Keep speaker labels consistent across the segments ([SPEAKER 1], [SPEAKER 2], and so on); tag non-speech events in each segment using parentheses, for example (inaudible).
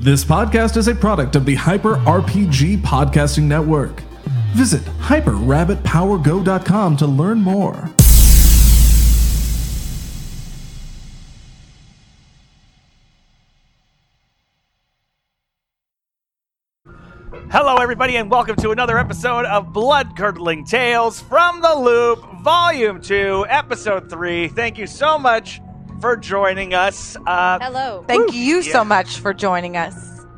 [SPEAKER 1] This podcast is a product of the Hyper RPG Podcasting Network. Visit hyperrabbitpowergo.com to learn more.
[SPEAKER 2] Hello, everybody, and welcome to another episode of Blood Curdling Tales from the Loop, Volume 2, Episode 3. Thank you so much for joining us. Uh,
[SPEAKER 3] Hello.
[SPEAKER 4] Thank
[SPEAKER 2] Woo.
[SPEAKER 4] you
[SPEAKER 2] Yeah.
[SPEAKER 4] so much for joining us.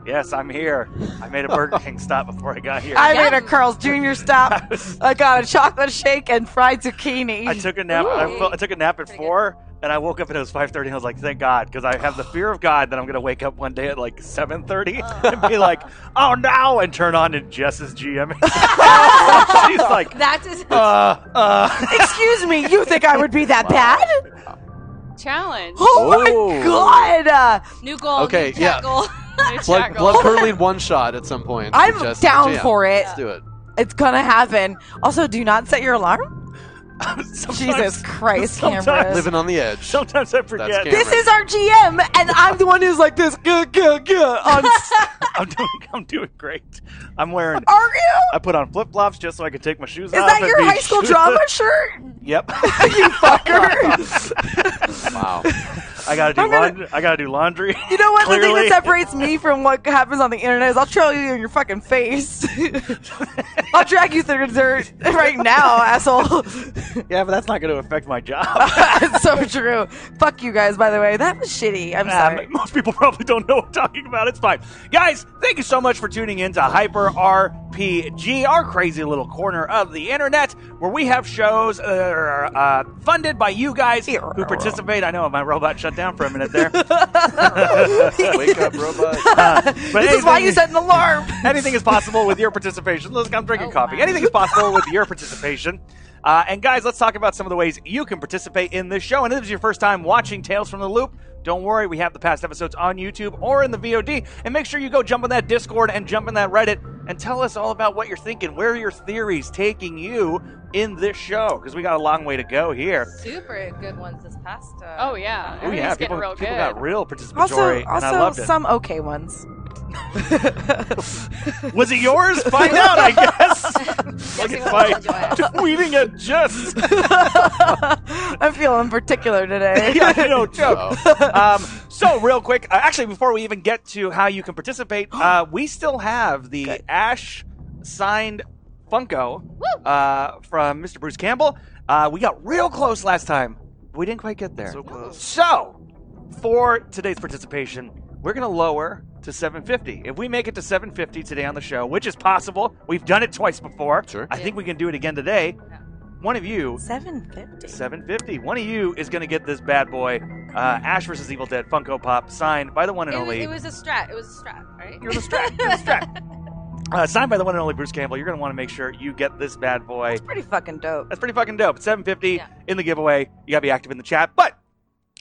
[SPEAKER 2] yes, I'm here. I made a Burger King stop before I got here.
[SPEAKER 4] I
[SPEAKER 2] I,
[SPEAKER 4] made a Carl's Jr. stop. I got a chocolate shake and fried zucchini.
[SPEAKER 2] took a nap. I, felt- I took a nap at 4, and I woke up and it was 5.30, and I was like, thank God, because I have the fear of God that I'm going to wake up one day at like 7.30 (laughs) and be like, oh, no, and turn on to Jess's (laughs)
[SPEAKER 3] (laughs)
[SPEAKER 2] GM. She's like,
[SPEAKER 3] That is
[SPEAKER 2] uh,
[SPEAKER 3] a
[SPEAKER 2] uh.
[SPEAKER 4] Excuse me, you think I would be that bad?
[SPEAKER 3] (laughs) challenge.
[SPEAKER 4] Oh
[SPEAKER 5] Oh.
[SPEAKER 4] my god! Uh,
[SPEAKER 3] New goal.
[SPEAKER 5] Okay,
[SPEAKER 3] new chat
[SPEAKER 5] yeah.
[SPEAKER 6] (laughs)
[SPEAKER 3] Goal. new chat
[SPEAKER 5] Blood,
[SPEAKER 3] goal.
[SPEAKER 5] blood curdling one shot at some point.
[SPEAKER 4] I'm
[SPEAKER 5] with Jess
[SPEAKER 4] down
[SPEAKER 5] and Jam.
[SPEAKER 4] for it.
[SPEAKER 5] Let's do it.
[SPEAKER 4] It's gonna happen. Also, do not set your alarm.
[SPEAKER 2] (laughs) Sometimes-
[SPEAKER 4] Jesus Christ,
[SPEAKER 2] sometimes-
[SPEAKER 4] cameras.
[SPEAKER 5] Living on the edge.
[SPEAKER 2] Sometimes I forget.
[SPEAKER 5] Cameron.
[SPEAKER 4] This is our GM, and I'm the one who's like this. Guh, guh, guh, on s-
[SPEAKER 2] I'm doing, I'm doing great. I'm wearing.
[SPEAKER 4] Are you?
[SPEAKER 2] I put on flip flops just so I could take my shoes
[SPEAKER 4] Oh. Is
[SPEAKER 2] off.
[SPEAKER 4] that
[SPEAKER 2] and
[SPEAKER 4] your
[SPEAKER 2] be- (laughs)
[SPEAKER 4] high school drama shirt? (laughs)
[SPEAKER 2] Yep.
[SPEAKER 4] You
[SPEAKER 2] (laughs)
[SPEAKER 4] fucker.
[SPEAKER 5] wow.
[SPEAKER 2] I
[SPEAKER 4] (laughs)
[SPEAKER 2] gotta do
[SPEAKER 4] I'm gonna-
[SPEAKER 2] laundry. I gotta do laundry.
[SPEAKER 4] You know what? The
[SPEAKER 2] Clearly.
[SPEAKER 4] thing that separates me from what happens on the internet is I'll trail you in your fucking face. (laughs) I'll drag you through the dirt right now, (laughs) asshole.
[SPEAKER 2] (laughs) yeah, but that's not gonna affect my job.
[SPEAKER 4] That's so true. Fuck you guys, by the way. That was shitty. I'm
[SPEAKER 2] Um,
[SPEAKER 4] sorry.
[SPEAKER 2] most people probably don't know what I'm talking about. It's fine. Guys, thank you so much for tuning in to Hyper RPG, our crazy little corner of the internet where we have shows that are uh, funded by you guys who participate. I know my robot shut down for a minute
[SPEAKER 4] (laughs)
[SPEAKER 2] there. But
[SPEAKER 5] Wake up, robot.
[SPEAKER 4] This is why you
[SPEAKER 2] anything-
[SPEAKER 4] set an alarm.
[SPEAKER 2] Anything is possible with your participation. Let's I'm drinking
[SPEAKER 3] Oh,
[SPEAKER 2] coffee.
[SPEAKER 3] wow.
[SPEAKER 2] Anything is possible with your participation. Uh, and guys, let's talk about some of the ways you can participate in this show. And if this is your first time watching Tales from the Loop, don't worry, we have the past episodes on YouTube or in the VOD. And make sure you go jump on that Discord and jump in that Reddit and tell us all about what you're thinking. Where are your theories taking you in this show? Because we got a long way to go here.
[SPEAKER 3] Super good ones this past time.
[SPEAKER 6] Oh yeah,
[SPEAKER 2] Oh,
[SPEAKER 6] everything's
[SPEAKER 2] yeah,
[SPEAKER 6] getting
[SPEAKER 2] people,
[SPEAKER 6] real
[SPEAKER 2] people
[SPEAKER 6] good.
[SPEAKER 2] got real participatory,
[SPEAKER 4] Also,
[SPEAKER 2] and I
[SPEAKER 4] also
[SPEAKER 2] loved it.
[SPEAKER 4] some okay ones. (laughs)
[SPEAKER 2] Was it yours? Find out, I guess.
[SPEAKER 3] Guessing
[SPEAKER 2] Fucking
[SPEAKER 3] what
[SPEAKER 2] fight.
[SPEAKER 3] was
[SPEAKER 2] (laughs)
[SPEAKER 3] on
[SPEAKER 2] Just Weaving at just.
[SPEAKER 4] I'm feeling particular today.
[SPEAKER 2] (laughs) yeah, no joke. Um, so, real quick, uh, actually, before we even get to how you can participate, uh, we still have the Ash signed Funko uh, from Mr. Bruce Campbell. Uh, we got real close last time. We didn't quite get there. So close. So, for today's participation, we're going to lower to 750. If we make it to 750 today on the show, which is possible, we've done it twice before.
[SPEAKER 5] Sure.
[SPEAKER 2] I think we can do it again today. One of you
[SPEAKER 4] 750.
[SPEAKER 2] 750. One of you is going to get this bad boy, uh, Ash versus Evil Dead Funko Pop, signed by the one
[SPEAKER 3] It
[SPEAKER 2] and
[SPEAKER 3] was,
[SPEAKER 2] only.
[SPEAKER 3] it was a strat. It was a
[SPEAKER 6] (laughs)
[SPEAKER 3] strat, right?
[SPEAKER 2] You're the strap. You're the
[SPEAKER 3] (laughs)
[SPEAKER 2] strap. Uh, signed by the one and only Bruce Campbell. You're going to want to make sure you get this bad boy.
[SPEAKER 4] Pretty fucking dope.
[SPEAKER 2] That's pretty fucking dope. 750
[SPEAKER 3] Yeah.
[SPEAKER 2] in the giveaway. You got to be active in the chat. But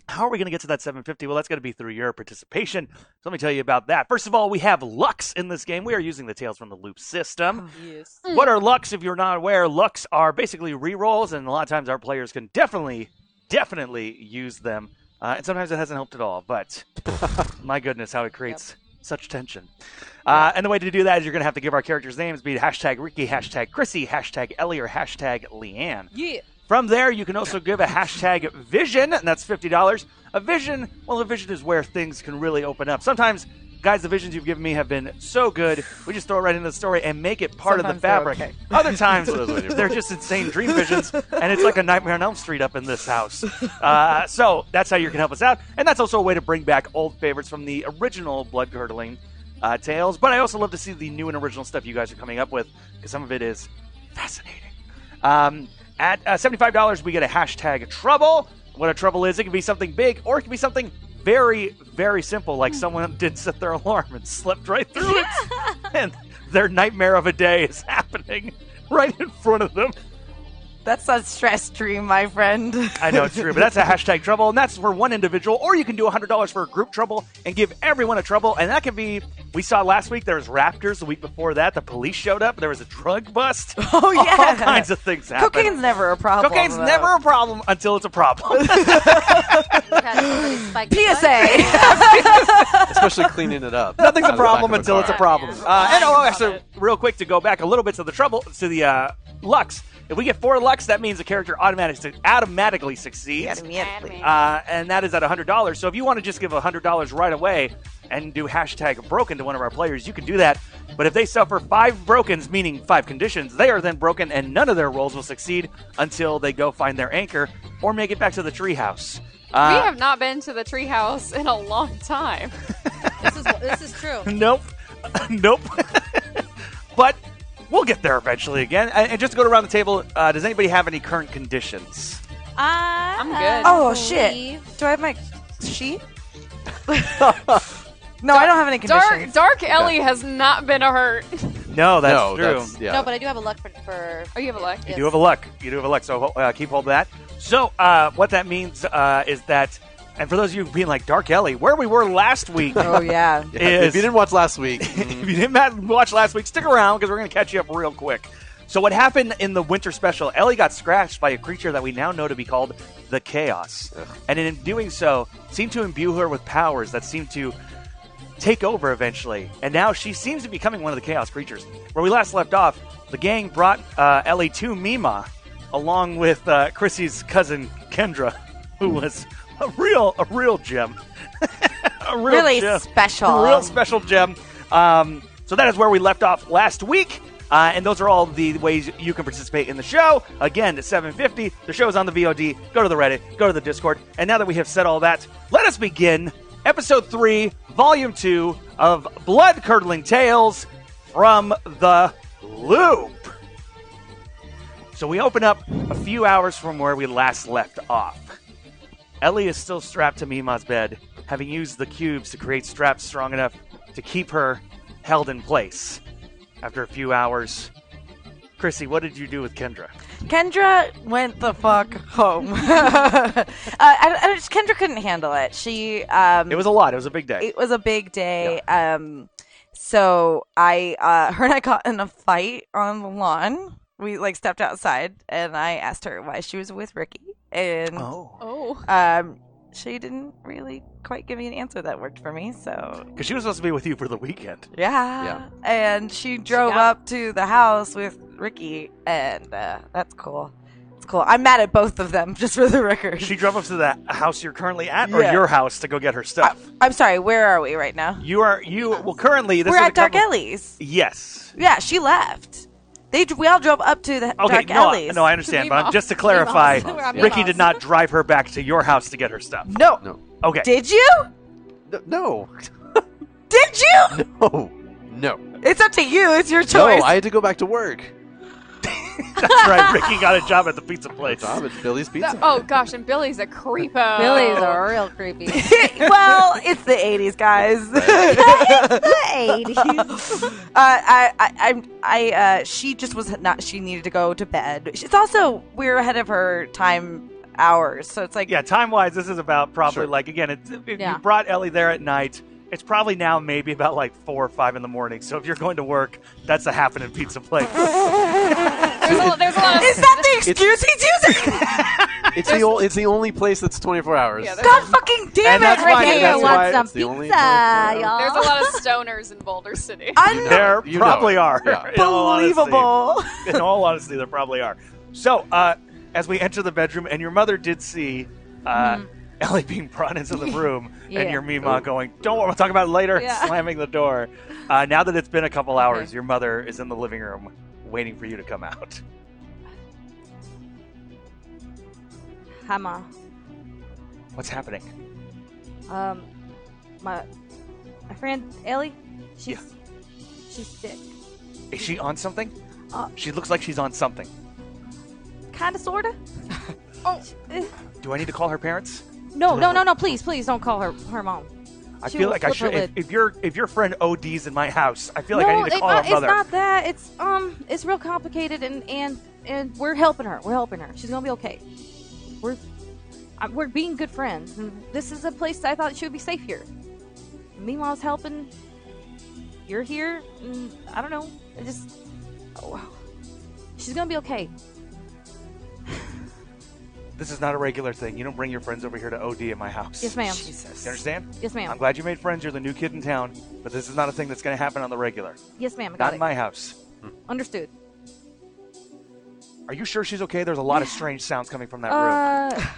[SPEAKER 2] how are we going to get to that 750? Well, that's going to be through your participation. So let me tell you about that. First of all, we have Lux in this game. We are using the Tales from the Loop system.
[SPEAKER 3] Yes.
[SPEAKER 2] What are Lux? If you're not aware, Lux are basically rerolls, and a lot of times our players can definitely, definitely use them. Uh, and sometimes it hasn't helped at all, but my goodness, how it creates such tension. Uh, and the way to do that is you're going to have to give our characters names, be it hashtag Ricky, hashtag Chrissy, hashtag Ellie, or hashtag Leanne.
[SPEAKER 3] Yeah.
[SPEAKER 2] From there, you can also give a hashtag vision, and that's $50. A vision, well, a vision is where things can really open up. Sometimes, guys, the visions you've given me have been so good, we just throw it right into the story and make it part of the
[SPEAKER 4] Sometimes they're
[SPEAKER 2] fabric.
[SPEAKER 4] okay.
[SPEAKER 2] (laughs) Other
[SPEAKER 4] (laughs)
[SPEAKER 2] times,
[SPEAKER 5] That's what I do.
[SPEAKER 2] they're just insane dream visions, and it's like a Nightmare on Elm Street up in this house. Uh, so that's how you can help us out, and that's also a way to bring back old favorites from the original Blood Curdling uh, tales. But I also love to see the new and original stuff you guys are coming up with, because some of it is fascinating. Um, at uh, $75, we get a hashtag trouble. What a trouble is, it can be something big or it can be something very, very simple, like someone (laughs) did set their alarm and slept right through it, and their nightmare of a day is happening right in front of them.
[SPEAKER 4] That's a stress dream, my friend.
[SPEAKER 2] I know it's true, but that's a hashtag trouble, and that's for one individual, or you can do $100 for a group trouble and give everyone a trouble, and that can be We saw last week there was Raptors. The week before that, the police showed up. There was a drug bust.
[SPEAKER 4] Oh yeah,
[SPEAKER 2] (laughs) All kinds of things happen.
[SPEAKER 4] Cocaine's never a problem.
[SPEAKER 2] Cocaine's
[SPEAKER 4] though.
[SPEAKER 2] never a problem until it's a problem.
[SPEAKER 4] PSA. (laughs)
[SPEAKER 5] especially cleaning it up.
[SPEAKER 2] Nothing's
[SPEAKER 5] Out
[SPEAKER 2] a
[SPEAKER 5] of the
[SPEAKER 2] problem
[SPEAKER 5] back of a
[SPEAKER 2] until it's a
[SPEAKER 5] car.
[SPEAKER 2] problem.
[SPEAKER 3] Yeah.
[SPEAKER 2] Uh, and oh, so
[SPEAKER 3] Love it.
[SPEAKER 2] real quick to go back a little bit to the trouble to the uh, Lux. If we get four Lux, that means the character automatically automatically succeeds. Uh, and that is at $100. So if you want to just give $100 right away and do hashtag broken to one of our players, you can do that. But if they suffer five brokens, meaning five conditions, they are then broken and none of their rolls will succeed until they go find their anchor or make it back to the treehouse.
[SPEAKER 6] we
[SPEAKER 2] Uh,
[SPEAKER 6] have not been to the treehouse in a long time.
[SPEAKER 3] Uh-huh. this is this is true.
[SPEAKER 2] Nope. (laughs) nope. but we'll get there eventually again. And and just to go around the table, uh, does anybody have any current conditions?
[SPEAKER 3] I'm
[SPEAKER 6] good.
[SPEAKER 4] Oh shit. Do I have my sheet? (laughs) no, I don't have any
[SPEAKER 6] Dark
[SPEAKER 4] conditions.
[SPEAKER 6] Dark Ellie has not been
[SPEAKER 3] (laughs)
[SPEAKER 6] hurt.
[SPEAKER 2] No, that's
[SPEAKER 5] no,
[SPEAKER 2] true.
[SPEAKER 5] that's yeah.
[SPEAKER 3] No, but I do have a luck for. for
[SPEAKER 6] Oh, you have a luck? You
[SPEAKER 2] You do have a luck. You do have a luck. So uh, keep hold of that. So uh, what that means uh, is that, and for those of you being like Dark Ellie, where we were last week,
[SPEAKER 4] Oh yeah.
[SPEAKER 5] Yeah,
[SPEAKER 2] is-
[SPEAKER 5] If you didn't watch last
[SPEAKER 2] (laughs)
[SPEAKER 5] week, mm,
[SPEAKER 2] if you didn't ma- watch last week, stick around because we're going to catch you up real quick. So what happened in the winter special? Ellie got scratched by a creature that we now know to be called the Chaos, and in doing so, seemed to imbue her with powers that seemed to take over eventually. And now she seems to be becoming one of the Chaos creatures. Where we last left off, the gang brought uh, Ellie to Mima, along with uh, Chrissy's cousin Kendra, who was a real a real gem, a real
[SPEAKER 4] Really
[SPEAKER 2] gem.
[SPEAKER 4] special.
[SPEAKER 2] real special gem. Um, so that is where we left off last week. Uh, and those are all the ways you can participate in the show. Again, at 750, the show is on the VOD. Go to the Reddit, go to the Discord. And now that we have said all that, let us begin episode 3, volume 2 of Blood Curdling Tales from the Loop. So we open up a few hours from where we last left off. Ellie is still strapped to Mima's bed, having used the cubes to create straps strong enough to keep her held in place. After a few hours, Chrissy, what did you do with Kendra?
[SPEAKER 4] Kendra went the fuck home. (laughs) uh, I, I just, Kendra couldn't handle it. She um,
[SPEAKER 2] It was a lot. It was a big day.
[SPEAKER 4] it was a big day. Um, so I, uh, her and I got in a fight on the lawn. We like stepped outside, and I asked her why she was with Ricky, and
[SPEAKER 2] Oh,
[SPEAKER 6] Oh.
[SPEAKER 4] um, she didn't really quite give me an answer that worked for me. So
[SPEAKER 2] because she was supposed to be with you for the weekend.
[SPEAKER 4] yeah,
[SPEAKER 5] Yeah.
[SPEAKER 4] and she drove
[SPEAKER 3] got-
[SPEAKER 4] up to the house with Ricky, and uh, that's cool. It's cool. I'm mad at both of them, (laughs) just for the record.
[SPEAKER 2] She drove up to the house you're currently at, or
[SPEAKER 4] Yeah.
[SPEAKER 2] your house, to go get her stuff.
[SPEAKER 4] I'm sorry. Where are we right now?
[SPEAKER 2] you are you. Well, currently this
[SPEAKER 4] We're
[SPEAKER 2] is
[SPEAKER 4] at
[SPEAKER 2] a
[SPEAKER 4] Dark
[SPEAKER 2] couple-
[SPEAKER 4] Ellie's.
[SPEAKER 2] Yes.
[SPEAKER 4] Yeah, she left. They we all drove up to the
[SPEAKER 2] Okay.
[SPEAKER 4] Dark
[SPEAKER 2] no,
[SPEAKER 4] Ellie's.
[SPEAKER 2] no, I understand. But
[SPEAKER 6] Meemaw.
[SPEAKER 2] just to clarify,
[SPEAKER 3] Meemaw's. We're at
[SPEAKER 2] Ricky
[SPEAKER 3] Meemaw's.
[SPEAKER 2] did not drive her back to your house to get her stuff.
[SPEAKER 4] no.
[SPEAKER 5] no,
[SPEAKER 2] Okay.
[SPEAKER 4] Did you?
[SPEAKER 5] no,
[SPEAKER 4] Did you?
[SPEAKER 5] (laughs) no, no.
[SPEAKER 4] It's up to you. It's your
[SPEAKER 5] No,
[SPEAKER 4] choice.
[SPEAKER 5] I had to go back to work.
[SPEAKER 2] That's right. Ricky got a job at the pizza place.
[SPEAKER 5] Job at Billy's Pizza.
[SPEAKER 6] That- (laughs) oh, gosh. And Billy's a creepo.
[SPEAKER 3] Billy's are real creepy.
[SPEAKER 4] Oh. (laughs) well, it's the '80s,
[SPEAKER 5] (laughs)
[SPEAKER 4] guys.
[SPEAKER 3] the
[SPEAKER 4] (laughs)
[SPEAKER 3] 80s.
[SPEAKER 4] uh, I, I, I'm, I. Uh, she just was not. She needed to go to bed. It's also we're ahead of her time hours, so it's like
[SPEAKER 2] yeah, time wise, this is about probably
[SPEAKER 5] Sure.
[SPEAKER 2] like again, it's, if
[SPEAKER 3] Yeah.
[SPEAKER 2] you brought Ellie there at night. It's probably now maybe about like four or five in the morning. So if you're going to work, that's a happening pizza
[SPEAKER 5] (laughs)
[SPEAKER 2] place.
[SPEAKER 6] There's a, there's a lot
[SPEAKER 3] (laughs)
[SPEAKER 6] of.
[SPEAKER 4] Is that the excuse he's using?
[SPEAKER 5] (laughs) It's the ol- it's the only place that's 24 hours.
[SPEAKER 6] Yeah, there's-
[SPEAKER 4] God fucking damn
[SPEAKER 2] And
[SPEAKER 4] it,
[SPEAKER 2] that's
[SPEAKER 4] Ricky!
[SPEAKER 2] fine, that's
[SPEAKER 3] want
[SPEAKER 5] why
[SPEAKER 3] some
[SPEAKER 5] it's the only
[SPEAKER 3] pizza,
[SPEAKER 5] place.
[SPEAKER 3] y'all.
[SPEAKER 6] There's a lot
[SPEAKER 3] (laughs)
[SPEAKER 6] of stoners in Boulder City.
[SPEAKER 4] Un-
[SPEAKER 2] there
[SPEAKER 5] You know
[SPEAKER 2] probably
[SPEAKER 5] it.
[SPEAKER 2] are.
[SPEAKER 5] Yeah.
[SPEAKER 2] (laughs) In all honesty.
[SPEAKER 4] Unbelievable.
[SPEAKER 2] (laughs) In all honesty, there probably are. So uh, as we enter the bedroom, and your mother did see uh, Ellie being brought into the
[SPEAKER 3] (laughs)
[SPEAKER 2] room,
[SPEAKER 3] Mm-hmm. Yeah.
[SPEAKER 2] and your Mima going, "Don't worry, we'll talk about it later," (laughs)
[SPEAKER 6] Yeah.
[SPEAKER 2] slamming the door. Uh, now that it's been a couple hours, your mother is in the living room waiting for you to come out.
[SPEAKER 3] Hammer.
[SPEAKER 2] What's happening?
[SPEAKER 3] Um, my my friend Ellie, she's she's sick.
[SPEAKER 2] Is she on something?
[SPEAKER 3] Uh,
[SPEAKER 2] she looks like she's on something.
[SPEAKER 3] Kind
[SPEAKER 2] (laughs)
[SPEAKER 3] of, sorta. oh.
[SPEAKER 2] Do I need to call her parents?
[SPEAKER 3] No, no, no, no! Please, please don't call her her mom.
[SPEAKER 2] I
[SPEAKER 3] She
[SPEAKER 2] feel
[SPEAKER 3] will
[SPEAKER 2] like I
[SPEAKER 3] flip
[SPEAKER 2] should.
[SPEAKER 3] her
[SPEAKER 2] If,
[SPEAKER 3] lid.
[SPEAKER 2] if your if your friend ODs in my house, I feel like
[SPEAKER 3] no,
[SPEAKER 2] I need to
[SPEAKER 3] it-
[SPEAKER 2] call
[SPEAKER 3] not-
[SPEAKER 2] her mother.
[SPEAKER 3] it's not that. It's um, it's real complicated, and and and we're helping her. We're helping her. She's gonna be okay. We're I- we're being good Mm, friends. And this is a place that I thought she would be safe here. Meanwhile, helping you're here. And I don't know. I just. Oh, wow. She's gonna be okay.
[SPEAKER 2] This is not a regular thing. You don't bring your friends over here to OD at my house.
[SPEAKER 3] Yes, ma'am.
[SPEAKER 2] You
[SPEAKER 4] Jesus.
[SPEAKER 2] understand?
[SPEAKER 3] Yes, ma'am.
[SPEAKER 2] I'm glad you made friends. You're the new kid in town, but this is not a thing that's going to happen on the regular.
[SPEAKER 3] Yes, ma'am. I
[SPEAKER 2] Not
[SPEAKER 3] Got
[SPEAKER 2] in
[SPEAKER 3] it.
[SPEAKER 2] my house.
[SPEAKER 3] Understood.
[SPEAKER 2] Are you sure she's okay? There's a
[SPEAKER 3] (sighs)
[SPEAKER 2] lot of strange sounds coming from that room.
[SPEAKER 3] Uh,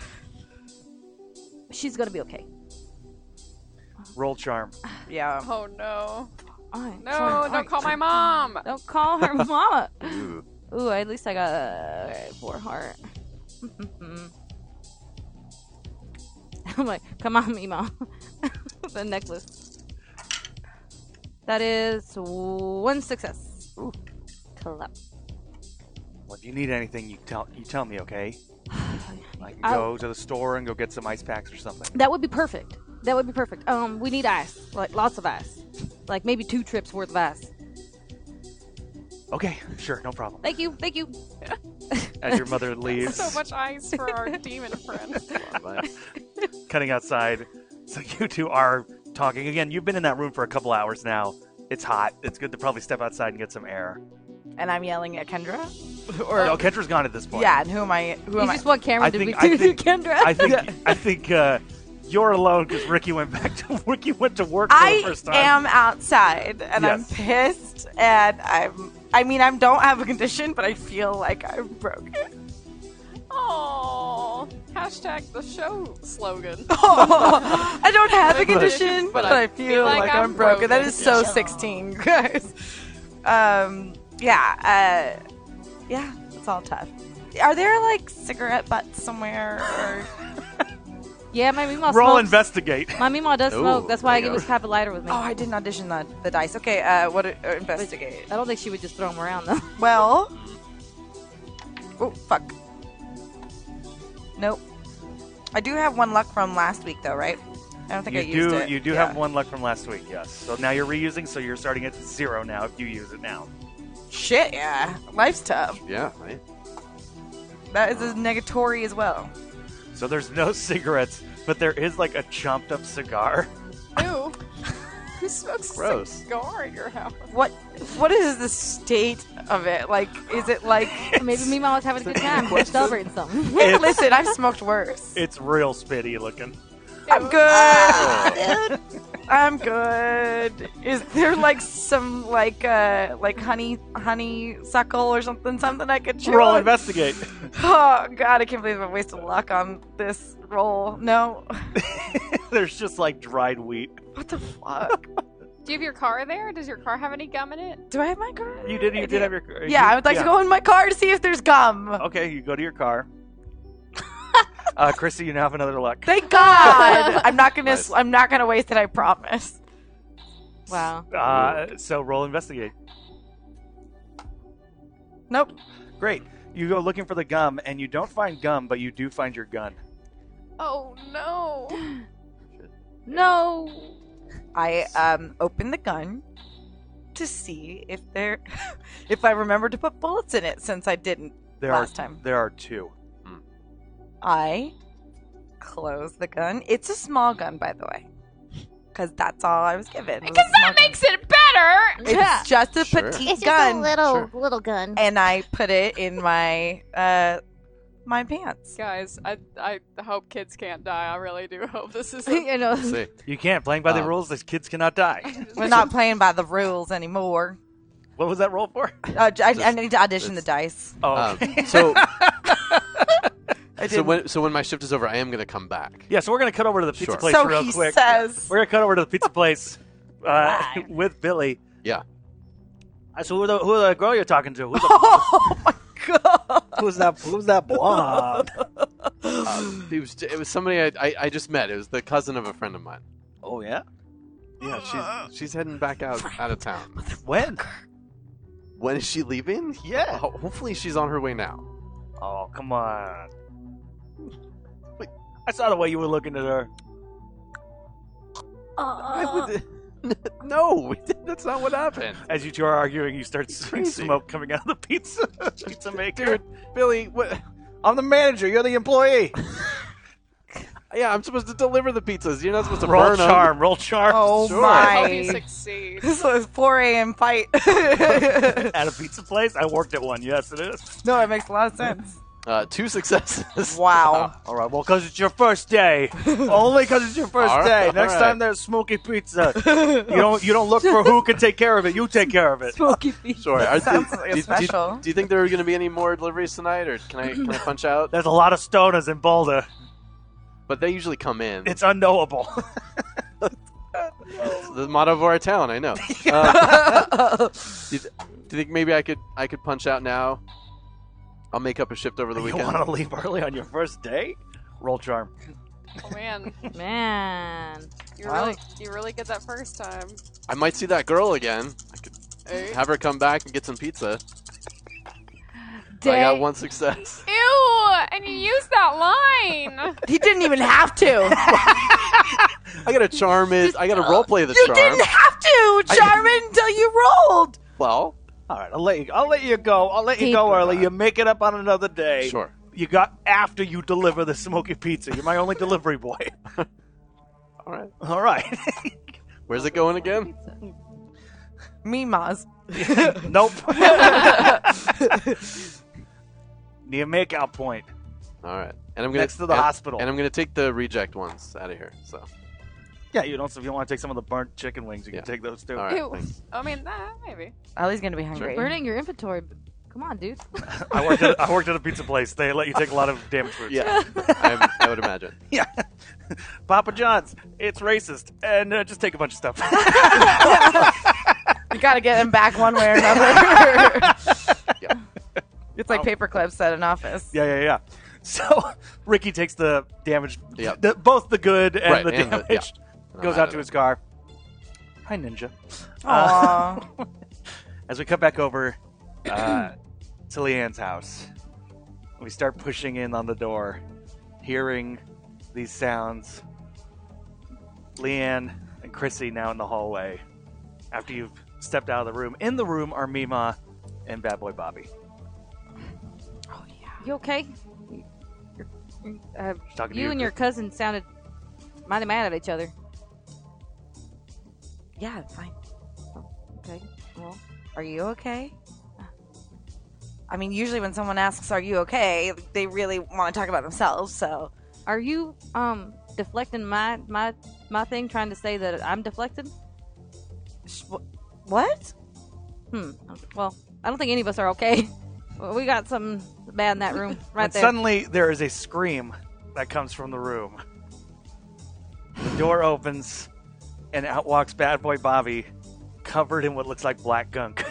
[SPEAKER 3] (laughs) she's gonna be okay.
[SPEAKER 2] Roll charm.
[SPEAKER 3] Uh,
[SPEAKER 4] Yeah.
[SPEAKER 6] Oh no.
[SPEAKER 3] All right,
[SPEAKER 6] No,
[SPEAKER 3] all right, all
[SPEAKER 6] don't
[SPEAKER 3] right.
[SPEAKER 6] call my mom.
[SPEAKER 3] (laughs) Don't call
[SPEAKER 2] (laughs)
[SPEAKER 3] her mama. Ooh, at least I got uh, alright, four heart. (laughs) I'm like, come on, me mom. (laughs) the necklace. That is one success.
[SPEAKER 2] Ooh.
[SPEAKER 3] Clap.
[SPEAKER 2] Well, if you need anything, you tell you tell me,
[SPEAKER 3] (sighs)
[SPEAKER 2] okay? I can
[SPEAKER 3] I'll-
[SPEAKER 2] go to the store and go get some ice packs or something.
[SPEAKER 3] That would be perfect. That would be perfect. Um, we need ice, like lots of ice, like maybe two trips worth of ice.
[SPEAKER 2] Okay, sure, no problem.
[SPEAKER 3] Thank you, thank you.
[SPEAKER 2] As your
[SPEAKER 4] (laughs)
[SPEAKER 2] mother leaves,
[SPEAKER 6] (laughs) So much ice for our demon friend.
[SPEAKER 2] cutting outside, so (laughs) you two are talking again. You've been in that room for a couple hours now. It's hot. It's good to probably step outside and get some air.
[SPEAKER 4] And I'm yelling
[SPEAKER 2] (laughs)
[SPEAKER 4] at Kendra. or
[SPEAKER 2] No, Ketra's gone at this point.
[SPEAKER 4] yeah. And who am I? Who
[SPEAKER 3] You
[SPEAKER 4] am I?
[SPEAKER 3] just want Cameron
[SPEAKER 2] I
[SPEAKER 3] to (laughs)
[SPEAKER 2] think-
[SPEAKER 3] be
[SPEAKER 2] I
[SPEAKER 3] to
[SPEAKER 2] think-
[SPEAKER 3] Kendra.
[SPEAKER 2] I think
[SPEAKER 4] (laughs)
[SPEAKER 2] I think uh, you're alone because Ricky went back to (laughs) Ricky went to work for the
[SPEAKER 4] I
[SPEAKER 2] first time.
[SPEAKER 4] am outside and I'm
[SPEAKER 2] Yes.
[SPEAKER 4] pissed and I'm. I mean, I don't have a condition, but I feel like I'm broken.
[SPEAKER 6] Oh. Hashtag the show slogan. (laughs)
[SPEAKER 4] (laughs) I don't have a condition, but,
[SPEAKER 6] But I
[SPEAKER 4] I feel like, I'm, broken. That is so
[SPEAKER 6] broken.
[SPEAKER 4] 16, (laughs) guys. Um, yeah, uh, yeah, it's all tough. Are there like cigarette butts somewhere? (laughs) Or...
[SPEAKER 3] yeah, my meemaw
[SPEAKER 2] Roll
[SPEAKER 3] smokes.
[SPEAKER 2] investigate.
[SPEAKER 3] my meemaw does smoke.
[SPEAKER 5] Ooh,
[SPEAKER 3] That's why I
[SPEAKER 5] there you
[SPEAKER 3] always have a lighter with me.
[SPEAKER 4] oh, I didn't audition the, the dice. Okay, uh, what? Uh, investigate.
[SPEAKER 3] I don't think she would just throw them around though.
[SPEAKER 4] Well, oh fuck. Nope. I do have one luck from last week, though, right? I don't think I
[SPEAKER 2] You
[SPEAKER 4] used
[SPEAKER 2] do
[SPEAKER 4] it.
[SPEAKER 2] you do
[SPEAKER 4] Yeah.
[SPEAKER 2] have one luck from last week, yes. So now you're reusing, so you're starting at zero now if you use it now.
[SPEAKER 4] Shit, yeah. Life's tough.
[SPEAKER 5] yeah, right.
[SPEAKER 4] That is a negatory as well.
[SPEAKER 2] So there's no (laughs) cigarettes, but there is like a chomped up cigar.
[SPEAKER 6] Ew. Who smokes
[SPEAKER 5] Gross.
[SPEAKER 6] a cigar in your house?
[SPEAKER 4] What? What is the state of it? Like, is
[SPEAKER 2] (laughs)
[SPEAKER 4] it like?
[SPEAKER 3] Maybe meemaw was having a good time, we're celebrating something. (laughs)
[SPEAKER 2] It's,
[SPEAKER 4] Listen, I've smoked worse.
[SPEAKER 2] it's real spitty looking.
[SPEAKER 4] I'm good. (laughs) I'm good. Is there like some like uh like honey honey suckle or something something I could chew
[SPEAKER 2] Roll
[SPEAKER 4] on?
[SPEAKER 2] investigate. (laughs)
[SPEAKER 4] Oh god, I can't believe I wasted luck on this roll. No,
[SPEAKER 2] there's just like dried wheat.
[SPEAKER 4] what the fuck?
[SPEAKER 6] Do you have your car there? Does your car have any gum in it?
[SPEAKER 4] Do I have my car?
[SPEAKER 2] You did you did have your
[SPEAKER 4] Yeah, I would like to go in my car to see if there's gum.
[SPEAKER 2] Okay, you go to your
[SPEAKER 4] (laughs)
[SPEAKER 2] car. uh Christy, you now have another luck.
[SPEAKER 4] Thank God. I'm not gonna.
[SPEAKER 5] Nice.
[SPEAKER 4] I'm not gonna waste it. I promise.
[SPEAKER 3] wow.
[SPEAKER 2] Uh, so roll investigate.
[SPEAKER 4] Nope.
[SPEAKER 2] Great. You go looking for the gum, and you don't find gum, but you do find your gun.
[SPEAKER 6] Oh no.
[SPEAKER 3] No.
[SPEAKER 4] I um open the gun to see if there, (laughs) if I remember to put bullets in it since I didn't
[SPEAKER 2] There
[SPEAKER 4] last
[SPEAKER 2] are
[SPEAKER 4] time.
[SPEAKER 2] there are two.
[SPEAKER 4] I close the gun. It's a small gun, by the way, because that's all I was given. It was a
[SPEAKER 6] Because
[SPEAKER 4] small
[SPEAKER 6] that
[SPEAKER 4] gun.
[SPEAKER 6] makes it better.
[SPEAKER 4] It's just a
[SPEAKER 5] Sure.
[SPEAKER 4] petite
[SPEAKER 7] It's
[SPEAKER 4] gun.
[SPEAKER 7] just a little
[SPEAKER 5] Sure.
[SPEAKER 7] little gun.
[SPEAKER 4] and I put it in my uh my pants.
[SPEAKER 6] Guys, I I hope kids can't die. I really do hope this is.
[SPEAKER 3] (laughs) you know,
[SPEAKER 5] Let's see.
[SPEAKER 2] You can't playing by the
[SPEAKER 5] Um,
[SPEAKER 2] rules. These kids cannot
[SPEAKER 4] (laughs)
[SPEAKER 2] die.
[SPEAKER 4] We're not playing by the rules anymore.
[SPEAKER 2] what was that roll for?
[SPEAKER 4] Uh, j- I, I need to audition the
[SPEAKER 5] Just-
[SPEAKER 4] dice.
[SPEAKER 2] Oh,
[SPEAKER 5] Um,
[SPEAKER 2] okay.
[SPEAKER 5] so
[SPEAKER 4] I
[SPEAKER 5] so
[SPEAKER 4] didn't.
[SPEAKER 5] when so when my shift is over, I am gonna come back.
[SPEAKER 2] yeah. So we're gonna cut over to the pizza
[SPEAKER 5] Sure.
[SPEAKER 2] place
[SPEAKER 4] So
[SPEAKER 2] real
[SPEAKER 4] he
[SPEAKER 2] quick.
[SPEAKER 4] says-
[SPEAKER 2] we're gonna cut over to the pizza place uh, (laughs) with Billy.
[SPEAKER 5] Yeah.
[SPEAKER 2] Uh, So who the, who the girl you're talking to? Who's, the,
[SPEAKER 4] (laughs) oh my god!
[SPEAKER 2] who's that? Who's that blonde?
[SPEAKER 5] Um, it was it was somebody I, I I just met. It was the cousin of a friend of mine.
[SPEAKER 2] (laughs) oh yeah.
[SPEAKER 4] Oh,
[SPEAKER 5] Yeah, she's she's heading back out out of town.
[SPEAKER 2] When?
[SPEAKER 5] When is she leaving?
[SPEAKER 2] Yeah.
[SPEAKER 5] Ho- Hopefully she's on her way now.
[SPEAKER 2] Oh come on. Wait, I saw the way you were looking at her.
[SPEAKER 5] I would, (laughs) no, that's not
[SPEAKER 4] (laughs)
[SPEAKER 5] what happened.
[SPEAKER 2] As you two are arguing, you start seeing
[SPEAKER 5] Crazy.
[SPEAKER 2] smoke coming out of the pizza (laughs) pizza maker.
[SPEAKER 4] (laughs)
[SPEAKER 5] Dude, Billy, what? I'm the manager. You're the employee. yeah, I'm supposed to deliver the pizzas. You're not supposed to
[SPEAKER 2] roll
[SPEAKER 5] burn 'em.
[SPEAKER 2] charm, roll charm.
[SPEAKER 4] Oh
[SPEAKER 6] (laughs)
[SPEAKER 5] Sure.
[SPEAKER 6] How do you
[SPEAKER 4] my!
[SPEAKER 6] succeed?
[SPEAKER 4] (laughs)
[SPEAKER 6] Oh,
[SPEAKER 4] This was 4 a.m. fight. (laughs)
[SPEAKER 2] At a pizza place, I worked at one. Yes, it is.
[SPEAKER 4] no, it makes a lot of sense.
[SPEAKER 5] Uh, two successes.
[SPEAKER 6] (laughs)
[SPEAKER 5] (laughs)
[SPEAKER 4] Wow.
[SPEAKER 2] All right. Well, because it's your first (laughs) day. Only because it's your first
[SPEAKER 5] All right,
[SPEAKER 2] day.
[SPEAKER 5] all
[SPEAKER 2] Next
[SPEAKER 5] right.
[SPEAKER 2] time there's smoky (laughs) pizza, you don't you don't look for who can take care of it. You take care of (laughs) it.
[SPEAKER 3] Smoky feet.
[SPEAKER 5] Sure. Are-
[SPEAKER 4] Sounds like a
[SPEAKER 5] do, do-
[SPEAKER 4] special.
[SPEAKER 5] Do, you think there are going to be any more deliveries tonight, or can I can I punch
[SPEAKER 4] (laughs)
[SPEAKER 5] out?
[SPEAKER 2] There's a lot of stoners in Boulder.
[SPEAKER 5] But they usually come in.
[SPEAKER 2] It's unknowable.
[SPEAKER 5] the motto of our town. I know.
[SPEAKER 2] (laughs)
[SPEAKER 5] Uh, do, you th- do you think maybe I could I could punch out now? I'll make up a shift over the
[SPEAKER 2] (laughs) you
[SPEAKER 5] weekend.
[SPEAKER 2] want to leave early on your first day? Roll charm.
[SPEAKER 6] Oh man,
[SPEAKER 3] Man.
[SPEAKER 6] you
[SPEAKER 4] Wow.
[SPEAKER 6] really you really get that first time.
[SPEAKER 5] I might see that girl again. I could
[SPEAKER 6] Eh?
[SPEAKER 5] have her come back and get some pizza.
[SPEAKER 3] Day.
[SPEAKER 5] I got one success.
[SPEAKER 6] Ew! And you used that
[SPEAKER 4] (laughs)
[SPEAKER 6] line.
[SPEAKER 4] He didn't even have to.
[SPEAKER 6] (laughs)
[SPEAKER 5] I got to charm it.
[SPEAKER 4] (laughs)
[SPEAKER 5] I got to roleplay the
[SPEAKER 4] You
[SPEAKER 5] charm.
[SPEAKER 4] didn't have to, Charmin, until you rolled.
[SPEAKER 5] Well,
[SPEAKER 2] All right, I'll let you. I'll let you go. I'll let you go early. You make it up on another day.
[SPEAKER 5] Sure.
[SPEAKER 2] You got after you deliver the smoky pizza. You're my only delivery boy. (laughs)
[SPEAKER 5] all right.
[SPEAKER 2] All right. (laughs)
[SPEAKER 5] Where's it going again?
[SPEAKER 4] Mimas.
[SPEAKER 2] nope. (laughs) you make out point.
[SPEAKER 5] All right. And I'm gonna,
[SPEAKER 2] Next to the
[SPEAKER 5] and-
[SPEAKER 2] hospital.
[SPEAKER 5] And I'm going to take the reject ones out of here. So,
[SPEAKER 2] Yeah, you don't. If you want to take some of the burnt chicken wings, you
[SPEAKER 5] Yeah.
[SPEAKER 2] can take those too.
[SPEAKER 5] all right.
[SPEAKER 6] Ew.
[SPEAKER 5] thanks.
[SPEAKER 6] I mean, nah, maybe.
[SPEAKER 4] Ellie's gonna be hungry.
[SPEAKER 3] Burning your inventory. Come on, dude.
[SPEAKER 2] I worked. At, I worked at a pizza place. They let you take a lot of damage foods.
[SPEAKER 5] Yeah, I, I would imagine.
[SPEAKER 2] (laughs) Yeah. Papa John's. It's racist, and uh, just take a bunch of stuff. (laughs)
[SPEAKER 4] You gotta get him back one way or another.
[SPEAKER 5] (laughs) Yeah.
[SPEAKER 4] (laughs) It's like paper clips at an office.
[SPEAKER 2] Yeah, yeah, (laughs) yeah. So Ricky takes the damage,
[SPEAKER 5] Yep.
[SPEAKER 2] the, both the good and
[SPEAKER 5] Right,
[SPEAKER 2] the
[SPEAKER 5] and the-
[SPEAKER 2] damage.
[SPEAKER 5] And
[SPEAKER 2] (laughs)
[SPEAKER 5] I'm
[SPEAKER 2] Goes
[SPEAKER 5] out
[SPEAKER 2] out
[SPEAKER 5] of
[SPEAKER 2] to
[SPEAKER 5] it.
[SPEAKER 2] his car. Hi, Ninja.
[SPEAKER 5] (laughs)
[SPEAKER 4] Aw.
[SPEAKER 2] As we cut back over
[SPEAKER 5] (coughs)
[SPEAKER 2] uh, to Leanne's house, we start pushing in on the door, hearing these sounds. Leanne and Chrissy now in the hallway. After you've stepped out of the room, in the room are Mima and Bad Boy Bobby.
[SPEAKER 3] You okay? You're- uh,
[SPEAKER 2] She's talking to
[SPEAKER 3] you
[SPEAKER 2] you,
[SPEAKER 3] and your cousin sounded mighty mad at each other. Yeah, fine. Okay. Well,
[SPEAKER 4] Are you okay? I mean, usually when someone asks, "Are you okay?" they really want to talk about themselves. So
[SPEAKER 3] are you um deflecting my my my thing, trying to say that I'm deflected?
[SPEAKER 4] Sh- wh- what?
[SPEAKER 3] Hmm. Well, I don't think any of us are okay. (laughs) Well, we got something bad in that room right
[SPEAKER 2] and
[SPEAKER 3] there.
[SPEAKER 2] suddenly there is a scream that comes from the room. The door opens, and out walks Bad Boy Bobby, covered in what looks like black gunk.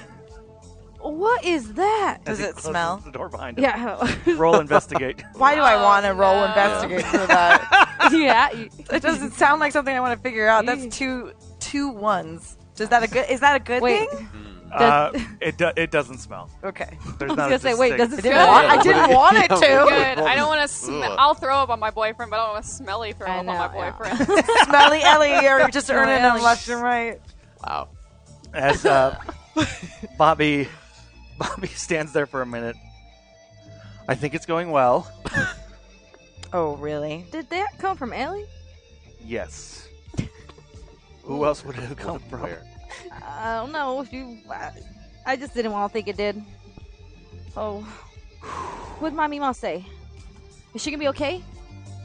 [SPEAKER 2] (laughs)
[SPEAKER 3] what is that?
[SPEAKER 4] Does
[SPEAKER 2] As he
[SPEAKER 4] it
[SPEAKER 2] closes
[SPEAKER 4] smell?
[SPEAKER 2] The door behind him.
[SPEAKER 3] (laughs) Yeah. (laughs)
[SPEAKER 2] Roll investigate.
[SPEAKER 4] Why do I
[SPEAKER 3] Oh,
[SPEAKER 4] want to roll
[SPEAKER 6] no.
[SPEAKER 4] investigate for (laughs)
[SPEAKER 3] (laughs)
[SPEAKER 4] that?
[SPEAKER 3] Uh, yeah. you-
[SPEAKER 4] it doesn't sound like something I want to figure out. That's
[SPEAKER 3] Jeez.
[SPEAKER 4] two two ones. Is that a good? Is that a good
[SPEAKER 3] Wait.
[SPEAKER 4] thing?
[SPEAKER 2] uh,
[SPEAKER 3] (laughs)
[SPEAKER 2] it do- it doesn't smell.
[SPEAKER 4] Okay.
[SPEAKER 2] There's
[SPEAKER 3] I
[SPEAKER 2] not
[SPEAKER 3] was
[SPEAKER 2] a
[SPEAKER 3] gonna say, wait,
[SPEAKER 2] distinct-
[SPEAKER 3] does it
[SPEAKER 4] I
[SPEAKER 3] smell?
[SPEAKER 4] want- I didn't
[SPEAKER 2] (laughs)
[SPEAKER 4] want it to.
[SPEAKER 6] (laughs) Good. I don't want to smell.
[SPEAKER 5] Ugh.
[SPEAKER 6] I'll throw up on my boyfriend, but I don't want to smelly throw
[SPEAKER 3] I
[SPEAKER 6] up on my
[SPEAKER 3] know, yeah.
[SPEAKER 6] boyfriend.
[SPEAKER 3] (laughs)
[SPEAKER 4] Smelly Ellie, you're just
[SPEAKER 3] Smelly
[SPEAKER 4] earning them
[SPEAKER 3] Ellie.
[SPEAKER 4] left and right.
[SPEAKER 5] Wow.
[SPEAKER 2] (laughs) as uh, Bobby Bobby stands there for a minute. I think it's going well.
[SPEAKER 4] Oh, really?
[SPEAKER 3] Did that come from Ellie?
[SPEAKER 2] Yes. Who else would it have come from?
[SPEAKER 5] Where?
[SPEAKER 3] I don't know if you. I, I just didn't want to think it did. Oh, what did my mima say? Is she gonna be okay?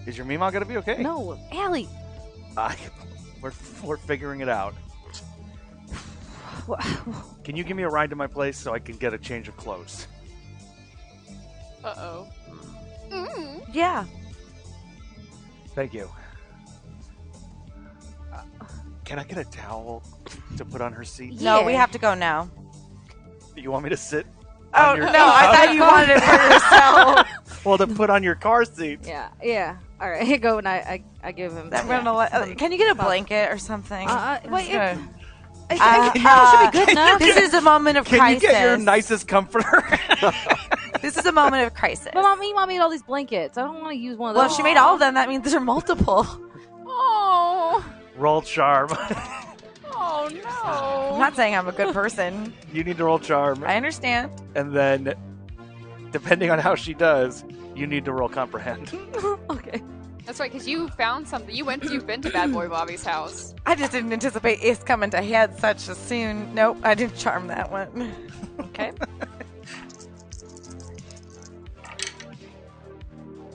[SPEAKER 2] Is your Mima gonna be okay?
[SPEAKER 3] No, Allie. (laughs)
[SPEAKER 2] I, (laughs) we're, we're figuring it out.
[SPEAKER 3] Wha-
[SPEAKER 2] Can you give me a ride to my place so I can get a change of clothes?
[SPEAKER 6] Uh oh. Mm.
[SPEAKER 3] Yeah.
[SPEAKER 2] Thank you. Uh, Can I get a towel to put on her
[SPEAKER 3] (laughs)
[SPEAKER 2] seat?
[SPEAKER 4] No,
[SPEAKER 3] Yeah.
[SPEAKER 4] we have to go now.
[SPEAKER 2] You want me to sit?
[SPEAKER 4] Oh
[SPEAKER 2] on
[SPEAKER 4] no,
[SPEAKER 2] your
[SPEAKER 4] I thought you wanted it for
[SPEAKER 3] (laughs)
[SPEAKER 4] yourself. (laughs)
[SPEAKER 2] Well, to put on your car seat.
[SPEAKER 3] Yeah. Yeah. All right. (laughs) Here you go, and I, I, I give him.
[SPEAKER 4] I'm gonna let- uh, can you get a blanket or something?
[SPEAKER 3] Uh, uh, wait,
[SPEAKER 4] Let's go.
[SPEAKER 3] I,
[SPEAKER 4] Uh,
[SPEAKER 3] I- I should be good
[SPEAKER 4] uh,
[SPEAKER 3] enough.
[SPEAKER 4] this is a moment of
[SPEAKER 2] Can you
[SPEAKER 4] crisis.
[SPEAKER 2] get your nicest comforter? (laughs)
[SPEAKER 4] this is a moment of crisis.
[SPEAKER 3] But my mima made all these blankets. I don't want to use one of
[SPEAKER 4] Well,
[SPEAKER 3] those.
[SPEAKER 4] if she made
[SPEAKER 3] (laughs)
[SPEAKER 4] all of them, that means there are multiple.
[SPEAKER 6] Oh.
[SPEAKER 2] roll charm. (laughs)
[SPEAKER 6] Oh no.
[SPEAKER 4] I'm not saying I'm a good person.
[SPEAKER 2] you need to roll charm,
[SPEAKER 4] I understand.
[SPEAKER 2] and then, depending on how she does, you need to roll comprehend.
[SPEAKER 3] okay.
[SPEAKER 6] That's right, because you found something. You went. You've been to Bad Boy Bobby's house.
[SPEAKER 4] I just didn't anticipate it's coming to head such a soon. Nope, I didn't charm that one.
[SPEAKER 6] Okay.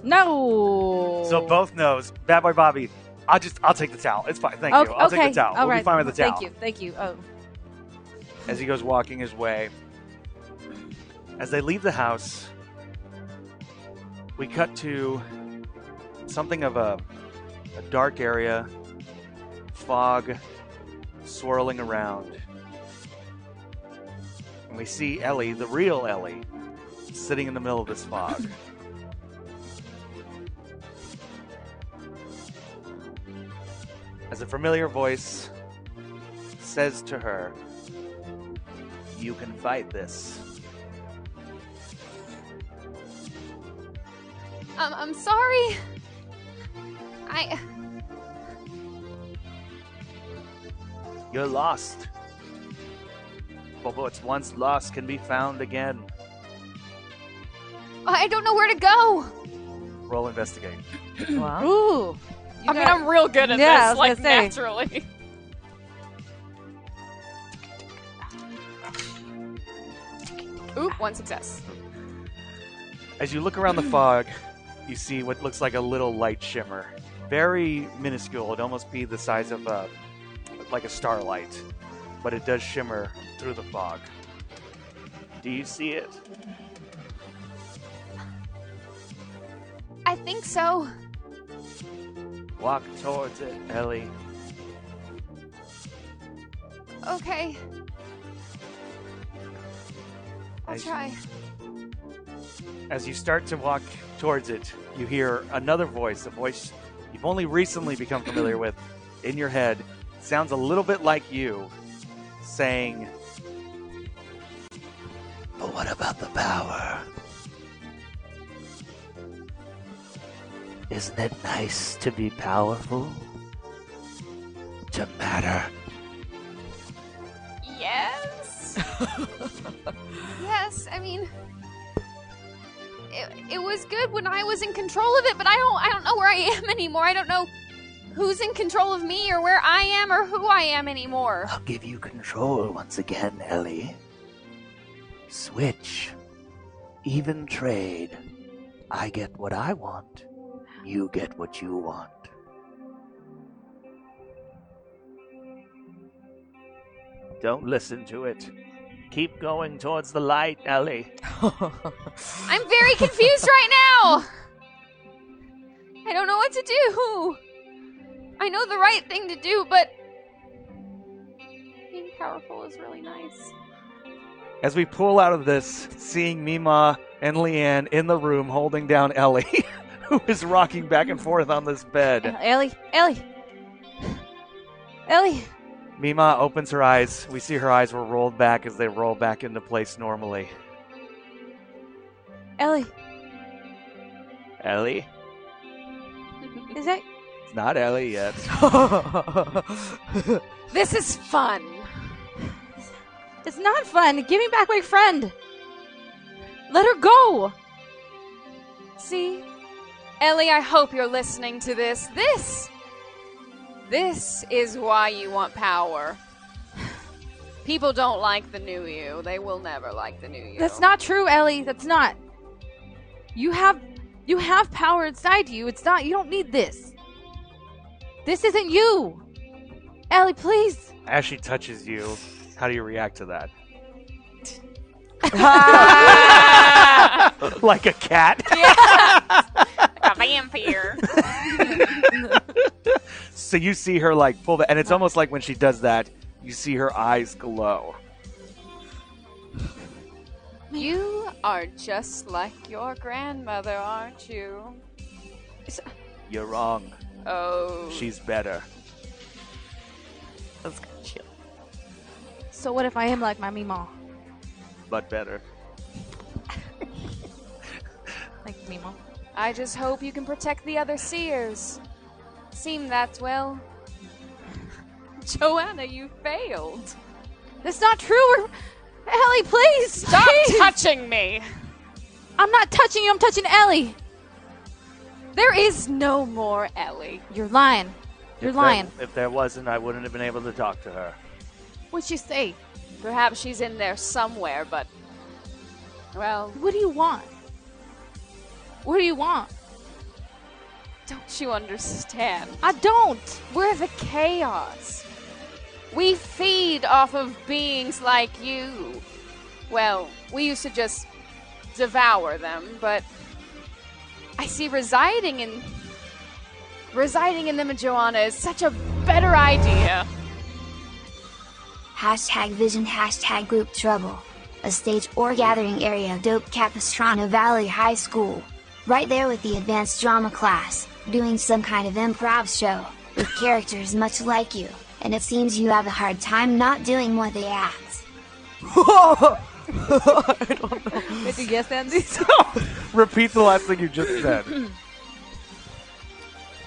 [SPEAKER 3] No.
[SPEAKER 2] So both knows. Bad boy Bobby. I'll just I'll take the towel. It's fine. Thank
[SPEAKER 3] Okay,
[SPEAKER 2] you. I'll
[SPEAKER 3] okay,
[SPEAKER 2] take the towel.
[SPEAKER 3] all
[SPEAKER 2] we'll be
[SPEAKER 3] right.
[SPEAKER 2] fine with the towel.
[SPEAKER 3] Thank you. Thank you. Oh,
[SPEAKER 2] As he goes walking his way. As they leave the house, we cut to something of a, a dark area, fog swirling around. And we see Ellie, the real Ellie, sitting in the middle of this fog. As a familiar voice says to her, You can fight this.
[SPEAKER 6] Um, I'm sorry. I.
[SPEAKER 2] You're lost. But what's once lost can be found again.
[SPEAKER 6] I don't know where to go.
[SPEAKER 2] Roll investigate.
[SPEAKER 4] Wow.
[SPEAKER 3] Ooh. You
[SPEAKER 6] I mean,
[SPEAKER 3] got-
[SPEAKER 6] I'm real good at
[SPEAKER 3] Yeah, I
[SPEAKER 6] this,
[SPEAKER 3] was
[SPEAKER 6] like
[SPEAKER 3] gonna say.
[SPEAKER 6] naturally. Oop, one success.
[SPEAKER 2] As you look around the fog, you see what looks like a little light shimmer. Very minuscule. It'd almost be the size of a, like a starlight. But it does shimmer through the fog. Do you see it?
[SPEAKER 6] I think so.
[SPEAKER 2] Walk towards it, Ellie.
[SPEAKER 6] Okay, I'll
[SPEAKER 2] As-
[SPEAKER 6] try.
[SPEAKER 2] As you start to walk towards it, you hear another voice, a voice you've only recently become familiar with in your head. Sounds a little bit like you saying, But what about the power? Isn't it nice to be powerful? To matter.
[SPEAKER 6] Yes. yes. I mean, it, it was good when I was in control of it, but I don't. I don't know where I am (laughs) anymore. I don't know who's in control of me or where I am or who I am anymore.
[SPEAKER 7] I'll give you control once again, Ellie. Switch. Even trade. I get what I want. You get what you want.
[SPEAKER 2] Don't listen to it. Keep going towards the light, Ellie.
[SPEAKER 6] I'm very confused right now. I don't know what to do. I know the right thing to do, but being powerful is really nice.
[SPEAKER 2] As we pull out of this, seeing Mima and Leanne in the room holding down Ellie, (laughs) who is rocking back and forth on this bed.
[SPEAKER 3] Ellie. Ellie. Ellie.
[SPEAKER 2] Mima opens her eyes. We see her eyes were rolled back as they roll back into place normally.
[SPEAKER 3] Ellie.
[SPEAKER 2] Ellie?
[SPEAKER 3] Is that?
[SPEAKER 2] It's not Ellie
[SPEAKER 7] (laughs)
[SPEAKER 2] yet.
[SPEAKER 6] This is fun.
[SPEAKER 3] It's not fun. Give me back my friend. Let her go.
[SPEAKER 6] See? Ellie, I hope you're listening to this. This. This is why you want power. (sighs) People don't like the new you. They will never like the new you.
[SPEAKER 3] That's not true, Ellie. That's not. You have you have power inside you. It's not you don't need this. This isn't you. Ellie, please.
[SPEAKER 2] As she touches you, how do you react to (laughs) that? like a cat?
[SPEAKER 6] a vampire.
[SPEAKER 2] (laughs) So you see her like pull the, and it's almost like when she does that, you see her eyes glow.
[SPEAKER 6] You are just like your grandmother, aren't you?
[SPEAKER 2] You're wrong.
[SPEAKER 6] Oh.
[SPEAKER 2] She's better.
[SPEAKER 4] That's kinda chill.
[SPEAKER 3] So what if I am like my Mima?
[SPEAKER 2] But better.
[SPEAKER 3] Like Mima.
[SPEAKER 6] I just hope you can protect the other seers. Seem that well. (laughs) Joanna, you failed.
[SPEAKER 3] That's not true. (laughs) We're- Ellie, please.
[SPEAKER 6] Stop
[SPEAKER 3] please.
[SPEAKER 6] touching me!
[SPEAKER 3] I'm not touching you. I'm touching Ellie.
[SPEAKER 6] There is no more Ellie.
[SPEAKER 3] You're lying. You're
[SPEAKER 2] If there-
[SPEAKER 3] lying.
[SPEAKER 2] if there wasn't, I wouldn't have been able to talk to her.
[SPEAKER 3] What'd you say?
[SPEAKER 6] Perhaps she's in there somewhere, but. Well,
[SPEAKER 3] What do you want? What do you want?
[SPEAKER 6] don't you understand?
[SPEAKER 3] I don't.
[SPEAKER 6] We're the chaos. We feed off of beings like you. Well, we used to just devour them, but I see residing in residing in them and Joanna is such a better idea.
[SPEAKER 8] Hashtag vision hashtag group trouble. A stage or gathering area of Dope Capistrano Valley High School. Right there with the advanced drama class, doing some kind of improv show, with characters much like you, and it seems you have a hard time not doing what they act.
[SPEAKER 3] Did you guess that? Is (laughs)
[SPEAKER 2] Repeat the last thing you just said.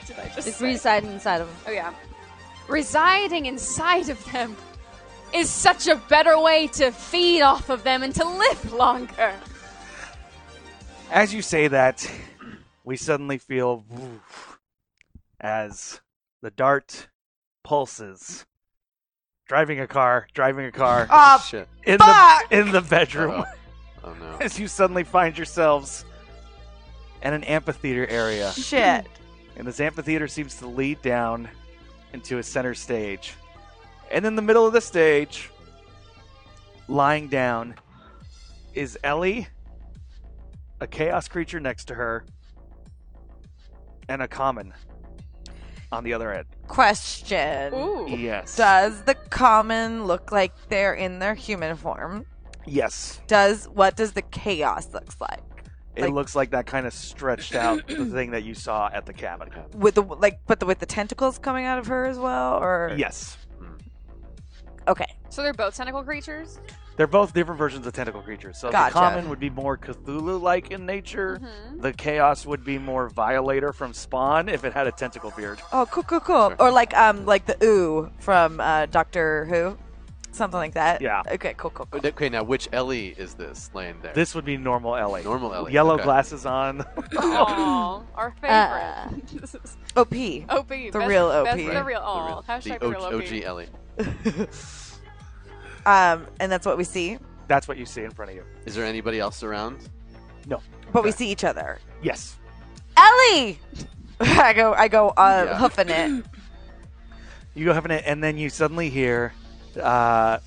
[SPEAKER 6] Did I just say?
[SPEAKER 3] reside inside of him.
[SPEAKER 6] Oh yeah. Residing inside of them is such a better way to feed off of them and to live longer.
[SPEAKER 2] As you say that, we suddenly feel woof, as the dart pulses. Driving a car, driving a car
[SPEAKER 5] Oh!
[SPEAKER 4] Ah,
[SPEAKER 5] Shit.
[SPEAKER 2] in
[SPEAKER 4] fuck!
[SPEAKER 2] the in the bedroom. (laughs)
[SPEAKER 5] Oh no.
[SPEAKER 2] As you suddenly find yourselves in an amphitheater area,
[SPEAKER 4] shit.
[SPEAKER 2] and this amphitheater seems to lead down into a center stage. And in the middle of the stage, lying down, is Ellie, a chaos creature next to her, and a common on the other end.
[SPEAKER 4] Question.
[SPEAKER 6] Ooh.
[SPEAKER 2] Yes.
[SPEAKER 4] Does the common look like they're in their human form?
[SPEAKER 2] Yes.
[SPEAKER 4] Does what does the chaos looks like?
[SPEAKER 2] It
[SPEAKER 4] Like-
[SPEAKER 2] looks like that kind of stretched out
[SPEAKER 5] (clears throat)
[SPEAKER 2] the thing that you saw at the cabin.
[SPEAKER 4] With the like, but the, with the tentacles coming out of her as well, or
[SPEAKER 2] Yes.
[SPEAKER 4] okay,
[SPEAKER 6] So they're both tentacle creatures?
[SPEAKER 2] They're both different versions of tentacle creatures. So
[SPEAKER 4] Gotcha.
[SPEAKER 2] the common would be more Cthulhu-like in nature.
[SPEAKER 6] Mm-hmm.
[SPEAKER 2] The chaos would be more Violator from Spawn if it had a tentacle beard.
[SPEAKER 4] oh, cool, cool, cool, or like um, like the ooh from uh, Doctor Who, something like that.
[SPEAKER 2] Yeah.
[SPEAKER 4] Okay, cool, cool, cool.
[SPEAKER 5] Oh, Okay, now which Ellie is this laying there?
[SPEAKER 2] This would be normal Ellie.
[SPEAKER 5] Normal Ellie,
[SPEAKER 2] Yellow
[SPEAKER 5] okay.
[SPEAKER 2] glasses on.
[SPEAKER 6] (clears throat) Aw, our favorite. this is
[SPEAKER 4] Op.
[SPEAKER 6] OP.
[SPEAKER 4] The real OP.
[SPEAKER 6] Uh, Best, the
[SPEAKER 4] Right.
[SPEAKER 6] real. Oh, hashtag
[SPEAKER 5] the
[SPEAKER 6] the real
[SPEAKER 5] OG,
[SPEAKER 6] OP.
[SPEAKER 5] OG Ellie.
[SPEAKER 4] Um, and that's what we see,
[SPEAKER 2] That's what you see in front of you.
[SPEAKER 5] Is there anybody else around?
[SPEAKER 2] No.
[SPEAKER 4] but we see each other.
[SPEAKER 2] Yes.
[SPEAKER 4] Ellie, (laughs) I go, I go, uh,
[SPEAKER 5] Yeah.
[SPEAKER 4] hoofing it. (clears throat)
[SPEAKER 2] You have an and then you suddenly hear uh,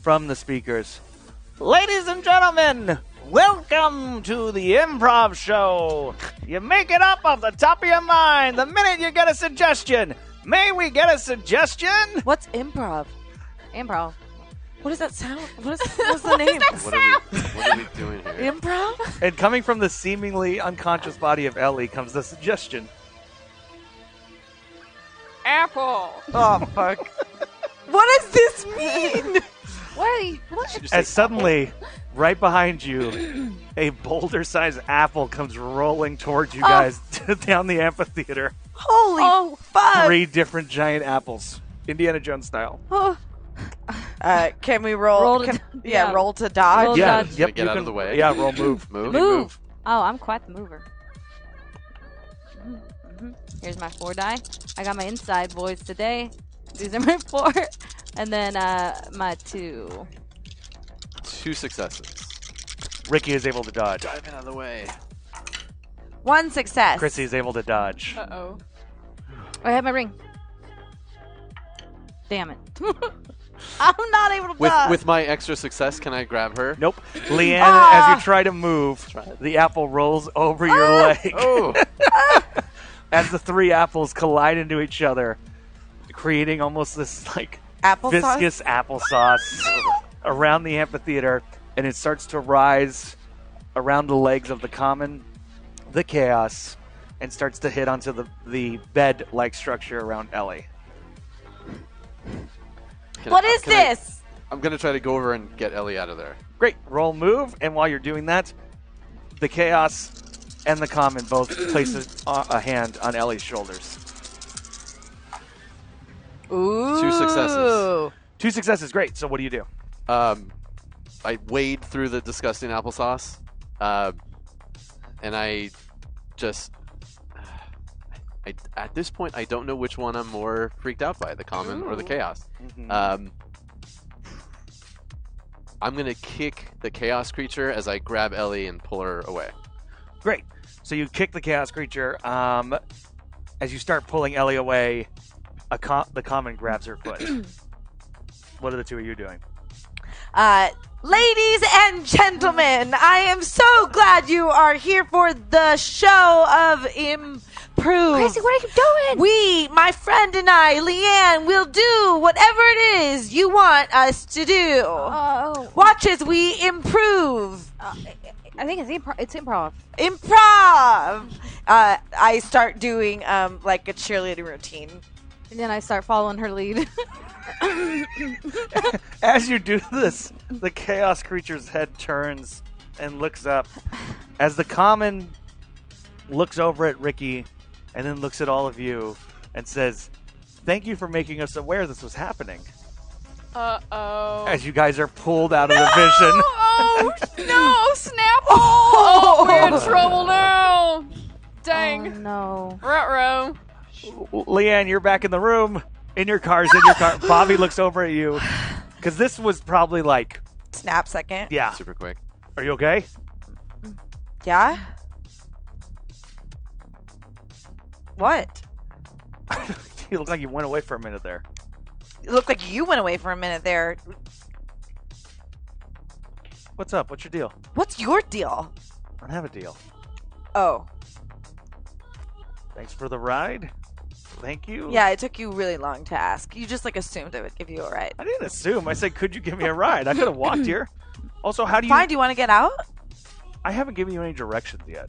[SPEAKER 2] from the speakers, "Ladies and gentlemen, welcome to the improv show. You make it up off the top of your mind the minute you get a suggestion. May we get a suggestion?"
[SPEAKER 4] What's improv?
[SPEAKER 3] Improv.
[SPEAKER 4] What does that sound? What is
[SPEAKER 3] (laughs)
[SPEAKER 4] what's the name?
[SPEAKER 5] What are, we, what are we doing
[SPEAKER 2] (laughs)
[SPEAKER 5] here?
[SPEAKER 4] improv?
[SPEAKER 2] And coming from the seemingly unconscious body of Ellie comes the suggestion.
[SPEAKER 6] Apple.
[SPEAKER 4] Oh fuck! what does this
[SPEAKER 3] (laughs)
[SPEAKER 4] mean?
[SPEAKER 3] What are you? What?
[SPEAKER 2] (laughs) As suddenly, right behind you, a boulder-sized apple comes rolling towards
[SPEAKER 4] Oh.
[SPEAKER 2] you guys (laughs) down the amphitheater.
[SPEAKER 4] Holy
[SPEAKER 6] Oh.
[SPEAKER 4] fuck!
[SPEAKER 2] Three different giant apples, Indiana Jones style.
[SPEAKER 3] Oh,
[SPEAKER 4] Uh, can we roll?
[SPEAKER 3] Roll to
[SPEAKER 4] can-
[SPEAKER 3] d-
[SPEAKER 4] yeah,
[SPEAKER 3] yeah.
[SPEAKER 4] roll to dodge.
[SPEAKER 3] Roll Yeah. dodge.
[SPEAKER 5] Gotta get out of the way.
[SPEAKER 2] Yeah, roll move.
[SPEAKER 5] Move.
[SPEAKER 3] move. Oh, I'm quite the mover. Mhm, mhm. Here's my four die. I got my inside boys today. These are my (laughs) four, and then uh, my two.
[SPEAKER 5] Two successes.
[SPEAKER 2] Ricky is able to dodge.
[SPEAKER 5] Dive out of the way.
[SPEAKER 4] One success.
[SPEAKER 2] Chrissy is able to dodge.
[SPEAKER 6] Uh oh.
[SPEAKER 3] I have my ring. Damn it! (laughs) I'm not able to
[SPEAKER 5] With
[SPEAKER 3] dodge.
[SPEAKER 5] with my extra success, can I grab her?
[SPEAKER 2] Nope. Leanne,
[SPEAKER 7] Ah.
[SPEAKER 6] Ah!
[SPEAKER 2] as you try to move, the apple rolls over your leg (laughs)
[SPEAKER 5] (laughs) Oh,
[SPEAKER 2] as the three apples collide into each other, creating almost this like
[SPEAKER 4] Applesauce?
[SPEAKER 2] viscous applesauce around the amphitheater, and it starts to rise around the legs of the common, the chaos, and starts to hit onto the, the bed like structure around Ellie.
[SPEAKER 5] Can
[SPEAKER 4] What
[SPEAKER 5] I- uh,
[SPEAKER 4] is
[SPEAKER 5] can I-
[SPEAKER 4] this?
[SPEAKER 5] I'm gonna try to go over and get Ellie out of there.
[SPEAKER 2] Great. Roll move, and while you're doing that, the chaos and the common both place a, a hand on Ellie's shoulders.
[SPEAKER 4] Ooh.
[SPEAKER 5] successes.
[SPEAKER 2] Two successes, great. So what do you do?
[SPEAKER 5] Um, I wade through the um, disgusting applesauce, uh, and (sighs) I just I, at this point, I don't know which one I'm more freaked out by, the common or the chaos. Um, I'm gonna kick the chaos creature as I grab Ellie and pull her away.
[SPEAKER 2] Great. So you kick the chaos creature. Um, as you start pulling Ellie away, a co- the common grabs her foot. what are the two of you doing?
[SPEAKER 4] Uh, ladies and gentlemen, I am so glad you are here for the show of improve.
[SPEAKER 8] Chrissy, what are you doing?
[SPEAKER 4] We, my friend and I, Leanne, will do whatever it is you want us to do.
[SPEAKER 3] Oh,
[SPEAKER 4] Watch as we improve.
[SPEAKER 3] I think it's improv. It's improv.
[SPEAKER 4] Improv. Uh, I start doing um, like a cheerleading routine.
[SPEAKER 3] And then I start following her lead.
[SPEAKER 2] As you do this, the chaos creature's head turns and looks up. As the common looks over at Ricky and then looks at all of you and says, Thank you for making us aware this was happening.
[SPEAKER 6] Uh oh.
[SPEAKER 2] As you guys are pulled out of the vision.
[SPEAKER 6] Oh, (laughs) no, (laughs) Snapple! Oh, we're in trouble now!
[SPEAKER 3] (laughs) Oh,
[SPEAKER 6] Dang.
[SPEAKER 3] (laughs) no.
[SPEAKER 6] Ruh-roh.
[SPEAKER 2] Leanne, you're back in the room. In your car's in your car. Bobby looks over at you. Because this was probably like,
[SPEAKER 4] Snap second.
[SPEAKER 2] yeah.
[SPEAKER 5] Super quick.
[SPEAKER 2] Are you okay? (laughs)
[SPEAKER 4] Yeah. What?
[SPEAKER 2] you look like you went away for a minute there.
[SPEAKER 4] It looked like you went away for a minute there.
[SPEAKER 2] What's up? What's your deal?
[SPEAKER 4] What's your deal?
[SPEAKER 2] I don't have a deal.
[SPEAKER 4] Oh,
[SPEAKER 2] Thanks for the ride. Thank you.
[SPEAKER 4] yeah, it took you really long to ask. You just like assumed I would give you a ride.
[SPEAKER 2] I didn't assume. I said, could you give me a ride? I could have walked
[SPEAKER 4] (clears throat)
[SPEAKER 2] here. Also, how do you.
[SPEAKER 4] Fine, do you want to get out?
[SPEAKER 2] I haven't given you any directions yet.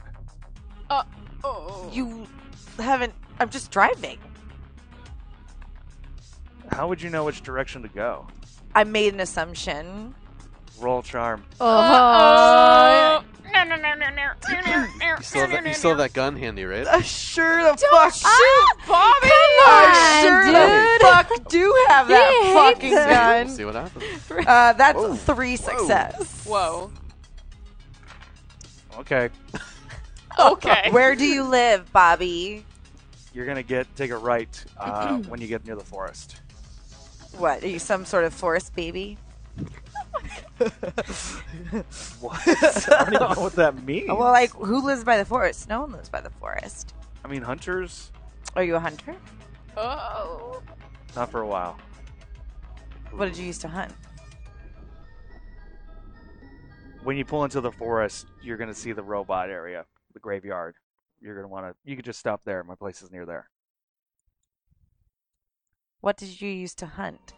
[SPEAKER 6] Uh oh.
[SPEAKER 4] You haven't. I'm just driving.
[SPEAKER 2] How would you know which direction to go?
[SPEAKER 4] I made an assumption.
[SPEAKER 2] Roll charm.
[SPEAKER 3] Oh,
[SPEAKER 6] Uh-oh. No, Uh, no, no, no, no.
[SPEAKER 5] You still have that, you still have that gun
[SPEAKER 4] (laughs)
[SPEAKER 5] handy, right?
[SPEAKER 4] Uh, sure the fuck.
[SPEAKER 6] Shoot, Bobby!
[SPEAKER 4] I
[SPEAKER 3] Come
[SPEAKER 4] sure
[SPEAKER 3] on,
[SPEAKER 4] the fuck do have that
[SPEAKER 3] He
[SPEAKER 4] fucking
[SPEAKER 3] hates it.
[SPEAKER 5] We'll see
[SPEAKER 4] gun.
[SPEAKER 5] what happens.
[SPEAKER 4] Uh, that's three success.
[SPEAKER 6] Whoa.
[SPEAKER 2] Okay.
[SPEAKER 6] (laughs) Okay.
[SPEAKER 4] Where do you live, Bobby?
[SPEAKER 2] You're going to get take a right
[SPEAKER 4] (clears throat)
[SPEAKER 2] uh, when you get near the
[SPEAKER 4] (laughs)
[SPEAKER 2] forest.
[SPEAKER 4] What are you, some sort of forest baby?
[SPEAKER 2] What? I don't even know what that means.
[SPEAKER 4] Oh, Well, like who lives by the forest? No one lives by the forest.
[SPEAKER 2] I mean, hunters,
[SPEAKER 4] Are you a hunter?
[SPEAKER 6] Oh.
[SPEAKER 2] not for a while.
[SPEAKER 4] What did you used to hunt?
[SPEAKER 2] When you pull into the forest, you're going to see the robot area, the graveyard. You're going to want to. You could just stop there. My place is near there.
[SPEAKER 4] What did you used to hunt?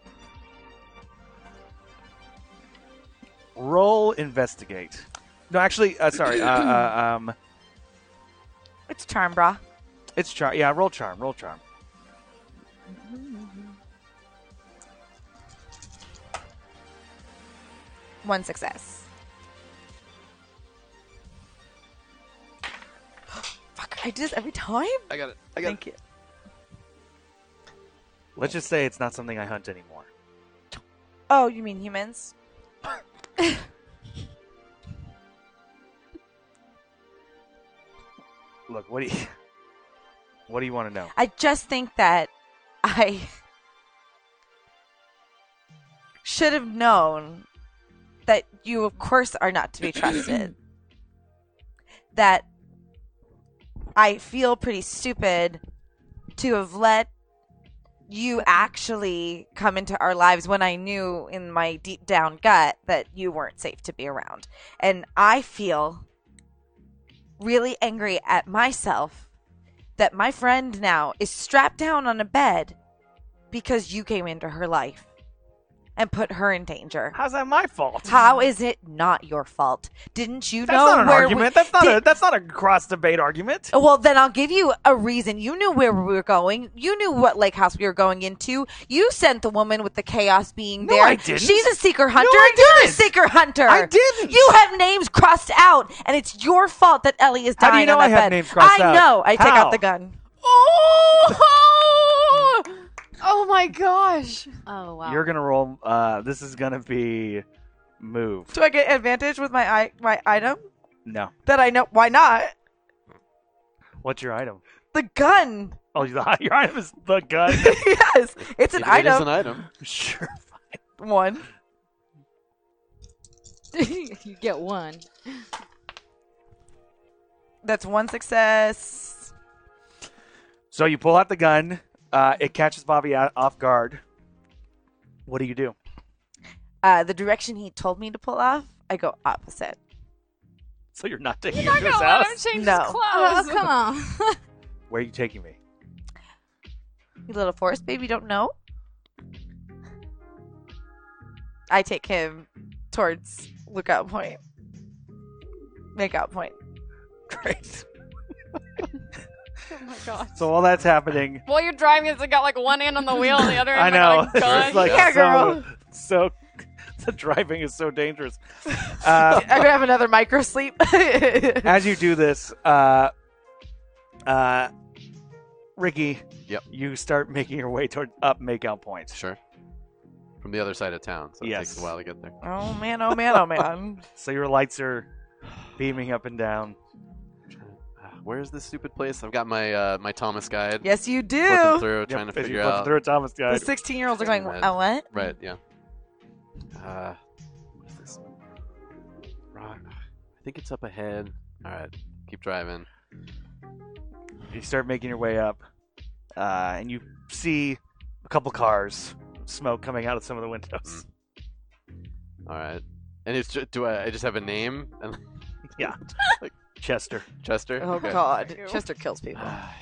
[SPEAKER 2] Roll investigate. No, actually, uh, sorry. Uh,
[SPEAKER 4] (clears throat)
[SPEAKER 2] uh, um,
[SPEAKER 4] It's charm bra.
[SPEAKER 2] It's charm. Yeah, roll charm. Roll charm.
[SPEAKER 4] One success. (gasps) Fuck! I do this every time.
[SPEAKER 5] I got it. I got
[SPEAKER 4] Thank you.
[SPEAKER 2] Let's just say it's not something I hunt anymore.
[SPEAKER 4] Oh, you mean humans?
[SPEAKER 2] Look, what do you, (laughs) what do you want to know?
[SPEAKER 4] I just think that I (laughs) should have known that you, of course, are not to be trusted. that I feel pretty stupid to have let you actually come into our lives when I knew in my deep down gut that you weren't safe to be around. And I feel really angry at myself that my friend now is strapped down on a bed because you came into her life and put her in danger.
[SPEAKER 2] How's that my fault?
[SPEAKER 4] How is it not your fault? Didn't you
[SPEAKER 2] Mm-hmm. That's
[SPEAKER 4] know
[SPEAKER 2] not an
[SPEAKER 4] where
[SPEAKER 2] argument.
[SPEAKER 4] we
[SPEAKER 2] that's not
[SPEAKER 4] Did- Oh,
[SPEAKER 2] a that's not a cross debate argument.
[SPEAKER 4] well, then I'll give you a reason. You knew where we were going. You knew what lake house we were going into. You sent the woman with the chaos being
[SPEAKER 2] No,
[SPEAKER 4] there.
[SPEAKER 2] I didn't.
[SPEAKER 4] She's a seeker
[SPEAKER 2] No,
[SPEAKER 4] hunter.
[SPEAKER 2] I
[SPEAKER 4] and You're a
[SPEAKER 2] didn't.
[SPEAKER 4] seeker hunter.
[SPEAKER 2] I didn't.
[SPEAKER 4] You have names crossed out, and it's your fault that Ellie is
[SPEAKER 2] How
[SPEAKER 4] dying
[SPEAKER 2] do you know
[SPEAKER 4] on that
[SPEAKER 2] I have
[SPEAKER 4] bed.
[SPEAKER 2] names crossed
[SPEAKER 4] I
[SPEAKER 2] out?
[SPEAKER 4] know. I take
[SPEAKER 2] How?
[SPEAKER 4] out the gun.
[SPEAKER 6] Oh! Oh my gosh.
[SPEAKER 3] Oh, wow.
[SPEAKER 2] You're gonna roll. Uh, this is gonna be move.
[SPEAKER 4] (laughs) Do I get advantage with my i- my item
[SPEAKER 2] No.
[SPEAKER 4] that I know? Why not?
[SPEAKER 2] What's your item?
[SPEAKER 4] The gun. (laughs)
[SPEAKER 2] Oh, the, (laughs) your item is the (laughs) gun.
[SPEAKER 4] yes, it's an
[SPEAKER 5] It- It is
[SPEAKER 4] item.
[SPEAKER 5] an item. Sure.
[SPEAKER 4] One.
[SPEAKER 3] (laughs) you get one.
[SPEAKER 4] That's one success.
[SPEAKER 2] so you pull out the gun. Uh, it catches Bobby out, off guard. What do you do?
[SPEAKER 4] Uh, the direction he told me to pull off, I go opposite.
[SPEAKER 2] So you're not taking
[SPEAKER 6] You're
[SPEAKER 2] him to
[SPEAKER 6] not
[SPEAKER 2] his
[SPEAKER 6] gonna let him
[SPEAKER 2] house.
[SPEAKER 6] change
[SPEAKER 4] No.
[SPEAKER 6] his clothes.
[SPEAKER 3] Oh, (laughs) come on.
[SPEAKER 2] Where are you taking me?
[SPEAKER 4] You little forest baby, don't know. I take him towards lookout point. Makeout point.
[SPEAKER 2] Great.
[SPEAKER 6] Oh my god.
[SPEAKER 2] So all that's happening.
[SPEAKER 6] While you're driving, it's got like one hand on the wheel and the
[SPEAKER 2] (laughs)
[SPEAKER 6] other
[SPEAKER 2] I
[SPEAKER 6] hand
[SPEAKER 2] know.
[SPEAKER 6] like, on a
[SPEAKER 2] It's
[SPEAKER 6] gun.
[SPEAKER 2] like
[SPEAKER 4] Yeah,
[SPEAKER 2] so,
[SPEAKER 4] girl. (laughs)
[SPEAKER 2] so (laughs) the driving is so dangerous. Uh,
[SPEAKER 4] I'm gonna have another micro sleep. (laughs) Oh,
[SPEAKER 2] as you do this, uh, uh, Ricky,
[SPEAKER 5] Yep.
[SPEAKER 2] you start making your way toward up makeout points.
[SPEAKER 5] Sure. From the other side of town, so it takes
[SPEAKER 2] Yes.
[SPEAKER 5] a while to get there.
[SPEAKER 4] oh man, oh man, oh man.
[SPEAKER 2] So your lights are beaming up and down.
[SPEAKER 5] Ah, Where's this stupid place? I've got my uh, my Thomas guide.
[SPEAKER 4] Yes, you
[SPEAKER 5] Flipping
[SPEAKER 4] do.
[SPEAKER 5] through, trying
[SPEAKER 2] Yep,
[SPEAKER 5] to
[SPEAKER 2] as
[SPEAKER 5] figure
[SPEAKER 2] you flip
[SPEAKER 5] out.
[SPEAKER 2] through a Thomas guide.
[SPEAKER 4] The 16 year olds are going,
[SPEAKER 5] Amen.
[SPEAKER 4] oh, what?
[SPEAKER 5] Right. Yeah. Uh, what is this? Rock. I think it's up ahead. All right. Keep driving.
[SPEAKER 2] You start making your way up, uh, and you see a couple cars, smoke coming out of some of the windows.
[SPEAKER 5] Hmm. All right. And it's just, do I, I just have a name? And (laughs)
[SPEAKER 2] Chester.
[SPEAKER 5] Chester.
[SPEAKER 4] Oh
[SPEAKER 5] Okay.
[SPEAKER 4] god. Chester kills people.
[SPEAKER 5] Ah,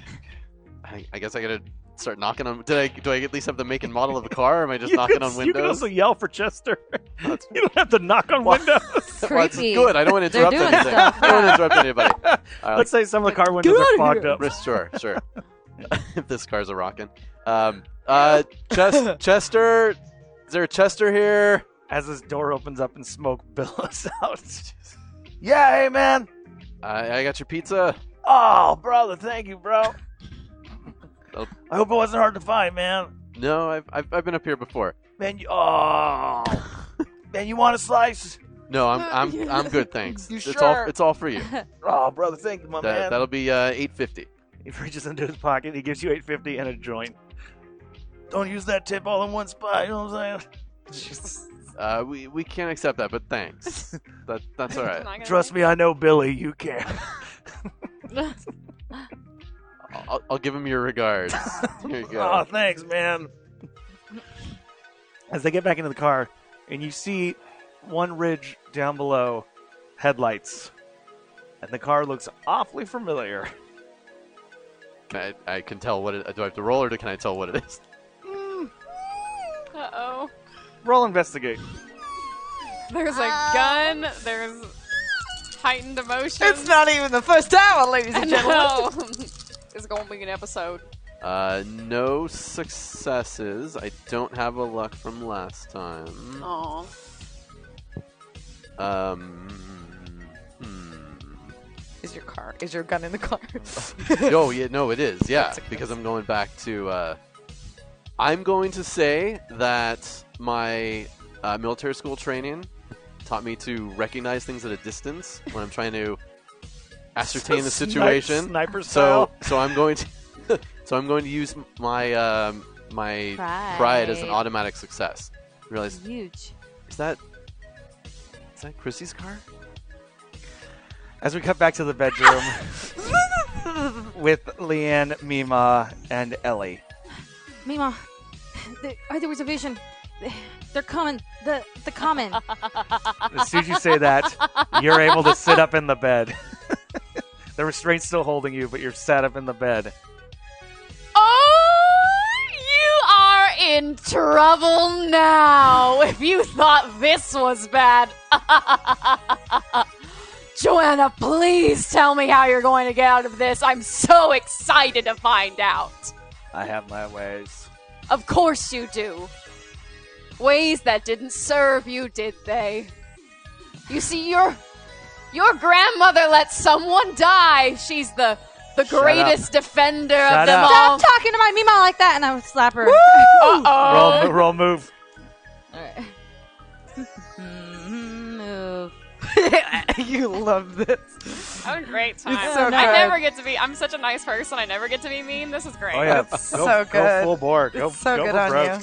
[SPEAKER 5] okay. I, I guess I gotta start knocking on. Did I? Do I at least have the make and model of the car? Or am I just
[SPEAKER 2] You
[SPEAKER 5] knocking
[SPEAKER 2] can-
[SPEAKER 5] on
[SPEAKER 2] (laughs) You can
[SPEAKER 5] windows?
[SPEAKER 2] also yell for Chester. (laughs) you don't have to knock on windows.
[SPEAKER 5] Well, it's
[SPEAKER 3] Creepy.
[SPEAKER 5] good. I don't want to
[SPEAKER 3] They're
[SPEAKER 5] interrupt
[SPEAKER 3] doing
[SPEAKER 5] anything.
[SPEAKER 3] stuff.
[SPEAKER 5] I don't want to
[SPEAKER 2] (laughs)
[SPEAKER 5] interrupt anybody. All right,
[SPEAKER 2] Let's say some of the car windows are fogged (laughs) up.
[SPEAKER 5] Risk- Sure, sure. if this car's a rockin'. Um, uh, Ches- Chester, is there a Chester here?
[SPEAKER 2] As this door opens up and smoke billows (laughs) out.
[SPEAKER 7] Yeah, hey man.
[SPEAKER 5] I, I got your pizza.
[SPEAKER 2] Oh, brother, thank you, bro.
[SPEAKER 5] Oh.
[SPEAKER 2] I hope it wasn't hard to find, man.
[SPEAKER 5] No, I've, I've, I've been up here before.
[SPEAKER 2] Man, you, (laughs) oh, man, you want a slice?
[SPEAKER 5] No, I'm I'm I'm
[SPEAKER 2] (laughs)
[SPEAKER 5] good, thanks.
[SPEAKER 2] You
[SPEAKER 5] it's all
[SPEAKER 2] sure?
[SPEAKER 5] it's
[SPEAKER 2] (laughs)
[SPEAKER 5] all for you.
[SPEAKER 2] Oh, brother, thank you, my
[SPEAKER 5] That,
[SPEAKER 2] man.
[SPEAKER 5] that'll be uh, eight fifty.
[SPEAKER 2] He reaches into his pocket. He gives you eight fifty and a joint. Don't use that tip all in one spot. You know what I'm saying?
[SPEAKER 5] Uh, we we can't accept that, but
[SPEAKER 2] (laughs)
[SPEAKER 5] thanks. that that's all
[SPEAKER 6] It's
[SPEAKER 5] right.
[SPEAKER 6] not gonna
[SPEAKER 2] Trust me, I know Billy. You can.
[SPEAKER 5] I'll, I'll give him
[SPEAKER 2] (laughs)
[SPEAKER 5] your regards. Here you
[SPEAKER 2] Oh,
[SPEAKER 5] go.
[SPEAKER 2] thanks, man. As they get back into the car, and you see one ridge down below, headlights, and the car looks awfully familiar.
[SPEAKER 5] Can I, I can tell what it. Do I have to roll, or do- can I tell what it is?
[SPEAKER 6] make- Uh-oh.
[SPEAKER 2] Roll investigate.
[SPEAKER 6] There's a gun. There's heightened emotion.
[SPEAKER 4] It's not even the first time, ladies
[SPEAKER 6] I (laughs)
[SPEAKER 4] and gentlemen.
[SPEAKER 6] know. (laughs) it's going to be an episode.
[SPEAKER 5] Uh, no successes. I don't have a luck from last time.
[SPEAKER 6] Oh.
[SPEAKER 5] Um. hmm.
[SPEAKER 4] Is your car? Is your gun in the car?
[SPEAKER 5] oh yeah, no, it is. Yeah, because I'm going back to. Uh, I'm going to say that my uh, military school training taught me to recognize things at a distance when I'm trying to ascertain the
[SPEAKER 2] Snipe-
[SPEAKER 5] situation.
[SPEAKER 2] Sniper style.
[SPEAKER 5] So, so I'm going to, (laughs) so I'm going to use my um, my pride. as an
[SPEAKER 3] Pride.
[SPEAKER 5] automatic success. Realize
[SPEAKER 3] Huge.
[SPEAKER 5] is that is that Chrissy's car?
[SPEAKER 2] As we cut back to the (laughs) bedroom with Leanne, Mima, and Ellie.
[SPEAKER 3] Mima, there, oh, there was a vision. They're coming. The the coming.
[SPEAKER 2] As soon as you say that, you're able to sit up in the bed. (laughs) the restraint's still holding you, but you're sat up in the bed.
[SPEAKER 6] Oh, you are in trouble now. If you thought this was bad. (laughs) Joanna, please tell me how you're going to get out of this. I'm so excited to find out.
[SPEAKER 2] I have my ways.
[SPEAKER 6] Of course you do. Ways that didn't serve you, did they? You see, your your grandmother let someone die. She's the the
[SPEAKER 2] Shut
[SPEAKER 6] greatest defender
[SPEAKER 2] Shut
[SPEAKER 6] of them
[SPEAKER 2] up.
[SPEAKER 6] all.
[SPEAKER 3] Stop talking to my Mima like that, and I would slap her.
[SPEAKER 6] Uh-oh.
[SPEAKER 2] Roll, roll move.
[SPEAKER 3] All right. Move.
[SPEAKER 4] (laughs) you love this.
[SPEAKER 6] That was a great time.
[SPEAKER 4] It's so
[SPEAKER 6] I
[SPEAKER 4] good.
[SPEAKER 6] never get to be. I'm such a nice person. I never get to be mean. This is great.
[SPEAKER 9] Oh yeah,
[SPEAKER 4] That's
[SPEAKER 9] go,
[SPEAKER 4] so
[SPEAKER 9] Go
[SPEAKER 4] good.
[SPEAKER 9] full bore. Go,
[SPEAKER 4] it's so
[SPEAKER 9] go
[SPEAKER 4] good
[SPEAKER 9] for
[SPEAKER 4] on
[SPEAKER 9] broke.
[SPEAKER 4] you.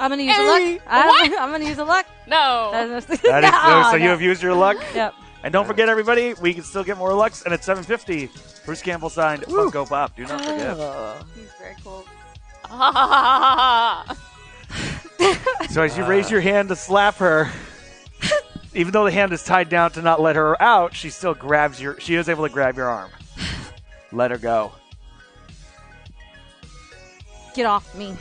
[SPEAKER 3] I'm gonna use a luck. I'm, (laughs) I'm gonna use a luck.
[SPEAKER 6] No. (laughs)
[SPEAKER 3] (laughs) That is,
[SPEAKER 2] That is,
[SPEAKER 3] Oh,
[SPEAKER 2] so you
[SPEAKER 3] no.
[SPEAKER 2] have used your luck.
[SPEAKER 3] Yep.
[SPEAKER 2] And don't forget, everybody, we can still get more Lux, and at 750, Bruce Campbell signed Funko Pop. Do not forget.
[SPEAKER 4] Oh.
[SPEAKER 6] He's very cool.
[SPEAKER 2] So as you raise your hand to slap her, (laughs) even though the hand is tied down to not let her out, she still grabs your. She is able to grab your
[SPEAKER 4] (laughs)
[SPEAKER 2] arm. Let her go.
[SPEAKER 3] Get off me.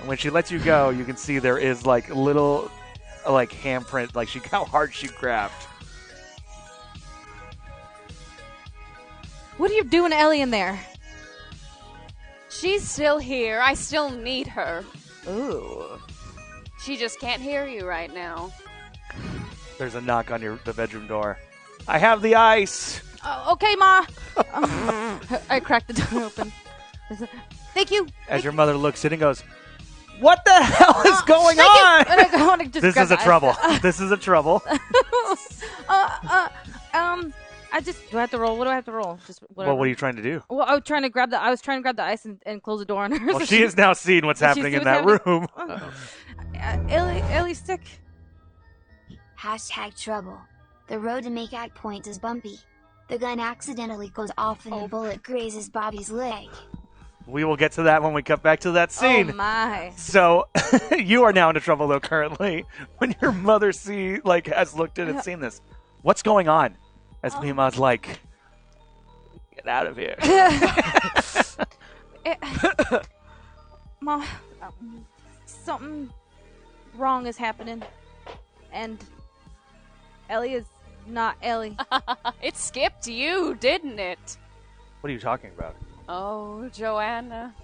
[SPEAKER 2] And when she lets you go, you can see there is like little, uh, like handprint, like she how hard she grabbed.
[SPEAKER 3] What are you doing, Ellie, in there?
[SPEAKER 6] She's still here. I still need her.
[SPEAKER 4] Ooh.
[SPEAKER 6] She just can't hear you right now.
[SPEAKER 2] There's a knock on your the bedroom door. I have the ice.
[SPEAKER 3] Oh, okay, Ma. (laughs) I cracked the door open. Thank you.
[SPEAKER 2] As your mother looks in and goes, "What the
[SPEAKER 3] (laughs)
[SPEAKER 2] hell is going on?"
[SPEAKER 3] And I go on and just
[SPEAKER 2] This
[SPEAKER 3] grab
[SPEAKER 2] is a
[SPEAKER 3] the ice.
[SPEAKER 2] trouble. (laughs) this is a
[SPEAKER 3] (laughs)
[SPEAKER 2] trouble.
[SPEAKER 3] uh, uh, um, I just do I have to roll? What do I have to roll? Just whatever.
[SPEAKER 2] Well, what are you trying to do?
[SPEAKER 3] Well, I was trying to grab the. I was trying to grab the ice and, and close the door on her.
[SPEAKER 2] Well,
[SPEAKER 3] (laughs) so
[SPEAKER 2] she has now seen what's
[SPEAKER 3] Did she
[SPEAKER 2] happening
[SPEAKER 3] see
[SPEAKER 2] in
[SPEAKER 3] what's
[SPEAKER 2] that room.
[SPEAKER 3] (laughs) Uh, Ellie, Ellie, stick.
[SPEAKER 8] Hashtag trouble. The road to Makeout Point is bumpy. The gun accidentally goes off and the bullet grazes Bobby's leg.
[SPEAKER 2] We will get to that when we cut back to that scene.
[SPEAKER 3] Oh my.
[SPEAKER 2] So (laughs) you are now into trouble though currently (laughs) when your mother see like has looked in and seen this. What's going on? As
[SPEAKER 3] Oh.
[SPEAKER 2] Mima's like get out of here. (laughs)
[SPEAKER 3] Mom, um, something wrong is happening, and Ellie is not Ellie.
[SPEAKER 6] It skipped you, didn't it?
[SPEAKER 2] what are you talking about?
[SPEAKER 6] Oh, Joanna.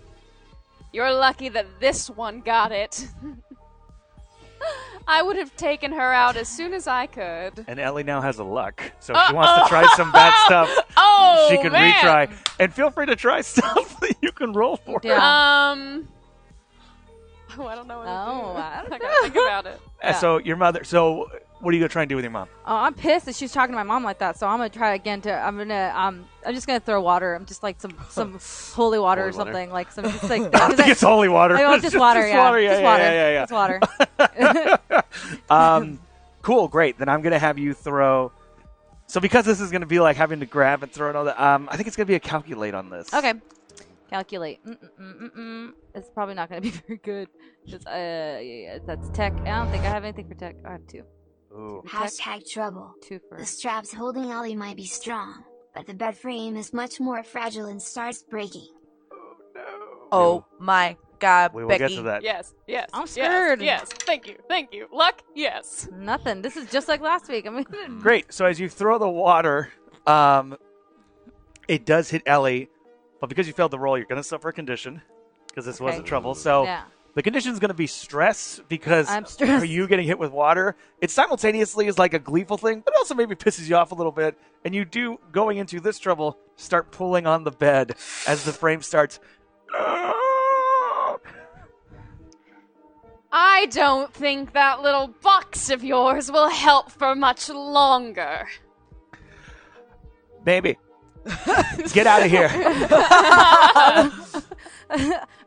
[SPEAKER 6] You're lucky that this one got it. (laughs) I would have taken her out as soon as I could.
[SPEAKER 2] And Ellie now has a luck. So if she wants to try some bad stuff,
[SPEAKER 3] (laughs)
[SPEAKER 6] Oh,
[SPEAKER 2] she can
[SPEAKER 6] man.
[SPEAKER 2] retry. And feel free to try (laughs) stuff that you can roll for.
[SPEAKER 3] Yeah.
[SPEAKER 6] Um. Oh, I don't know. What
[SPEAKER 3] Oh,
[SPEAKER 6] to
[SPEAKER 3] I
[SPEAKER 6] do. (laughs)
[SPEAKER 3] don't
[SPEAKER 6] I gotta think about it.
[SPEAKER 2] And So your mother so what are you gonna try and do with your mom?
[SPEAKER 3] Oh, I'm pissed that she's talking to my mom like that, so I'm gonna try again to. I'm gonna. Um, I'm just gonna throw water. I'm just like some
[SPEAKER 2] (laughs)
[SPEAKER 3] some holy water or
[SPEAKER 5] Holy water.
[SPEAKER 3] something. Like some just like.
[SPEAKER 2] I think it's holy water. (laughs)
[SPEAKER 3] I want Oh, just water. yeah.
[SPEAKER 2] yeah,
[SPEAKER 3] just
[SPEAKER 2] yeah,
[SPEAKER 3] water.
[SPEAKER 2] yeah, yeah, yeah.
[SPEAKER 3] Just water.
[SPEAKER 2] Um, cool, great. Then I'm gonna have you throw. So because this is gonna be like having to grab and throw and all that, um, I think it's gonna be a calculate on this. (laughs)
[SPEAKER 3] Okay. Calculate. Mm, Mm-mm-mm-mm. It's probably not going to be (laughs) very good. 'cause, uh, yeah, that's tech. I don't think I have anything for tech. I have two.
[SPEAKER 2] Ooh.
[SPEAKER 8] Hashtag trouble.
[SPEAKER 3] Two for.
[SPEAKER 8] The straps holding Ellie might be strong, but the bed frame is much more fragile and starts breaking.
[SPEAKER 4] Oh my God,
[SPEAKER 2] We will
[SPEAKER 4] Becky.
[SPEAKER 2] get to that.
[SPEAKER 6] Yes, yes.
[SPEAKER 3] I'm
[SPEAKER 6] yes,
[SPEAKER 3] scared.
[SPEAKER 6] Yes, Thank you. Thank you. Luck. Yes.
[SPEAKER 3] Nothing. This is just like last week. I mean, (laughs)
[SPEAKER 2] Great. So as you throw the water, um, it does hit Ellie, but because you failed the roll, you're gonna suffer a condition because this was
[SPEAKER 3] Okay.
[SPEAKER 2] a trouble. So
[SPEAKER 3] yeah.
[SPEAKER 2] the condition is gonna be stress because
[SPEAKER 3] I'm stressed.
[SPEAKER 2] are you getting hit with water? It simultaneously is like a gleeful thing, but also maybe pisses you off a little bit. And you do going into this trouble start pulling on the bed as the frame starts. (laughs)
[SPEAKER 6] I don't think that little box of yours will help for much longer. (laughs)
[SPEAKER 3] (laughs)
[SPEAKER 2] Baby, get out of here,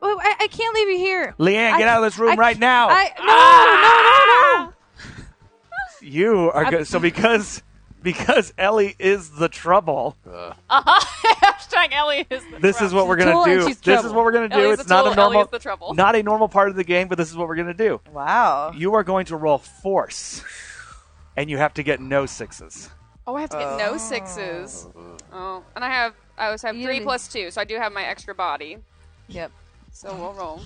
[SPEAKER 3] Oh, I, I can't leave you here.
[SPEAKER 2] Leanne. Get
[SPEAKER 3] I-
[SPEAKER 2] out of this room
[SPEAKER 3] I-
[SPEAKER 2] right now. Ah!
[SPEAKER 3] I no, no, no, no.
[SPEAKER 2] you are good. So because because Ellie is the trouble,
[SPEAKER 6] Hashtag Ellie is the
[SPEAKER 2] this is what we're gonna
[SPEAKER 3] tool and
[SPEAKER 2] do.
[SPEAKER 3] she's
[SPEAKER 2] This is
[SPEAKER 3] trouble.
[SPEAKER 2] what we're gonna do.
[SPEAKER 6] Ellie's
[SPEAKER 2] it's
[SPEAKER 6] the
[SPEAKER 2] not
[SPEAKER 6] tool,
[SPEAKER 2] a normal,
[SPEAKER 6] Ellie's the trouble.
[SPEAKER 2] not a normal part of the game, but this is what we're gonna do.
[SPEAKER 4] Wow.
[SPEAKER 2] You are going to roll force, and you have to get no sixes.
[SPEAKER 6] Oh, I have to get no sixes. Oh, and I have I always have
[SPEAKER 3] You
[SPEAKER 6] three
[SPEAKER 3] didn't-
[SPEAKER 6] plus two, so I do have my extra body.
[SPEAKER 3] Yep.
[SPEAKER 6] So we'll roll.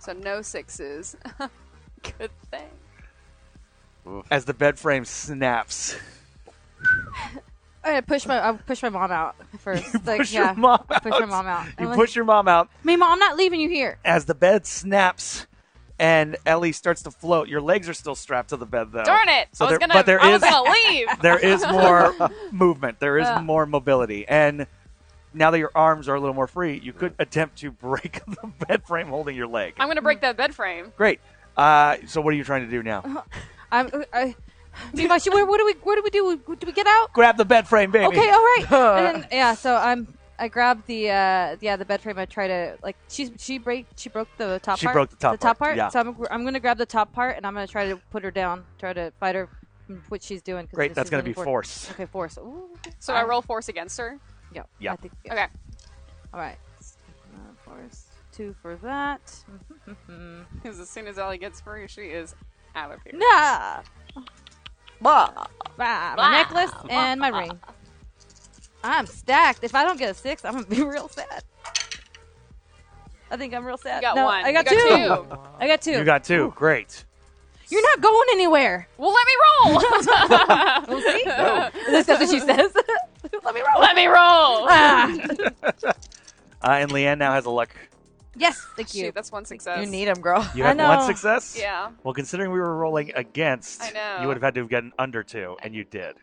[SPEAKER 6] So no sixes. (laughs) Good thing.
[SPEAKER 2] Oh. as the bed frame snaps.
[SPEAKER 3] I'm gonna push my. I push my mom out
[SPEAKER 2] (laughs)
[SPEAKER 3] first. like,
[SPEAKER 2] push your
[SPEAKER 3] yeah.
[SPEAKER 2] mom
[SPEAKER 3] I push my
[SPEAKER 2] out.
[SPEAKER 3] mom out. I'm
[SPEAKER 2] You
[SPEAKER 3] like,
[SPEAKER 2] push your mom out
[SPEAKER 3] Me, mom. I'm not leaving you here.
[SPEAKER 2] as the bed snaps and Ellie starts to float. Your legs are still strapped to the bed though.
[SPEAKER 6] Darn it!
[SPEAKER 2] So
[SPEAKER 6] I was
[SPEAKER 2] there-
[SPEAKER 6] gonna
[SPEAKER 2] but there
[SPEAKER 6] I
[SPEAKER 2] is
[SPEAKER 6] was gonna leave.
[SPEAKER 2] (laughs) there is more movement. There is
[SPEAKER 3] Yeah.
[SPEAKER 2] more mobility. And now that your arms are a little (laughs) more free, you could attempt to break the bed frame holding your leg.
[SPEAKER 6] Um, I'm gonna break that bed frame.
[SPEAKER 2] Great. Uh, so what are you trying to do now?
[SPEAKER 3] I'm. I, Dimashi, where, what do we? Where do we do? We- Do we get out?
[SPEAKER 2] Grab the bed frame, baby. (laughs)
[SPEAKER 3] Okay, all right. and then, yeah, so I'm. I grabbed the uh, yeah the bed frame. I try to like she she break she broke the top
[SPEAKER 2] She
[SPEAKER 3] part.
[SPEAKER 2] broke the top
[SPEAKER 3] top
[SPEAKER 2] part,
[SPEAKER 3] part.
[SPEAKER 2] yeah.
[SPEAKER 3] So I'm I'm gonna grab the top part and I'm gonna try to put her down. Try to fight her. from What she's doing. 'cause
[SPEAKER 2] Great.
[SPEAKER 3] this
[SPEAKER 2] That's
[SPEAKER 3] is
[SPEAKER 2] gonna
[SPEAKER 3] really
[SPEAKER 2] be
[SPEAKER 3] important.
[SPEAKER 2] force.
[SPEAKER 3] Okay, force. Ooh,
[SPEAKER 6] So (laughs) I roll force against her.
[SPEAKER 3] yeah.
[SPEAKER 2] Yeah.
[SPEAKER 3] I think, yeah.
[SPEAKER 6] Okay.
[SPEAKER 3] All right. Uh, force two for that.
[SPEAKER 6] Because as soon as Ellie gets free, she is out of here.
[SPEAKER 3] Nah.
[SPEAKER 4] Bah.
[SPEAKER 3] Bah, my necklace and my ring. I'm stacked. If I don't get a six, I'm gonna be (laughs) real sad. I think I'm real sad.
[SPEAKER 6] You got
[SPEAKER 3] no,
[SPEAKER 6] one.
[SPEAKER 3] I got,
[SPEAKER 6] You got
[SPEAKER 3] two. I got two.
[SPEAKER 2] You got two. Great.
[SPEAKER 3] You're not going anywhere.
[SPEAKER 6] Well, (laughs) let me roll.
[SPEAKER 3] We'll
[SPEAKER 6] (laughs)
[SPEAKER 3] see. That's what she says. Let me roll.
[SPEAKER 6] let me roll.
[SPEAKER 3] Ah.
[SPEAKER 2] Uh, and Leanne now has a luck.
[SPEAKER 3] yes, thank you.
[SPEAKER 6] (laughs) Shoot, that's one success.
[SPEAKER 4] You need him, girl.
[SPEAKER 2] You
[SPEAKER 3] I
[SPEAKER 2] have one
[SPEAKER 3] know.
[SPEAKER 2] success.
[SPEAKER 6] Yeah.
[SPEAKER 2] Well, considering we were rolling against,
[SPEAKER 6] I know.
[SPEAKER 2] you would have had to have gotten under two, and you did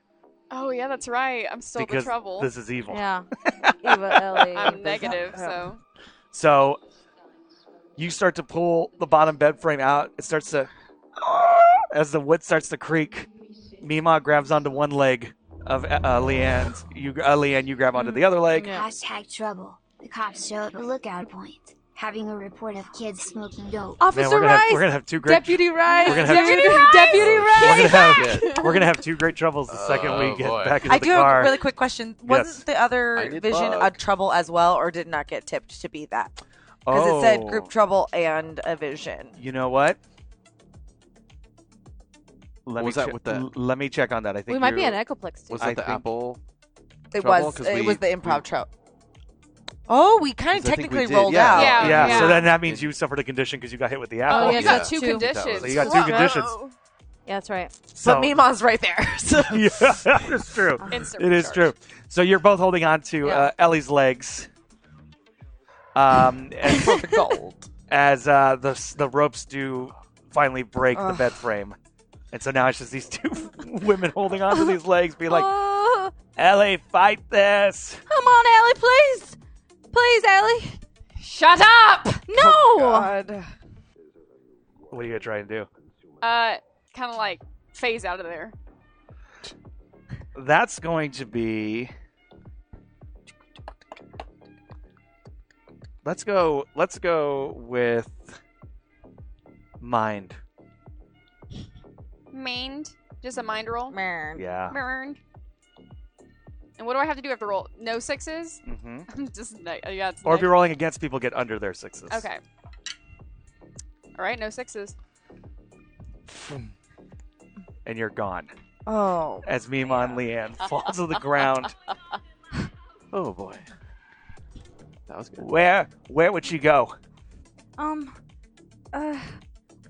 [SPEAKER 6] Oh yeah, that's right. I'm still
[SPEAKER 2] because
[SPEAKER 6] the trouble.
[SPEAKER 2] this is evil.
[SPEAKER 6] (laughs)
[SPEAKER 3] yeah. Eva Ellie.
[SPEAKER 6] I'm negative, so
[SPEAKER 2] So you start to pull the bottom bed frame out. It starts to, as the wood starts to creak, Mima grabs onto one leg of uh, Leanne's. You, uh, Leanne, you grab onto the other leg.
[SPEAKER 3] Yeah.
[SPEAKER 8] Hashtag trouble. The cops show up at lookout point, having a report of kids smoking dope.
[SPEAKER 2] Man,
[SPEAKER 3] Officer
[SPEAKER 2] we're gonna, have,
[SPEAKER 3] Rice.
[SPEAKER 2] we're gonna have two great.
[SPEAKER 3] Deputy Rice.
[SPEAKER 2] we're gonna have-
[SPEAKER 3] Deputy Rice. Deputy
[SPEAKER 2] we're
[SPEAKER 3] Rice.
[SPEAKER 2] gonna have, we're gonna have two great troubles the second
[SPEAKER 5] Oh,
[SPEAKER 2] we get
[SPEAKER 5] boy.
[SPEAKER 2] back into
[SPEAKER 4] I
[SPEAKER 2] the
[SPEAKER 4] do
[SPEAKER 2] car.
[SPEAKER 4] have a really quick question. Wasn't
[SPEAKER 2] Yes.
[SPEAKER 4] the
[SPEAKER 5] I
[SPEAKER 4] other
[SPEAKER 5] did
[SPEAKER 4] vision
[SPEAKER 5] bug.
[SPEAKER 4] a trouble as well, or did not get tipped to be that? Because it said
[SPEAKER 2] Oh.
[SPEAKER 4] group trouble and a vision.
[SPEAKER 2] You know what? Let me
[SPEAKER 5] was that
[SPEAKER 2] che-
[SPEAKER 5] with the-
[SPEAKER 2] l- let me check on that. I think
[SPEAKER 3] We might be
[SPEAKER 2] you're-
[SPEAKER 3] an Echoplex too.
[SPEAKER 5] Was that
[SPEAKER 2] I
[SPEAKER 5] the
[SPEAKER 2] think-
[SPEAKER 5] apple?
[SPEAKER 4] It
[SPEAKER 5] Trouble?
[SPEAKER 4] was.
[SPEAKER 5] 'Cause
[SPEAKER 4] It
[SPEAKER 5] we-
[SPEAKER 4] was the improv trope. Oh, we kind of
[SPEAKER 5] Because I think we
[SPEAKER 4] technically
[SPEAKER 5] did,
[SPEAKER 4] rolled
[SPEAKER 5] yeah.
[SPEAKER 4] out.
[SPEAKER 6] Yeah.
[SPEAKER 2] Yeah, so
[SPEAKER 6] Yeah.
[SPEAKER 2] then that means you suffered a condition because you got hit with the apple. (laughs)
[SPEAKER 3] Oh,
[SPEAKER 5] yeah,
[SPEAKER 3] yeah,
[SPEAKER 5] so
[SPEAKER 6] two
[SPEAKER 3] yeah. two.
[SPEAKER 6] conditions.
[SPEAKER 2] So you got two
[SPEAKER 6] Whoa.
[SPEAKER 2] conditions.
[SPEAKER 3] Yeah, that's right.
[SPEAKER 2] So, (laughs)
[SPEAKER 4] But Mima's right there. (laughs) So.
[SPEAKER 2] yeah, it's
[SPEAKER 3] (laughs)
[SPEAKER 2] true.
[SPEAKER 6] Instant
[SPEAKER 2] It is true.
[SPEAKER 6] recharge.
[SPEAKER 2] So you're both holding on to uh, Ellie's legs.
[SPEAKER 3] (laughs)
[SPEAKER 2] Um, as, (laughs) as uh, the s- the ropes do finally break the bed frame, and so now it's just these (laughs) two women holding on
[SPEAKER 3] (laughs)
[SPEAKER 2] to these legs, be like,
[SPEAKER 3] Oh,
[SPEAKER 2] "Ellie, fight this!"
[SPEAKER 3] come on, Ellie, please, please, Ellie.
[SPEAKER 6] Shut up.
[SPEAKER 3] No.
[SPEAKER 4] Oh,
[SPEAKER 2] What are you gonna try and do?
[SPEAKER 6] Uh, kind of like phase out of there.
[SPEAKER 2] That's going to be. Let's go. Let's go with mind.
[SPEAKER 6] Mind, just a mind roll.
[SPEAKER 2] Yeah.
[SPEAKER 6] Mind. And what do I have to do? I have to roll no sixes. (laughs)
[SPEAKER 2] hmm
[SPEAKER 6] I'm just ne- yeah. It's
[SPEAKER 2] Or if
[SPEAKER 6] neg-
[SPEAKER 2] you're rolling against people, get under their sixes.
[SPEAKER 6] okay. All right, no sixes.
[SPEAKER 2] And you're gone.
[SPEAKER 4] Oh.
[SPEAKER 2] As Mima and Leanne (laughs) fall to the ground.
[SPEAKER 5] Oh boy, that was good.
[SPEAKER 2] Where where would she go?
[SPEAKER 3] Um. Uh.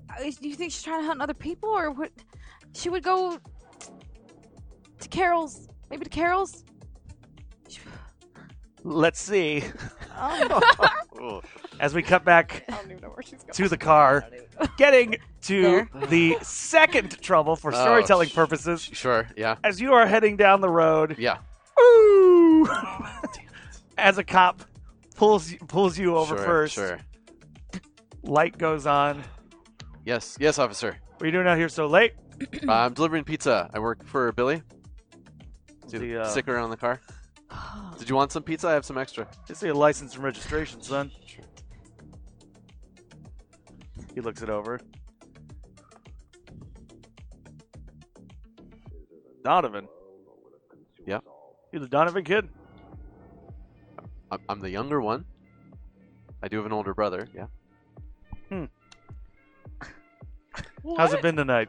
[SPEAKER 3] I- Do you think she's trying to hunt other people, or what? She would go to Carol's. Maybe to Carol's.
[SPEAKER 2] Let's see.
[SPEAKER 3] Um,
[SPEAKER 2] (laughs) As we cut back
[SPEAKER 6] Oh, I don't even know where she's going.
[SPEAKER 2] to the car, getting to
[SPEAKER 4] There.
[SPEAKER 2] the second trouble for
[SPEAKER 5] Oh,
[SPEAKER 2] storytelling
[SPEAKER 5] sh-
[SPEAKER 2] purposes.
[SPEAKER 5] Sure. Yeah.
[SPEAKER 2] As you are heading down the road,
[SPEAKER 5] Yeah.
[SPEAKER 2] ooh, (laughs) as a cop pulls pulls you over
[SPEAKER 5] sure,
[SPEAKER 2] first,
[SPEAKER 5] Sure.
[SPEAKER 2] light goes on.
[SPEAKER 5] Yes. Yes, officer. Uh,
[SPEAKER 2] What are you doing out here so late?
[SPEAKER 5] I'm delivering pizza. I work for Billy. See the,
[SPEAKER 2] The, uh,
[SPEAKER 5] sticker on the car. Did you want some pizza? I have some extra.
[SPEAKER 2] Just see a license and registration, son. He looks it over. Donovan.
[SPEAKER 5] Yep.
[SPEAKER 2] You the Donovan kid?
[SPEAKER 5] I'm, I'm the younger one. I do have an older brother. Yeah.
[SPEAKER 2] How's it been tonight?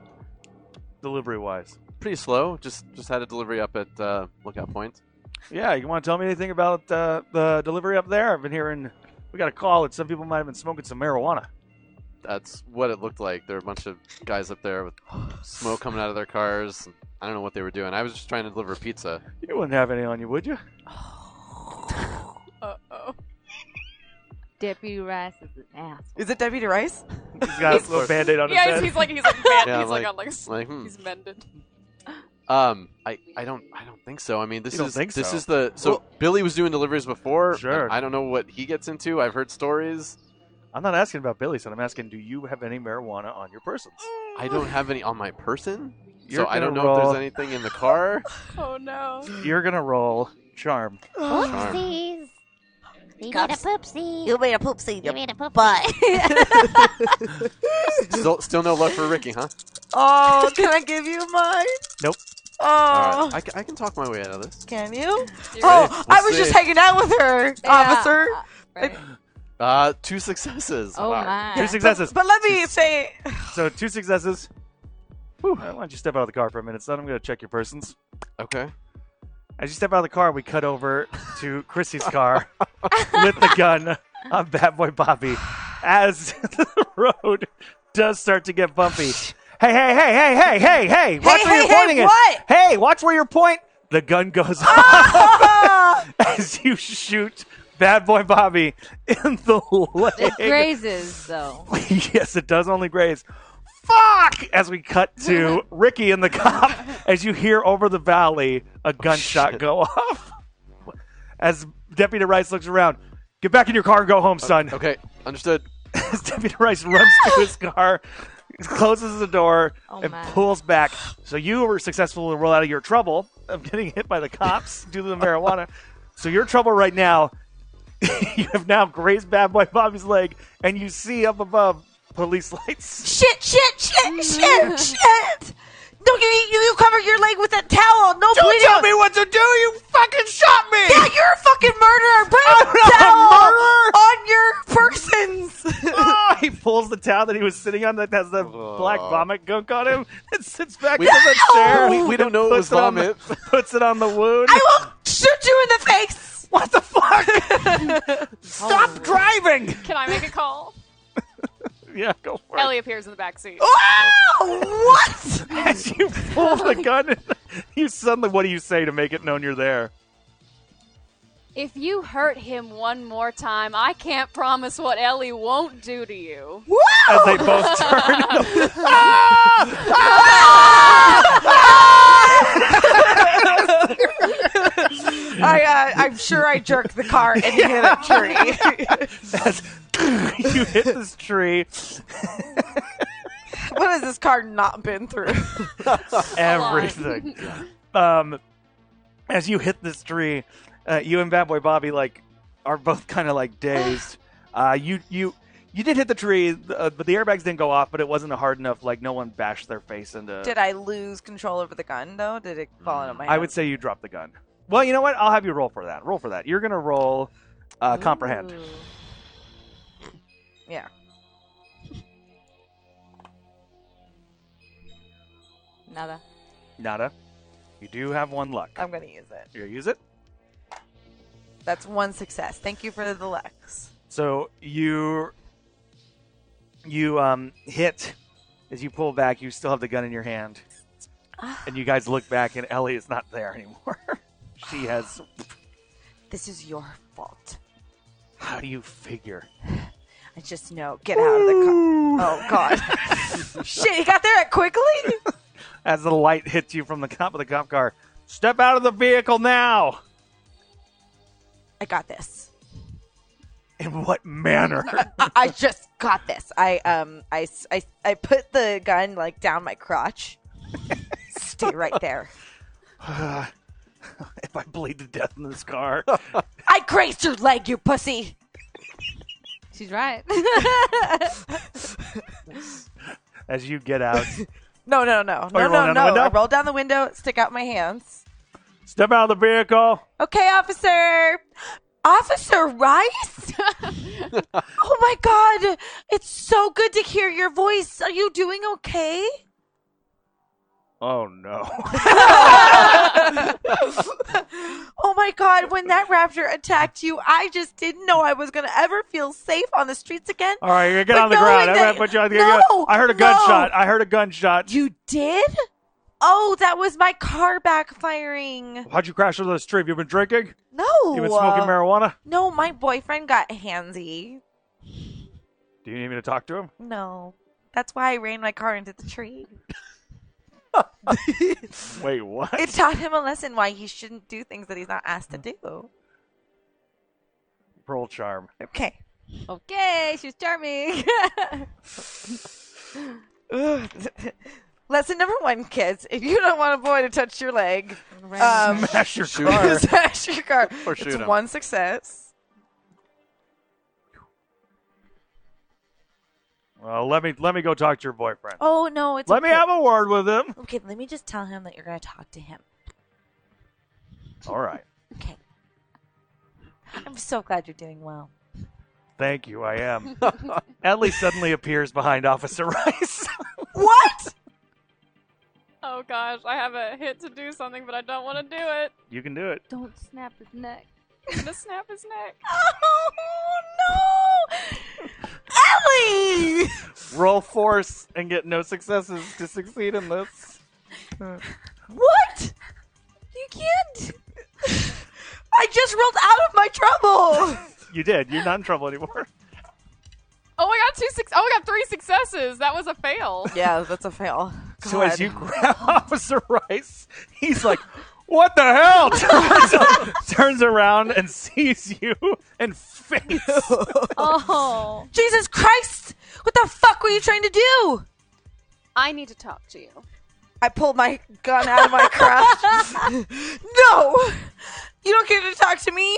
[SPEAKER 2] Delivery wise.
[SPEAKER 5] Pretty slow. Just just had a delivery up at uh, Lookout Point.
[SPEAKER 2] Yeah, you want to tell me anything about uh, the delivery up there? I've been hearing we got a call that some people might have been smoking some marijuana.
[SPEAKER 5] That's what it looked like. There were a bunch of guys up there with smoke coming out of their cars. I don't know what they were doing. I was just trying to deliver pizza.
[SPEAKER 2] You wouldn't have any on you, would you?
[SPEAKER 6] Uh oh.
[SPEAKER 3] Deputy Rice is an ass.
[SPEAKER 4] Is it Deputy Rice?
[SPEAKER 2] He's got a little band-aid on his
[SPEAKER 6] (laughs) Yeah,
[SPEAKER 2] head.
[SPEAKER 6] he's like
[SPEAKER 2] (laughs)
[SPEAKER 6] he's like bent.
[SPEAKER 5] Yeah,
[SPEAKER 6] he's like,
[SPEAKER 5] like-
[SPEAKER 6] on like s-
[SPEAKER 5] Like, hmm.
[SPEAKER 6] he's mended.
[SPEAKER 5] Um, I, I don't I don't think so. I mean, this
[SPEAKER 2] You don't
[SPEAKER 5] is
[SPEAKER 2] think
[SPEAKER 5] this
[SPEAKER 2] so?
[SPEAKER 5] is the so Billy was doing deliveries before.
[SPEAKER 2] Sure.
[SPEAKER 5] I don't know what he gets into. I've heard stories.
[SPEAKER 2] I'm not asking about Billy, son. I'm asking, do you have any marijuana on your person?
[SPEAKER 5] I don't have any on my person,
[SPEAKER 2] You're
[SPEAKER 5] so I don't know
[SPEAKER 2] gonna
[SPEAKER 5] if
[SPEAKER 2] roll-
[SPEAKER 5] there's anything in the
[SPEAKER 3] (laughs)
[SPEAKER 5] car.
[SPEAKER 6] Oh no.
[SPEAKER 2] You're gonna roll charm.
[SPEAKER 9] Oopsies. We made a
[SPEAKER 4] Cops.
[SPEAKER 9] poopsie.
[SPEAKER 4] You made a poopsie in
[SPEAKER 9] We
[SPEAKER 4] your
[SPEAKER 9] made a poopsie.
[SPEAKER 4] butt.
[SPEAKER 5] Still, still no luck for Ricky, huh?
[SPEAKER 4] oh, can I give you mine?
[SPEAKER 2] Nope.
[SPEAKER 4] Oh,
[SPEAKER 5] All right. I, ca- I can talk my way out of this.
[SPEAKER 4] can you?
[SPEAKER 6] You're
[SPEAKER 4] Oh,
[SPEAKER 5] We'll
[SPEAKER 4] I was
[SPEAKER 5] see.
[SPEAKER 4] just hanging out with her, (laughs)
[SPEAKER 3] Yeah,
[SPEAKER 4] officer.
[SPEAKER 3] uh, right.
[SPEAKER 5] Uh, two successes.
[SPEAKER 3] Oh
[SPEAKER 5] Wow.
[SPEAKER 2] Two
[SPEAKER 3] my.
[SPEAKER 2] successes.
[SPEAKER 4] But let me (laughs) say,
[SPEAKER 2] So two successes. Whew, why don't you step out of the car for a minute, son? I'm gonna check your persons.
[SPEAKER 5] Okay.
[SPEAKER 2] As you step out of the car, we cut over to Chrissy's car with the gun on Bad Boy Bobby as (laughs) the road does start to get bumpy. Hey, hey, hey, hey, hey, hey, hey! Watch where
[SPEAKER 4] hey,
[SPEAKER 2] you're
[SPEAKER 4] hey,
[SPEAKER 2] pointing it.
[SPEAKER 4] what?
[SPEAKER 2] Hey, watch where you're point. The gun goes
[SPEAKER 4] Ah!
[SPEAKER 2] off (laughs) as you shoot Bad Boy Bobby in the leg.
[SPEAKER 3] It
[SPEAKER 4] (laughs)
[SPEAKER 3] grazes, though.
[SPEAKER 2] yes, it does only (laughs) graze. Fuck! As we cut to Ricky and the cop, as you hear over the valley a gunshot go (laughs) off. As Deputy Rice looks around, get back in your car and go home, son.
[SPEAKER 5] Okay. Understood.
[SPEAKER 2] (laughs) As Deputy Rice runs to (laughs) his car, closes the door,
[SPEAKER 3] Oh,
[SPEAKER 2] and
[SPEAKER 3] man.
[SPEAKER 2] pulls back. So you were successful to roll out of your trouble of getting hit by the (laughs) cops due to the marijuana. So your trouble right now, (laughs) you have now grazed Bad Boy Bobby's leg, and you see up above police lights.
[SPEAKER 4] shit, shit, shit, (laughs) shit, shit. Don't give me, you, you cover your leg with that towel. No bleeding.
[SPEAKER 2] me what to do! You fucking shot me!
[SPEAKER 4] Yeah, you're a fucking murderer. Put a
[SPEAKER 2] I'm (laughs) not a
[SPEAKER 4] towel
[SPEAKER 2] murderer.
[SPEAKER 4] on your persons.
[SPEAKER 2] Oh, he pulls the towel that he was sitting on that has the black vomit gunk on him (laughs) and sits back in the chair.
[SPEAKER 5] We-
[SPEAKER 2] (laughs)
[SPEAKER 5] we don't know it
[SPEAKER 2] Puts
[SPEAKER 5] was
[SPEAKER 2] on the-
[SPEAKER 5] vomit.
[SPEAKER 2] (laughs) puts it on the wound.
[SPEAKER 4] I will shoot you in the face.
[SPEAKER 2] What the fuck?
[SPEAKER 4] (laughs)
[SPEAKER 2] Stop (laughs) driving!
[SPEAKER 6] Can I make a (laughs) call?
[SPEAKER 2] Yeah, go for
[SPEAKER 6] Ellie appears in the back seat.
[SPEAKER 4] Wow! What?
[SPEAKER 2] it. As you pull the gun, you suddenly, what do you say to make it known you're there?
[SPEAKER 6] If you hurt him one more time, I can't promise what Ellie won't do to you.
[SPEAKER 2] As they both
[SPEAKER 4] Oh.
[SPEAKER 2] turn.
[SPEAKER 4] I, uh, I'm sure I jerked the car and hit a tree. (laughs)
[SPEAKER 2] As (laughs) you hit this tree,
[SPEAKER 4] what has this car not been through?
[SPEAKER 2] everything. um, as you hit this tree, uh, you and Bad Boy Bobby like are both kind of like dazed. Uh, you you you did hit the tree, uh, but the airbags didn't go off. But it wasn't a hard enough. Like no one bashed their face into.
[SPEAKER 4] Did I lose control over the gun though? Did it fall out of my hand?
[SPEAKER 2] I would say you dropped the gun. Well, you know what? I'll have you roll for that. Roll for that. You're gonna roll uh, comprehend.
[SPEAKER 4] yeah.
[SPEAKER 3] Nada.
[SPEAKER 2] Nada. You do have one luck.
[SPEAKER 4] I'm gonna use it.
[SPEAKER 2] You use it.
[SPEAKER 4] That's one success. Thank you for the Lex.
[SPEAKER 2] So you you um hit as you pull back, you still have the gun in your hand.
[SPEAKER 4] Ah.
[SPEAKER 2] And you guys look back and Ellie is not there anymore. (laughs) she has
[SPEAKER 4] This is your fault.
[SPEAKER 2] how do you figure?
[SPEAKER 4] I just know. Get out of the car. Oh god. (laughs) Shit, he got there quickly.
[SPEAKER 2] As the light hits you from the top of the cop car, step out of the vehicle now.
[SPEAKER 4] I got this.
[SPEAKER 2] In what manner? (laughs)
[SPEAKER 4] I, I just got this. I um I, s- I- I put the gun like down
[SPEAKER 2] (laughs)
[SPEAKER 4] my crotch. Stay right there.
[SPEAKER 2] if I bleed to death in this
[SPEAKER 4] (laughs)
[SPEAKER 2] car.
[SPEAKER 4] I grazed your leg, you pussy.
[SPEAKER 3] She's right. (laughs)
[SPEAKER 2] As you get out,
[SPEAKER 4] No, no, no, no,
[SPEAKER 2] Oh, you roll down the
[SPEAKER 4] no, no.
[SPEAKER 2] window?
[SPEAKER 4] I roll down the window, stick out my hands.
[SPEAKER 2] step out of the vehicle.
[SPEAKER 4] Okay, officer.
[SPEAKER 2] (laughs)
[SPEAKER 4] Officer Rice? oh my god. It's so good to hear your voice. Are you doing okay?
[SPEAKER 2] Oh no. (laughs)
[SPEAKER 4] Oh my god, when that raptor attacked you, I just didn't know I was going to ever feel safe on the streets again.
[SPEAKER 2] All right, get
[SPEAKER 4] But
[SPEAKER 2] on the
[SPEAKER 4] knowing
[SPEAKER 2] ground. I'm
[SPEAKER 4] that-
[SPEAKER 2] gonna put you on the
[SPEAKER 4] No,
[SPEAKER 2] ground. I heard a
[SPEAKER 4] no.
[SPEAKER 2] gunshot. I heard a gunshot.
[SPEAKER 4] You did? Oh, that was my car backfiring.
[SPEAKER 2] How'd you crash into the street? Have you been drinking?
[SPEAKER 4] No.
[SPEAKER 2] You been smoking marijuana?
[SPEAKER 4] No, my boyfriend got handsy.
[SPEAKER 2] Do you need me to talk to him?
[SPEAKER 4] No. That's why I ran my car into the tree.
[SPEAKER 2] Wait, what? (laughs)
[SPEAKER 4] It taught him a lesson why he shouldn't do things that he's not asked to do.
[SPEAKER 2] Roll charm.
[SPEAKER 4] Okay.
[SPEAKER 3] Okay, she's charming.
[SPEAKER 4] Ugh. (laughs) Lesson number one, kids: if you don't want a boy to touch your leg, um,
[SPEAKER 2] Smash your
[SPEAKER 5] Shoot.
[SPEAKER 4] (laughs)
[SPEAKER 2] car.
[SPEAKER 4] smash your car.
[SPEAKER 5] Or
[SPEAKER 4] it's
[SPEAKER 5] shoot 'em.
[SPEAKER 4] one success.
[SPEAKER 2] (laughs) Well, let me let me go talk to your boyfriend.
[SPEAKER 4] Oh no, it's
[SPEAKER 2] let me
[SPEAKER 4] okay.
[SPEAKER 2] have a word with him.
[SPEAKER 4] Okay, let me just tell him that you're going to talk to him.
[SPEAKER 2] All right.
[SPEAKER 4] Okay. I'm so glad you're doing well.
[SPEAKER 2] Thank you. I am. (laughs) Ellie suddenly appears behind Officer (laughs) Rice.
[SPEAKER 4] What?
[SPEAKER 6] Oh gosh, I have a hit to do something, but I don't want to do it.
[SPEAKER 2] you can do it.
[SPEAKER 3] Don't snap his neck.
[SPEAKER 6] I'm gonna snap his neck.
[SPEAKER 4] (laughs) Oh no, Ellie!
[SPEAKER 2] Roll force and get no successes to succeed in this.
[SPEAKER 4] What? You can't. I just rolled out of my trouble.
[SPEAKER 2] You did. You're not in trouble anymore.
[SPEAKER 6] (laughs) Oh, I got two six. Oh, I got three successes. That was a fail.
[SPEAKER 4] Yeah, that's a fail.
[SPEAKER 2] So as you grab (laughs) Officer Rice, he's like, "What the hell?" (laughs) Turns, turns around and (laughs) sees you and faints.
[SPEAKER 6] Oh,
[SPEAKER 4] Jesus Christ! What the fuck were you trying to do?
[SPEAKER 6] I need to talk to you.
[SPEAKER 4] I pulled my gun out of (laughs) my crotch. no, you don't get to talk to me.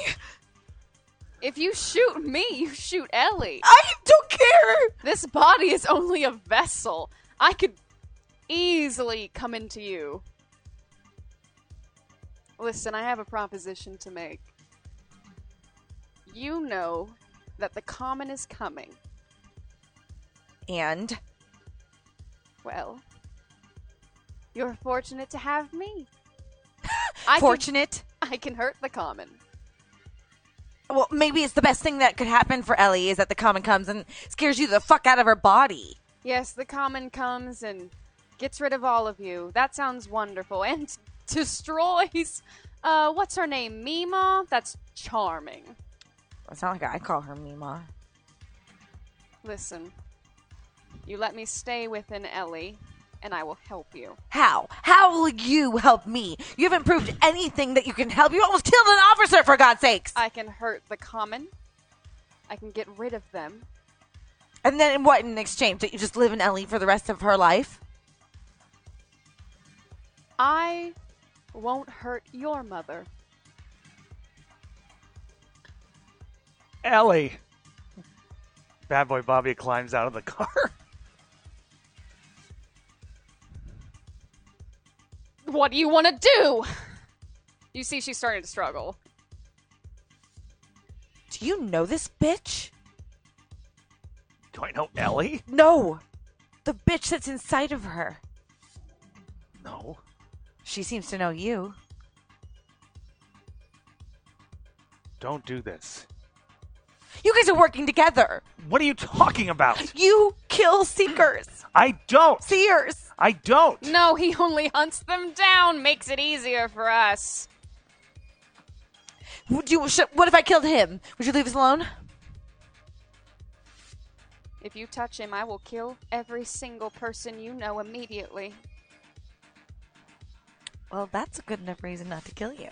[SPEAKER 6] If you shoot me, you shoot Ellie.
[SPEAKER 4] I don't care.
[SPEAKER 6] This body is only a vessel. I could easily come into you. Listen, I have a proposition to make. You know that the common is coming.
[SPEAKER 4] And
[SPEAKER 6] Well, you're fortunate to have me. (laughs) I
[SPEAKER 4] fortunate.
[SPEAKER 6] Can, I can hurt the common.
[SPEAKER 4] Well, maybe it's the best thing that could happen for Ellie is that the common comes and scares you the fuck out of her body.
[SPEAKER 6] Yes, the common comes and gets rid of all of you. That sounds wonderful. (laughs) And destroys. Uh, what's her name? Mima? That's charming.
[SPEAKER 4] It's not like I call her Mima.
[SPEAKER 6] Listen, you let me stay within Ellie, and I will help you.
[SPEAKER 4] How? How will you help me? You haven't proved anything that you can help. You almost killed an officer, for God's sakes.
[SPEAKER 6] I can hurt the common. I can get rid of them.
[SPEAKER 4] And then what in exchange? That you just live in Ellie for the rest of her life?
[SPEAKER 6] I won't hurt your mother.
[SPEAKER 2] Ellie. Bad boy Bobby climbs out of the car. (laughs)
[SPEAKER 6] What do you want to do? (laughs) You see, she's starting to struggle.
[SPEAKER 4] Do you know this bitch?
[SPEAKER 2] Do I know Ellie?
[SPEAKER 4] No. The bitch that's inside of her.
[SPEAKER 2] No.
[SPEAKER 4] She seems to know you.
[SPEAKER 2] Don't do this.
[SPEAKER 4] You guys are working together.
[SPEAKER 2] What are you talking about?
[SPEAKER 4] You kill seekers,
[SPEAKER 2] I don't.
[SPEAKER 4] seers.
[SPEAKER 2] I don't.
[SPEAKER 6] No, he only hunts them down, makes it easier for us.
[SPEAKER 4] Would you? Should, what if I killed him? Would you leave us alone?
[SPEAKER 6] If you touch him, I will kill every single person you know immediately.
[SPEAKER 4] Well, that's a good enough reason not to kill you.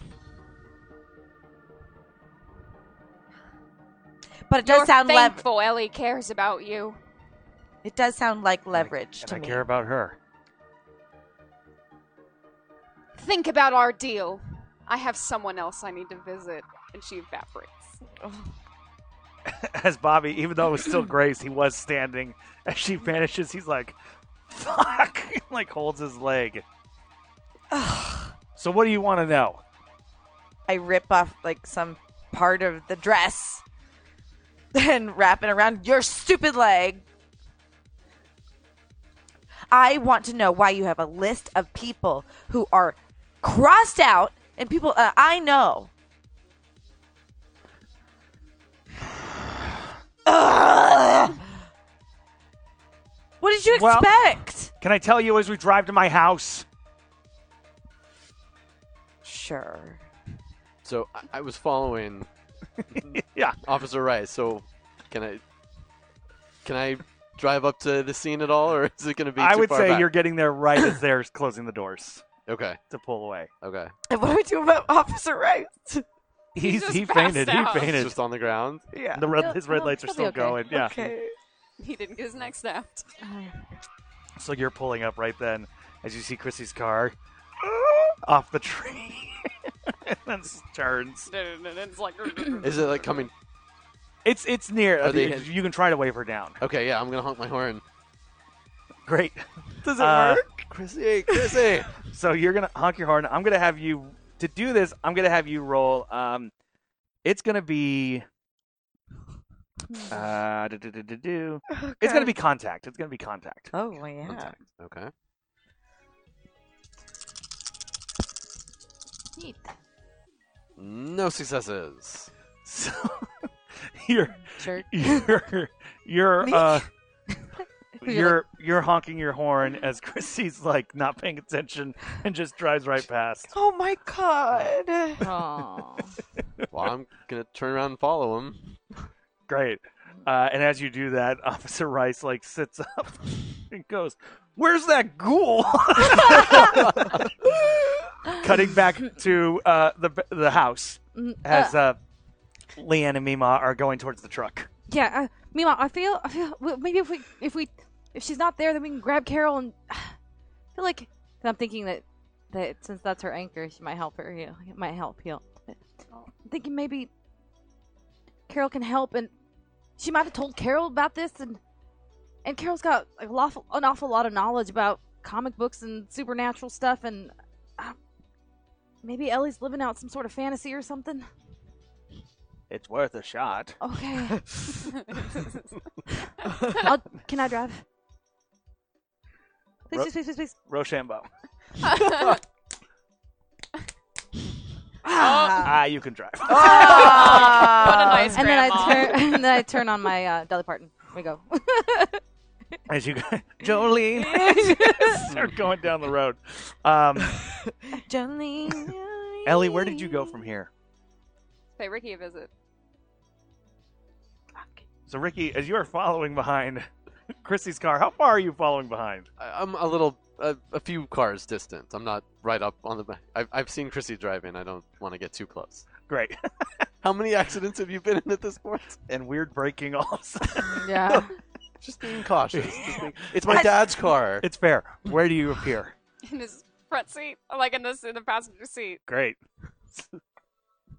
[SPEAKER 4] But it does
[SPEAKER 6] You're
[SPEAKER 4] sound lev-
[SPEAKER 6] thankful Ellie cares about you.
[SPEAKER 4] it does sound like leverage
[SPEAKER 2] and
[SPEAKER 4] to
[SPEAKER 2] I
[SPEAKER 4] me.
[SPEAKER 2] care about her.
[SPEAKER 6] Think about our deal. I have someone else I need to visit, and she evaporates. (laughs)
[SPEAKER 2] As Bobby, even though it was still Grace, he was standing. As she vanishes, he's like, fuck. (laughs) like holds his
[SPEAKER 6] (sighs)
[SPEAKER 2] leg. so what do you want to know?
[SPEAKER 4] I rip off like some part of the dress (laughs) and wrap it around your stupid leg. I want to know why you have a list of people who are crossed out and people uh, I know. (sighs) Ugh. What did you
[SPEAKER 2] Well-
[SPEAKER 4] expect?
[SPEAKER 2] Can I tell you as we drive to my house?
[SPEAKER 4] sure.
[SPEAKER 5] So I, I was following
[SPEAKER 2] (laughs) Yeah.
[SPEAKER 5] Officer Rice. So can I can I drive up to the scene at all, or is it going to be?
[SPEAKER 2] I
[SPEAKER 5] too
[SPEAKER 2] would
[SPEAKER 5] far
[SPEAKER 2] say
[SPEAKER 5] back?
[SPEAKER 2] you're getting there right as they're closing the doors
[SPEAKER 5] okay.
[SPEAKER 2] to pull away.
[SPEAKER 5] Okay.
[SPEAKER 4] (laughs) And what do we do about Officer Rice?
[SPEAKER 2] He's,
[SPEAKER 6] just
[SPEAKER 2] he
[SPEAKER 6] passed
[SPEAKER 2] fainted.
[SPEAKER 6] out.
[SPEAKER 2] He
[SPEAKER 5] It's
[SPEAKER 2] fainted.
[SPEAKER 5] just on the ground.
[SPEAKER 4] Yeah.
[SPEAKER 2] The red,
[SPEAKER 4] He'll-
[SPEAKER 2] his red
[SPEAKER 4] he'll-
[SPEAKER 2] lights are
[SPEAKER 4] he'll be
[SPEAKER 2] still
[SPEAKER 4] okay.
[SPEAKER 2] going. Yeah.
[SPEAKER 4] Okay.
[SPEAKER 6] He didn't get his next out.
[SPEAKER 2] So you're pulling up right then as you see Chrissy's car (gasps) off the tree (laughs) and then s- turns.
[SPEAKER 6] (laughs) it's like (coughs)
[SPEAKER 5] Is it like coming?
[SPEAKER 2] It's it's near.
[SPEAKER 5] Are they-
[SPEAKER 2] you, you can try to wave her down.
[SPEAKER 5] Okay, yeah, I'm gonna honk my horn.
[SPEAKER 2] (laughs) Great.
[SPEAKER 4] Does it
[SPEAKER 2] Uh,
[SPEAKER 4] work?
[SPEAKER 5] Chrissy, (laughs) Chrissy.
[SPEAKER 2] So you're gonna honk your horn. I'm gonna have you to do this. I'm gonna have you roll. Um, it's gonna
[SPEAKER 4] (sighs)
[SPEAKER 2] be. Uh, do, do, do, do, do. It's gonna be contact. It's gonna be contact.
[SPEAKER 4] Oh well, (laughs) yeah.
[SPEAKER 5] okay. No successes.
[SPEAKER 2] So (laughs) you're
[SPEAKER 3] Jerk.
[SPEAKER 2] you're you're
[SPEAKER 4] Me?
[SPEAKER 2] uh
[SPEAKER 4] You're
[SPEAKER 2] you're you're honking your horn as Chrissy's like not paying attention and just drives right past.
[SPEAKER 4] Oh my god.
[SPEAKER 3] Aw.
[SPEAKER 5] Well, (laughs) I'm gonna turn around and follow him.
[SPEAKER 2] Great. Uh, and as you do that, Officer Rice like sits up (laughs) and goes, "Where's that ghoul?" (laughs) Cutting back to uh, the the house
[SPEAKER 3] Mm,
[SPEAKER 2] as uh, Leanne and Mima are going towards the truck.
[SPEAKER 3] Yeah, uh, Mima, I feel, I feel well, maybe if we, if we, if she's not there, then we can grab Carol and (sighs) I feel like 'cause I'm thinking that that since that's her anchor, she might help her heal. It might help heal. I'm thinking maybe Carol can help, and she might have told Carol about this, and and Carol's got like, an awful, an awful lot of knowledge about comic books and supernatural stuff, and uh, maybe Ellie's living out some sort of fantasy or something.
[SPEAKER 2] It's worth a shot.
[SPEAKER 3] Okay, I'll, can I drive? Please,
[SPEAKER 2] Ro-
[SPEAKER 3] please, please, please, please.
[SPEAKER 2] Rochambeau.
[SPEAKER 3] Ah.
[SPEAKER 2] Ah, you can
[SPEAKER 4] (laughs)
[SPEAKER 2] drive.
[SPEAKER 4] Ah!
[SPEAKER 6] what a nice
[SPEAKER 3] and then
[SPEAKER 6] grandma.
[SPEAKER 3] I turn (laughs) and then I turn on my uh, Dolly Parton. We (laughs) go.
[SPEAKER 2] As you (laughs) guys, Jolene, start going down the road. Um,
[SPEAKER 4] Jolene.
[SPEAKER 2] Ellie, where did you go from here?
[SPEAKER 6] Pay Ricky a visit.
[SPEAKER 2] So, Ricky, as you are following behind (laughs) Christy's car, how far are you following behind?
[SPEAKER 5] I- I'm a little, a, a few cars distant. I'm not right up on the. back. I've, I've seen Chrissy driving. I don't want to get too close.
[SPEAKER 2] Great.
[SPEAKER 5] (laughs) How many accidents have you been in at this point?
[SPEAKER 2] And weird braking (laughs) also.
[SPEAKER 3] Yeah.
[SPEAKER 5] Just being (laughs) cautious. Just being- it's my dad's car.
[SPEAKER 2] it's fair. Where do you appear?
[SPEAKER 6] (laughs) In his front seat, like in this in the passenger seat.
[SPEAKER 2] Great.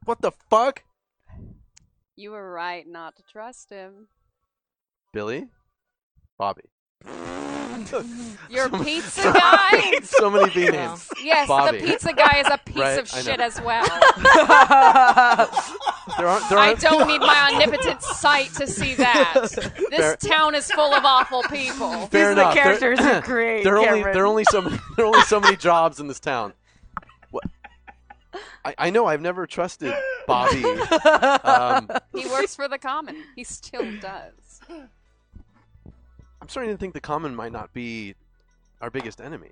[SPEAKER 5] what the fuck,
[SPEAKER 6] You were right not to trust him.
[SPEAKER 5] Billy, Bobby.
[SPEAKER 6] (laughs) Your pizza guy.
[SPEAKER 5] So many B names.
[SPEAKER 6] (laughs) Yes,
[SPEAKER 5] Bobby.
[SPEAKER 6] the pizza guy is a piece
[SPEAKER 5] Right,
[SPEAKER 6] of
[SPEAKER 5] I know.
[SPEAKER 6] shit as well.
[SPEAKER 5] (laughs) There aren't. There
[SPEAKER 6] I
[SPEAKER 5] aren't.
[SPEAKER 6] don't need my omnipotent sight to see that. This
[SPEAKER 5] Fair-
[SPEAKER 6] town is full of awful people.
[SPEAKER 5] (laughs) Fair
[SPEAKER 4] These Are
[SPEAKER 5] enough. There-
[SPEAKER 4] the
[SPEAKER 5] (laughs)
[SPEAKER 4] characters are great.
[SPEAKER 5] there are only
[SPEAKER 4] Cameron.
[SPEAKER 5] there are only so many, there are only so many jobs in this town. What? I, I know. I've never trusted Bobby. Um,
[SPEAKER 6] He works for the common. He still does.
[SPEAKER 5] I'm starting to think the common might not be our biggest enemy.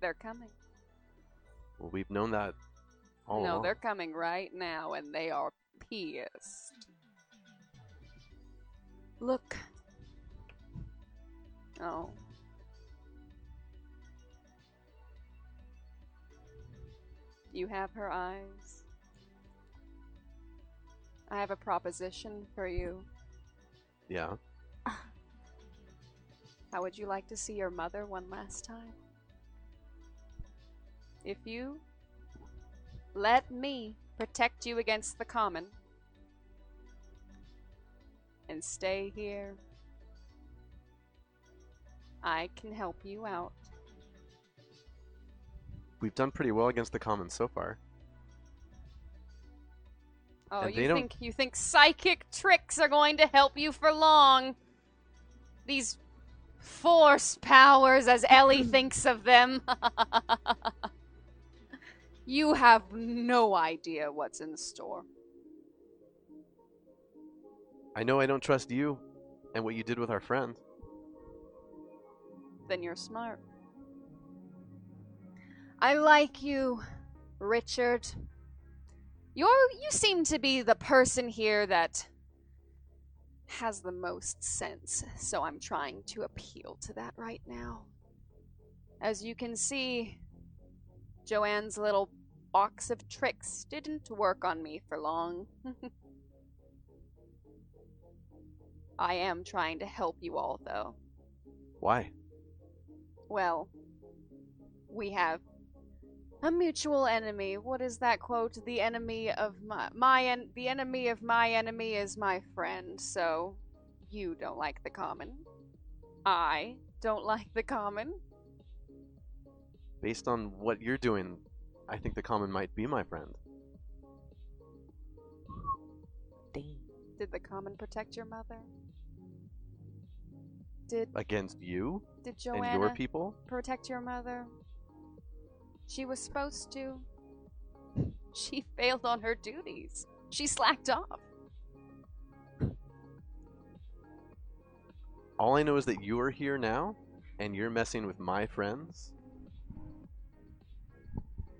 [SPEAKER 6] They're coming.
[SPEAKER 5] Well, we've known that all
[SPEAKER 6] no,
[SPEAKER 5] along.
[SPEAKER 6] they're coming right now, and they are pissed. Look. Oh. You have her eyes. I have a proposition for you.
[SPEAKER 5] Yeah.
[SPEAKER 6] How would you like to see your mother one last time? If you let me protect you against the common and stay here, I can help you out.
[SPEAKER 5] We've done pretty well against the common so far.
[SPEAKER 6] Oh,
[SPEAKER 5] And they
[SPEAKER 6] you
[SPEAKER 5] don't-
[SPEAKER 6] think you think psychic tricks are going to help you for long? These force powers, as
[SPEAKER 5] (clears throat)
[SPEAKER 6] Ellie thinks of them. (laughs) you have no idea what's in store.
[SPEAKER 5] I know I don't trust you and what you did with our friend.
[SPEAKER 6] Then you're smart. I like you, Richard. You're you seem to be the person here that has the most sense, so I'm trying to appeal to that right now. As you can see, Joanne's little box of tricks didn't work on me for long. (laughs) I am trying to help you all, though.
[SPEAKER 5] Why?
[SPEAKER 6] Well, we have a mutual enemy. What is that quote? The enemy of my my en- the enemy of my enemy is my friend. So you don't like the common. I don't like the common.
[SPEAKER 5] Based on what you're doing, I think the common might be my friend.
[SPEAKER 6] Did the common protect your mother? Did
[SPEAKER 5] Against you
[SPEAKER 6] did
[SPEAKER 5] and your
[SPEAKER 6] Joanna
[SPEAKER 5] people?
[SPEAKER 6] protect your mother? She was supposed to. She failed on her duties. She slacked off.
[SPEAKER 5] All I know is that you are here now, and you're messing with my friends.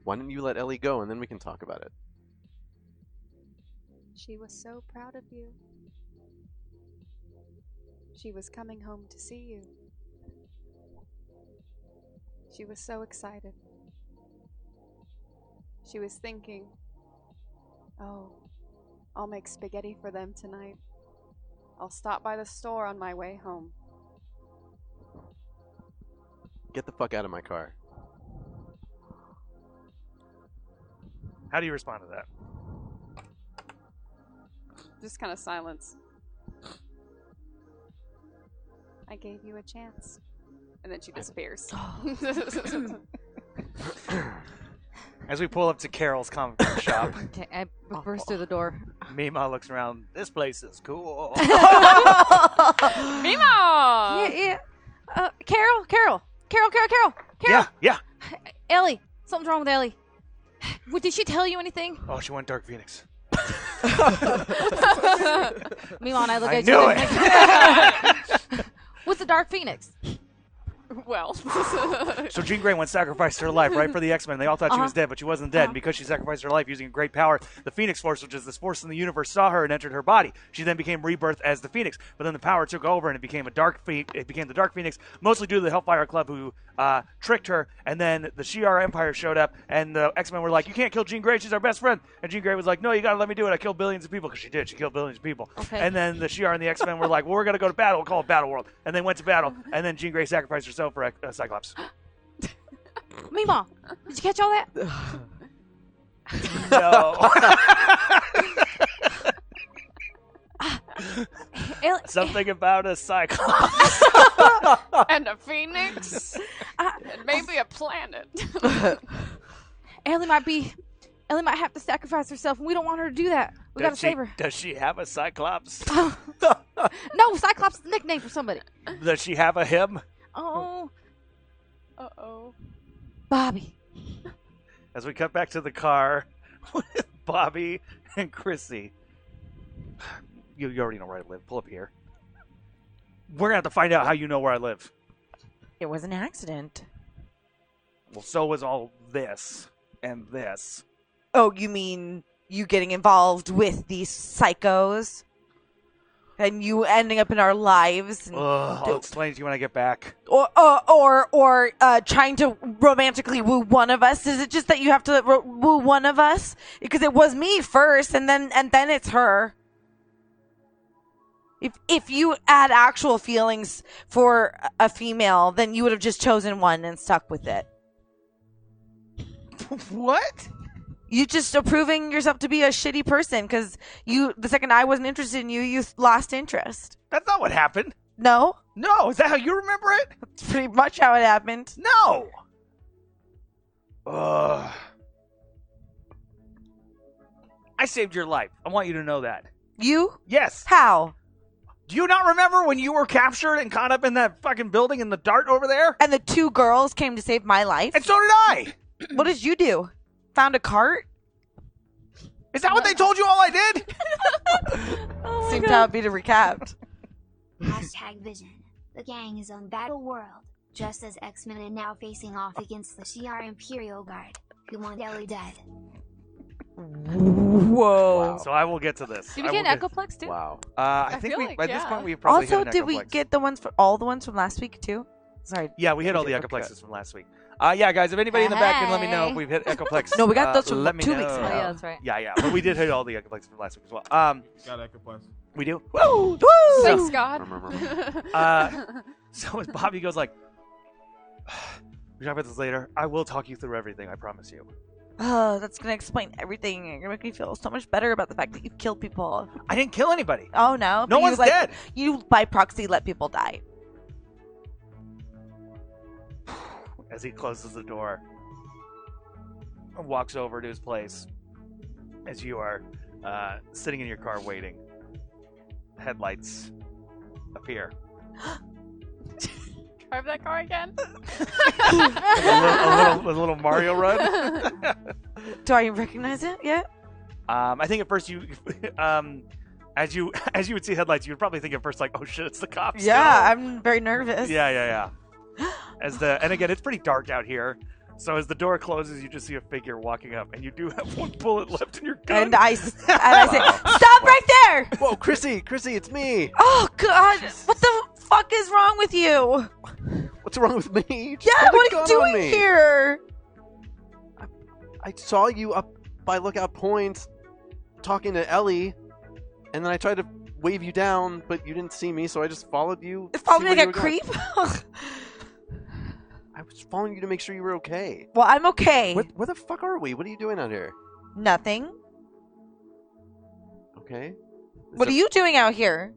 [SPEAKER 5] Why don't you let Ellie go, and then we can talk about it?
[SPEAKER 6] She was so proud of you. She was coming home to see you. She was so excited. She was thinking, oh, I'll make spaghetti for them tonight. I'll stop by the store on my way home.
[SPEAKER 5] Get the fuck out of my car.
[SPEAKER 2] How do you respond to that?
[SPEAKER 6] Just kind of silence. I gave you a chance. And then she disappears. (laughs)
[SPEAKER 2] As we pull up to Carol's comic book shop,
[SPEAKER 3] Okay, I burst through the door.
[SPEAKER 2] Mima looks around. This place is cool.
[SPEAKER 6] Mima!
[SPEAKER 4] yeah, yeah. Uh, Carol, Carol, Carol, Carol, Carol, Carol.
[SPEAKER 2] (laughs) yeah, yeah.
[SPEAKER 3] Ellie, something's wrong with Ellie. (sighs) What, did she tell you anything?
[SPEAKER 2] Oh, she went Dark Phoenix.
[SPEAKER 3] Meanwhile, and I look
[SPEAKER 2] I
[SPEAKER 3] at
[SPEAKER 2] knew
[SPEAKER 3] you. and- What's the Dark Phoenix?
[SPEAKER 6] well. (laughs)
[SPEAKER 2] So Jean Grey once sacrificed her life, right, for the X Men. They all thought she was dead, but she wasn't dead. And because she sacrificed her life using a great power, the Phoenix Force, which is this force in the universe, saw her and entered her body. She then became rebirthed as the Phoenix, but then the power took over and it became a dark. Phe- it became the Dark Phoenix, mostly due to the Hellfire Club who uh, tricked her. And then the Shi'ar Empire showed up, and the X Men were like, "You can't kill Jean Grey; she's our best friend." And Jean Grey was like, "No, you gotta let me do it. I killed billions of people because she did. She killed billions of people."
[SPEAKER 3] Okay.
[SPEAKER 2] And then the Shi'ar and the X Men were like, "Well, we're gonna go to battle. We'll call it Battle World." And they went to battle, and then Jean Grey sacrificed herself for uh, Cyclops.
[SPEAKER 3] Meanwhile, did you catch all that?
[SPEAKER 2] No.
[SPEAKER 3] Ellie,
[SPEAKER 2] Something about a cyclops.
[SPEAKER 6] and
[SPEAKER 2] (laughs)
[SPEAKER 6] a phoenix. and maybe a planet.
[SPEAKER 3] Ellie might be. Ellie might have to sacrifice herself, and we don't want her to do that. We gotta
[SPEAKER 2] does, she,
[SPEAKER 3] save her.
[SPEAKER 2] does she have a cyclops?
[SPEAKER 3] No, Cyclops is a nickname for somebody.
[SPEAKER 2] does she have a him?
[SPEAKER 3] Oh,
[SPEAKER 6] uh oh.
[SPEAKER 3] Bobby.
[SPEAKER 2] As we cut back to the car (laughs) with Bobby and Chrissy. You, you already know where I live. Pull up here. We're gonna have to find out how you know where I live.
[SPEAKER 4] It was an accident.
[SPEAKER 2] Well, so was all this and this.
[SPEAKER 4] Oh, you mean you getting involved with these psychos? And you ending up in our lives, and,
[SPEAKER 2] Ugh, I'll explain it to you when I get back.
[SPEAKER 4] or or or, or uh, trying to romantically woo one of us? Is it just that you have to ro- woo one of us? Because it was me first, and then and then it's her. If if you had actual feelings for a- a female, then you would have just chosen one and stuck with it.
[SPEAKER 2] What?
[SPEAKER 4] you just approving yourself to be a shitty person because you the second I wasn't interested in you, you lost interest.
[SPEAKER 2] That's not what happened.
[SPEAKER 4] No,
[SPEAKER 2] No, is that how you remember it?
[SPEAKER 4] that's pretty much how it happened.
[SPEAKER 2] No. Ugh. I saved your life. I want you to know that.
[SPEAKER 4] You
[SPEAKER 2] Yes.
[SPEAKER 4] how?
[SPEAKER 2] Do you not remember when you were captured and caught up in that fucking building in the dart over there?
[SPEAKER 4] And the two girls came to save my life.
[SPEAKER 2] And so did I.
[SPEAKER 4] what did you do? Found a cart?
[SPEAKER 2] Is that what they told
[SPEAKER 4] Oh,
[SPEAKER 2] you all I did?
[SPEAKER 3] Oh
[SPEAKER 4] Seemed to be to
[SPEAKER 3] (laughs)
[SPEAKER 4] recapped.
[SPEAKER 8] Hashtag vision. The gang is on Battle World, dressed as X Men and now facing off against the Shi'ar Imperial Guard, who want Ellie dead.
[SPEAKER 4] Whoa.
[SPEAKER 2] So I will get to this.
[SPEAKER 3] Did we
[SPEAKER 2] I
[SPEAKER 3] get
[SPEAKER 2] will
[SPEAKER 3] an Echoplex too?
[SPEAKER 5] Wow.
[SPEAKER 2] Uh, I,
[SPEAKER 6] I
[SPEAKER 2] think
[SPEAKER 6] feel
[SPEAKER 2] we
[SPEAKER 6] like,
[SPEAKER 2] at this
[SPEAKER 6] yeah.
[SPEAKER 2] point we probably
[SPEAKER 4] Also,
[SPEAKER 2] hit an
[SPEAKER 4] did we
[SPEAKER 2] Echoplex.
[SPEAKER 4] get the ones for all the ones from last week too? Sorry.
[SPEAKER 2] Yeah, we hit all the
[SPEAKER 4] Okay, okay.
[SPEAKER 2] echoplexes from last week. Uh, yeah, guys, if anybody in the back can let me know if
[SPEAKER 6] Hey.
[SPEAKER 2] we've hit Echoplex.
[SPEAKER 4] No, we got
[SPEAKER 2] uh,
[SPEAKER 4] those from
[SPEAKER 2] let me
[SPEAKER 4] two weeks
[SPEAKER 2] know.
[SPEAKER 3] Oh,
[SPEAKER 4] ago.
[SPEAKER 3] yeah, that's right.
[SPEAKER 2] Yeah, yeah, but we did hit all the Echoplex from last week as well. Um,
[SPEAKER 10] Got Echoplex.
[SPEAKER 2] we do. (laughs) Woo!
[SPEAKER 6] Thanks, God. (laughs)
[SPEAKER 2] Uh, So as Bobby goes like, (sighs) we talk about this later. I will talk you through everything. I promise you.
[SPEAKER 4] Oh, (sighs) that's gonna explain everything. You're gonna make me feel so much better about the fact that you killed people.
[SPEAKER 2] I didn't kill anybody.
[SPEAKER 4] Oh no! but
[SPEAKER 2] No
[SPEAKER 4] you,
[SPEAKER 2] one's
[SPEAKER 4] like,
[SPEAKER 2] dead.
[SPEAKER 4] You by proxy let people die.
[SPEAKER 2] As he closes the door and walks over to his place, as you are uh, sitting in your car waiting, headlights appear.
[SPEAKER 6] Drive that car again.
[SPEAKER 2] Uh, A little, (laughs) a little, a little Mario
[SPEAKER 4] (laughs)
[SPEAKER 2] run.
[SPEAKER 6] (laughs)
[SPEAKER 4] Do I recognize it yet?
[SPEAKER 2] Um, I think at first you, (laughs) um, as you (laughs) as you would see headlights, you would probably think at first like, "Oh shit, it's the cops!"
[SPEAKER 4] Yeah, I'm very nervous.
[SPEAKER 2] yeah, yeah, yeah. As the and again, it's pretty dark out here, so as the door closes, you just see a figure walking up, and you do have one bullet left in your gun. (laughs)
[SPEAKER 4] And I s- and I say, stop right there!
[SPEAKER 5] Whoa, Chrissy, Chrissy, it's me.
[SPEAKER 4] Oh God! What the fuck is wrong with you?
[SPEAKER 5] What's wrong with me? You just
[SPEAKER 4] (laughs) Yeah,
[SPEAKER 5] pulled
[SPEAKER 4] what
[SPEAKER 5] a
[SPEAKER 4] are you
[SPEAKER 5] gun on
[SPEAKER 4] doing
[SPEAKER 5] me.
[SPEAKER 4] here?
[SPEAKER 5] I saw you up by Lookout Point talking to Ellie, and then I tried to wave you down, but you didn't see me, so I just followed you. to
[SPEAKER 4] It's probably
[SPEAKER 5] see where
[SPEAKER 4] like
[SPEAKER 5] you
[SPEAKER 4] a
[SPEAKER 5] were going.
[SPEAKER 4] creep. (laughs) well,
[SPEAKER 5] I was following you to make sure you were okay.
[SPEAKER 4] I'm okay.
[SPEAKER 5] Where, where the fuck are we? What are you doing out here?
[SPEAKER 4] Nothing.
[SPEAKER 5] Okay. Is
[SPEAKER 4] What
[SPEAKER 5] there-
[SPEAKER 4] are you doing out here?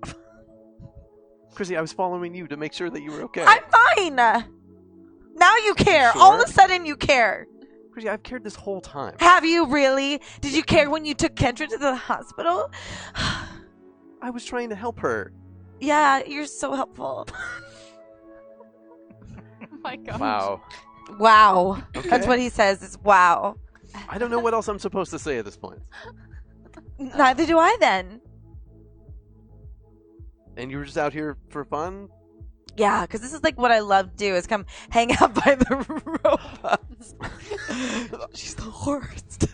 [SPEAKER 5] Chrissy, I was following you to make sure that you were okay.
[SPEAKER 4] I'm fine. Now you care. All
[SPEAKER 5] Sure.
[SPEAKER 4] of a sudden, you care.
[SPEAKER 5] Chrissy, I've cared this whole time.
[SPEAKER 4] Have you really? Did you care when you took Kendra to the hospital?
[SPEAKER 5] I was trying to help her.
[SPEAKER 4] Yeah, you're so helpful. (laughs)
[SPEAKER 6] Oh my God.
[SPEAKER 5] Wow.
[SPEAKER 4] Wow. That's
[SPEAKER 5] Okay.
[SPEAKER 4] what he says is wow.
[SPEAKER 5] I don't know what else I'm supposed to say at this point.
[SPEAKER 4] Neither do I then.
[SPEAKER 5] And you were just out here for fun?
[SPEAKER 4] Yeah, because this is like what I love to do is come hang out (laughs) by the robots. She's the worst.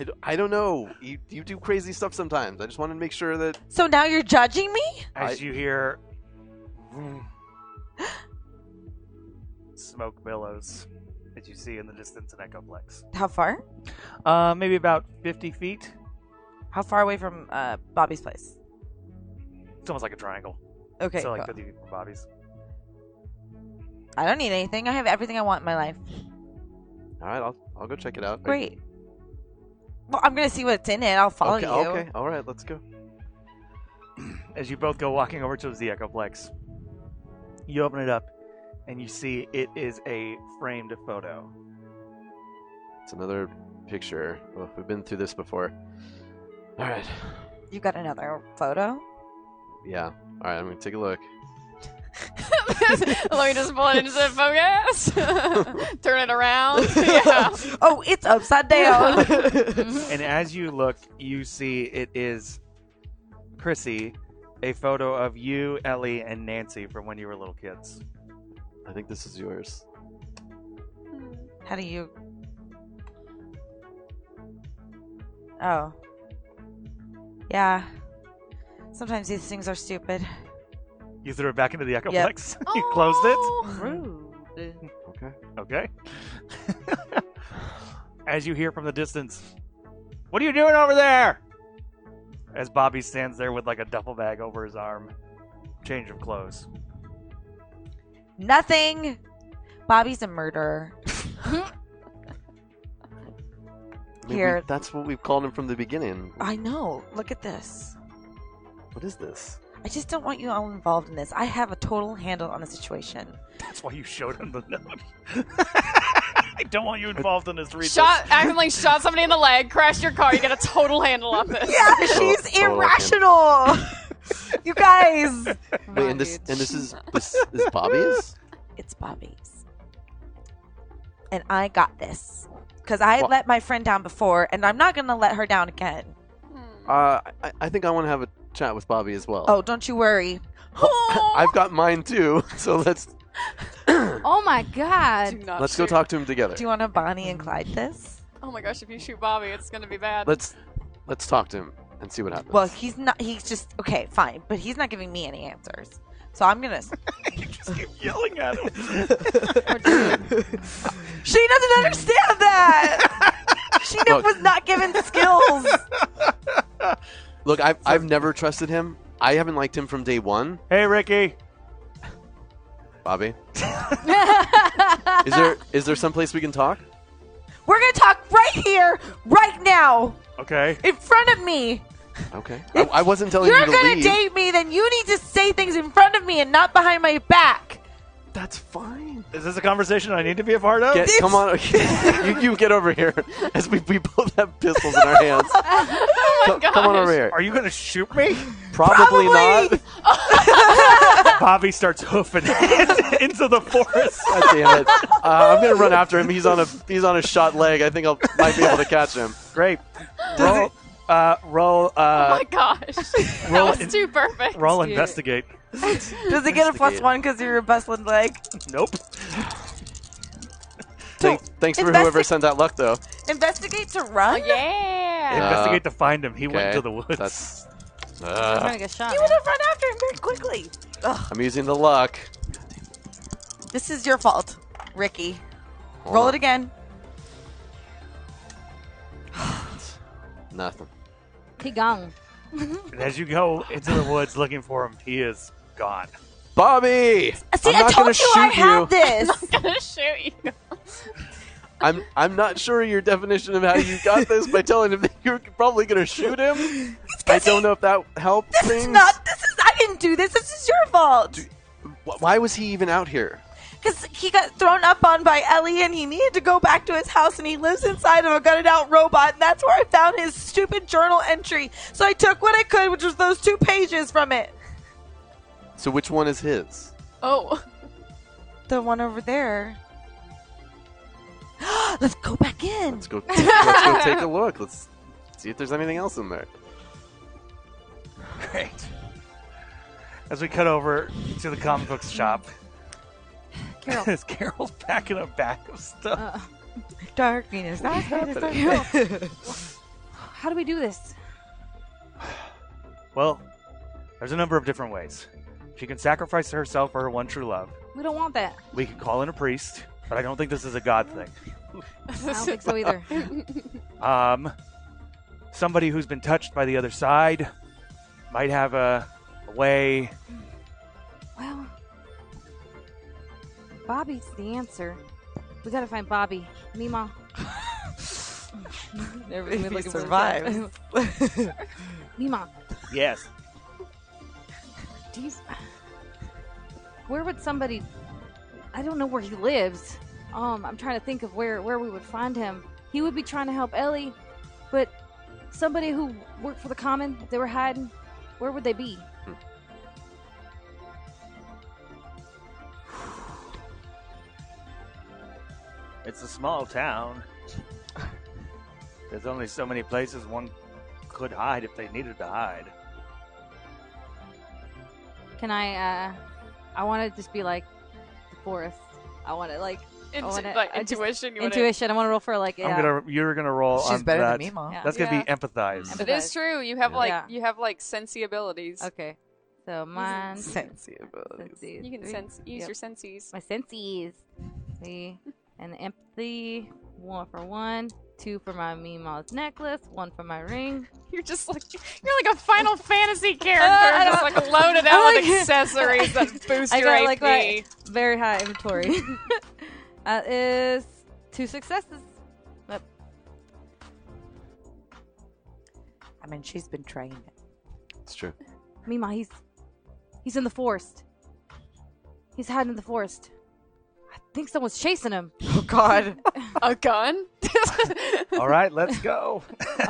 [SPEAKER 5] I don't, I don't know. You, you do crazy stuff sometimes. I just wanted to make sure that
[SPEAKER 4] So now you're judging me?
[SPEAKER 2] as you hear vroom, (gasps) smoke billows that you see in the distance in Echoplex.
[SPEAKER 4] How far?
[SPEAKER 2] Uh, maybe about fifty feet.
[SPEAKER 4] How far away from uh, Bobby's place?
[SPEAKER 2] It's almost like a triangle.
[SPEAKER 4] Okay.
[SPEAKER 2] so like
[SPEAKER 4] cool.
[SPEAKER 2] fifty feet from Bobby's.
[SPEAKER 4] I don't need anything. I have everything I want in my life.
[SPEAKER 5] All right, I'll, I'll go check it out.
[SPEAKER 4] Great. Well, I'm gonna see what's in it. I'll follow
[SPEAKER 5] okay,
[SPEAKER 4] you.
[SPEAKER 5] Okay, all right, let's go.
[SPEAKER 2] as you both go walking over to the Echoplex, you open it up and you see it is a framed
[SPEAKER 4] (laughs)
[SPEAKER 2] photo.
[SPEAKER 5] It's another picture. Oh, we've been through this before. All right,
[SPEAKER 4] You got another photo?
[SPEAKER 5] yeah. All right, I'm gonna take a look.
[SPEAKER 6] Lori just pull it into focus. (laughs) Turn
[SPEAKER 2] (laughs)
[SPEAKER 6] it around. Yeah.
[SPEAKER 4] Oh, it's
[SPEAKER 6] (laughs)
[SPEAKER 4] upside down.
[SPEAKER 2] And as you look, you see it is Chrissy, a photo of you, Ellie, and Nancy from when you were little kids.
[SPEAKER 5] I think this is yours.
[SPEAKER 4] How do you? Oh. Yeah. Sometimes these things are stupid.
[SPEAKER 2] You threw it back into the Echoplex. (laughs) you closed it.
[SPEAKER 3] Rude.
[SPEAKER 5] Okay.
[SPEAKER 2] Okay. (laughs) as you hear from the distance, what are you doing over there? As Bobby stands there with like a duffel bag over his arm, change of clothes. (laughs)
[SPEAKER 4] Nothing. Bobby's a murderer.
[SPEAKER 5] I mean, we-
[SPEAKER 4] Here.
[SPEAKER 5] that's what we've called him from the beginning.
[SPEAKER 4] I know. Look at this.
[SPEAKER 5] What is this?
[SPEAKER 4] I just don't want you all involved in this. I have a total handle on the situation.
[SPEAKER 2] That's why you showed him the (laughs) note. I don't want you involved in this read.
[SPEAKER 6] Shot accidentally shot somebody in the leg, crashed your car, you got a total handle on this.
[SPEAKER 4] Yeah, (laughs)
[SPEAKER 5] she's
[SPEAKER 4] she's
[SPEAKER 5] Total- total
[SPEAKER 4] irrational. (laughs) you guys.
[SPEAKER 5] Wait, and this and this
[SPEAKER 4] (laughs)
[SPEAKER 5] is this is Bobby's.
[SPEAKER 4] It's Bobby's. And I got this. Because I
[SPEAKER 5] Wha-
[SPEAKER 4] let my friend down before, and I'm not going to let her down again.
[SPEAKER 5] Uh, I, I think I want to have a chat with Bobby as well.
[SPEAKER 4] Oh, don't you worry. (laughs)
[SPEAKER 5] I've got mine too. (laughs) So let's
[SPEAKER 3] Oh my god.
[SPEAKER 5] let's go talk to him together.
[SPEAKER 4] Oh, Do you want to Bonnie and Clyde this?
[SPEAKER 6] Oh my gosh, if you shoot Bobby, it's gonna be bad.
[SPEAKER 5] Let's let's talk to him and see what happens.
[SPEAKER 4] Well, he's not. He's just. Okay, fine. But he's not giving me any answers. So I'm going to.
[SPEAKER 2] just keep yelling at him.
[SPEAKER 4] She doesn't understand that. she
[SPEAKER 5] Look.
[SPEAKER 4] was not given skills.
[SPEAKER 5] Look, I've, I've never trusted him. I haven't liked him from day one,
[SPEAKER 2] Hey, Ricky.
[SPEAKER 4] (laughs)
[SPEAKER 5] Bobby. is there is there someplace we can talk?
[SPEAKER 4] We're gonna talk right here, right now,
[SPEAKER 2] Okay.
[SPEAKER 4] in front of me.
[SPEAKER 5] Okay. I, I wasn't telling
[SPEAKER 4] You're
[SPEAKER 5] you to
[SPEAKER 4] gonna
[SPEAKER 5] leave.
[SPEAKER 4] date me, then you need to say things in front of me and not behind my back.
[SPEAKER 5] That's fine.
[SPEAKER 2] Is this a conversation I need to be a part of?
[SPEAKER 5] Get, come on, (laughs) you, you get over here. (laughs) As we, we both have pistols in our hands. come, come on over here.
[SPEAKER 2] Are you going to shoot me? (laughs)
[SPEAKER 5] Probably,
[SPEAKER 4] Probably.
[SPEAKER 5] not.
[SPEAKER 2] Bobby starts hoofing (laughs) it into the forest.
[SPEAKER 5] God damn it. Uh, I'm gonna run after him. He's on a he's on a shot leg. I think I will might be able to catch him.
[SPEAKER 2] Great. Roll. Uh, roll.
[SPEAKER 6] oh
[SPEAKER 2] Uh,
[SPEAKER 6] my gosh, that
[SPEAKER 2] roll
[SPEAKER 6] was
[SPEAKER 2] in-
[SPEAKER 6] too perfect.
[SPEAKER 2] roll.
[SPEAKER 3] Dude.
[SPEAKER 2] Investigate. (laughs)
[SPEAKER 4] Does it get a plus
[SPEAKER 5] Investigate.
[SPEAKER 4] one because you're a bustling leg?
[SPEAKER 2] Nope.
[SPEAKER 5] Thank, thanks for
[SPEAKER 4] Investi-
[SPEAKER 5] whoever sent that luck, though. Uh,
[SPEAKER 4] Investigate to run.
[SPEAKER 6] Yeah.
[SPEAKER 2] Investigate to find him. He went
[SPEAKER 5] Okay,
[SPEAKER 2] to the woods.
[SPEAKER 5] That's.
[SPEAKER 3] I'm
[SPEAKER 5] Uh,
[SPEAKER 3] gonna get shot.
[SPEAKER 4] You would have run after him very quickly. Ugh.
[SPEAKER 5] I'm using the luck.
[SPEAKER 4] This is your fault, Ricky.
[SPEAKER 5] Hold
[SPEAKER 4] Roll
[SPEAKER 5] on.
[SPEAKER 4] it again.
[SPEAKER 5] Nothing.
[SPEAKER 3] He gone.
[SPEAKER 2] As you go into the woods looking for him, he is gone.
[SPEAKER 5] Bobby.
[SPEAKER 3] Uh,
[SPEAKER 4] See,
[SPEAKER 5] I'm
[SPEAKER 4] I
[SPEAKER 5] not gonna
[SPEAKER 4] told you
[SPEAKER 5] shoot
[SPEAKER 4] I
[SPEAKER 5] you.
[SPEAKER 4] had
[SPEAKER 5] (laughs)
[SPEAKER 4] this.
[SPEAKER 6] gonna shoot you.
[SPEAKER 5] I'm I'm not sure your definition of how you got this by telling him that you're probably gonna shoot him. I don't know if that helped
[SPEAKER 4] This
[SPEAKER 5] things.
[SPEAKER 4] is not. This is. I didn't do this. This is your fault.
[SPEAKER 5] Wh- Why was he even out here?
[SPEAKER 4] Because he got thrown up on by Ellie, and he needed to go back to his house, and he lives inside of a gutted out robot, and that's where I found his stupid journal entry. So I took what I could, which was those two pages from it.
[SPEAKER 5] So which one is his?
[SPEAKER 6] Oh,
[SPEAKER 4] The one over there. (gasps) Let's go back in.
[SPEAKER 5] Let's go. let's go take a look. Let's see if there's anything else in there.
[SPEAKER 2] Great. As we cut over to the comic book shop, (laughs)
[SPEAKER 3] Carol.
[SPEAKER 2] as Carol's packing a bag of stuff.
[SPEAKER 3] Uh,
[SPEAKER 4] Dark Venus.
[SPEAKER 3] Carol. (laughs) How do we do
[SPEAKER 5] (laughs)
[SPEAKER 3] this?
[SPEAKER 2] Well, there's a number of different ways. She can sacrifice herself for her one true love.
[SPEAKER 3] We don't want that.
[SPEAKER 2] We could call in a priest, but I don't think this is a god thing.
[SPEAKER 3] I don't think so either.
[SPEAKER 2] Um, somebody who's been touched by the other side might have a, a way.
[SPEAKER 3] Well, Bobby's the answer. We gotta find Bobby. Mima. Everything
[SPEAKER 4] If he
[SPEAKER 3] looking for the
[SPEAKER 4] survives.
[SPEAKER 3] same. Mima,
[SPEAKER 2] Yes.
[SPEAKER 3] do you, where would somebody? I don't know where he lives. Um, I'm trying to think of where where we would find him. He would be trying to help Ellie, but somebody who worked for the Common, if they were hiding, where would they be?
[SPEAKER 2] It's a small town. There's only so many places one could hide if they needed to hide.
[SPEAKER 3] Can I? uh I want to just be like the forest. I want to like
[SPEAKER 2] Oh,
[SPEAKER 6] Intu-
[SPEAKER 3] wanna-
[SPEAKER 6] like
[SPEAKER 3] I just-
[SPEAKER 6] intuition. you wanna-
[SPEAKER 3] intuition. I want to roll for like yeah.
[SPEAKER 2] I'm gonna. You're gonna roll on that.
[SPEAKER 4] Mima.
[SPEAKER 3] Yeah.
[SPEAKER 2] That's gonna be empathize.
[SPEAKER 3] (laughs) Empathy.
[SPEAKER 6] It is true. You have like
[SPEAKER 3] Yeah.
[SPEAKER 6] you have like sensey abilities.
[SPEAKER 3] Okay, so mine. senses.
[SPEAKER 6] You can
[SPEAKER 3] Three.
[SPEAKER 6] sense use
[SPEAKER 3] Yep.
[SPEAKER 6] your senses.
[SPEAKER 3] my senses. See, and empathy. One for one. Two for my Mima's necklace. One for my ring.
[SPEAKER 6] (laughs) You're just like you're (laughs) like a Final Fantasy
[SPEAKER 3] I
[SPEAKER 6] character, just
[SPEAKER 3] don't-
[SPEAKER 6] like (laughs) loaded
[SPEAKER 3] I'm
[SPEAKER 6] up with
[SPEAKER 3] like-
[SPEAKER 6] accessories (laughs) that boost
[SPEAKER 3] I
[SPEAKER 6] your
[SPEAKER 3] got
[SPEAKER 6] AP.
[SPEAKER 3] like my very high inventory. (laughs) that is two successes.
[SPEAKER 4] (laughs) I mean, she's been trying it.
[SPEAKER 5] It's true.
[SPEAKER 3] Mima, he's he's in the forest. He's hiding in the forest. I think someone's chasing him.
[SPEAKER 4] Oh, God.
[SPEAKER 6] a gun. (laughs)
[SPEAKER 2] All right, let's go. (laughs) as,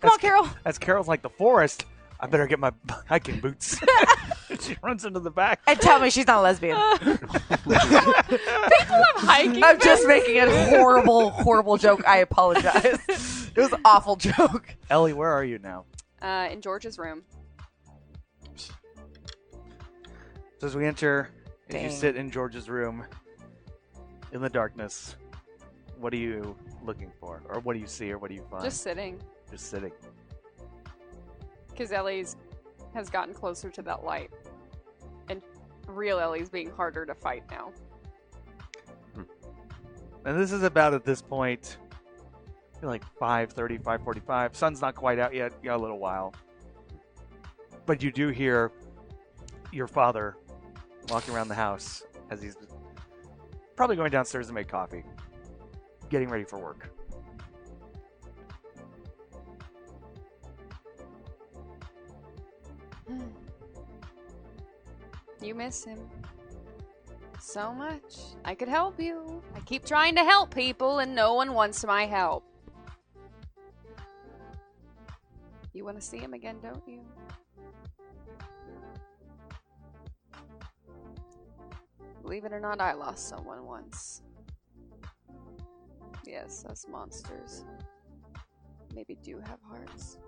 [SPEAKER 3] Come
[SPEAKER 2] as-
[SPEAKER 3] on, Carol.
[SPEAKER 2] as Carol's like the forest, I better get my (laughs) hiking
[SPEAKER 3] (laughs)
[SPEAKER 2] boots. (laughs) she runs into the back.
[SPEAKER 4] (laughs) and tell me she's not (laughs) lesbian.
[SPEAKER 6] Hiking.
[SPEAKER 4] I'm just making a horrible, horrible joke. I apologize. (laughs) It was an awful joke.
[SPEAKER 2] Ellie, where are you now?
[SPEAKER 6] (laughs) Uh, in George's room.
[SPEAKER 2] So as we enter, as you
[SPEAKER 4] Dang.
[SPEAKER 2] sit in George's room in the darkness, what are you looking for, or what do you see, or what do you find?
[SPEAKER 6] Just sitting,
[SPEAKER 2] Just sitting.
[SPEAKER 6] because Ellie's has gotten closer to that light, and real Ellie's being harder to fight now.
[SPEAKER 2] And this is about at this point, I feel like 5.30, 5.45. Sun's not quite out yet. You got a little while. But you do hear your father walking around the house as he's probably going downstairs to make coffee, getting ready for work.
[SPEAKER 6] Mm. You miss him so much. I could help you. I keep trying to help people, and no one wants my help. You want to see him again, don't you? Believe it or not, I lost someone once. Yes, us monsters maybe do have hearts.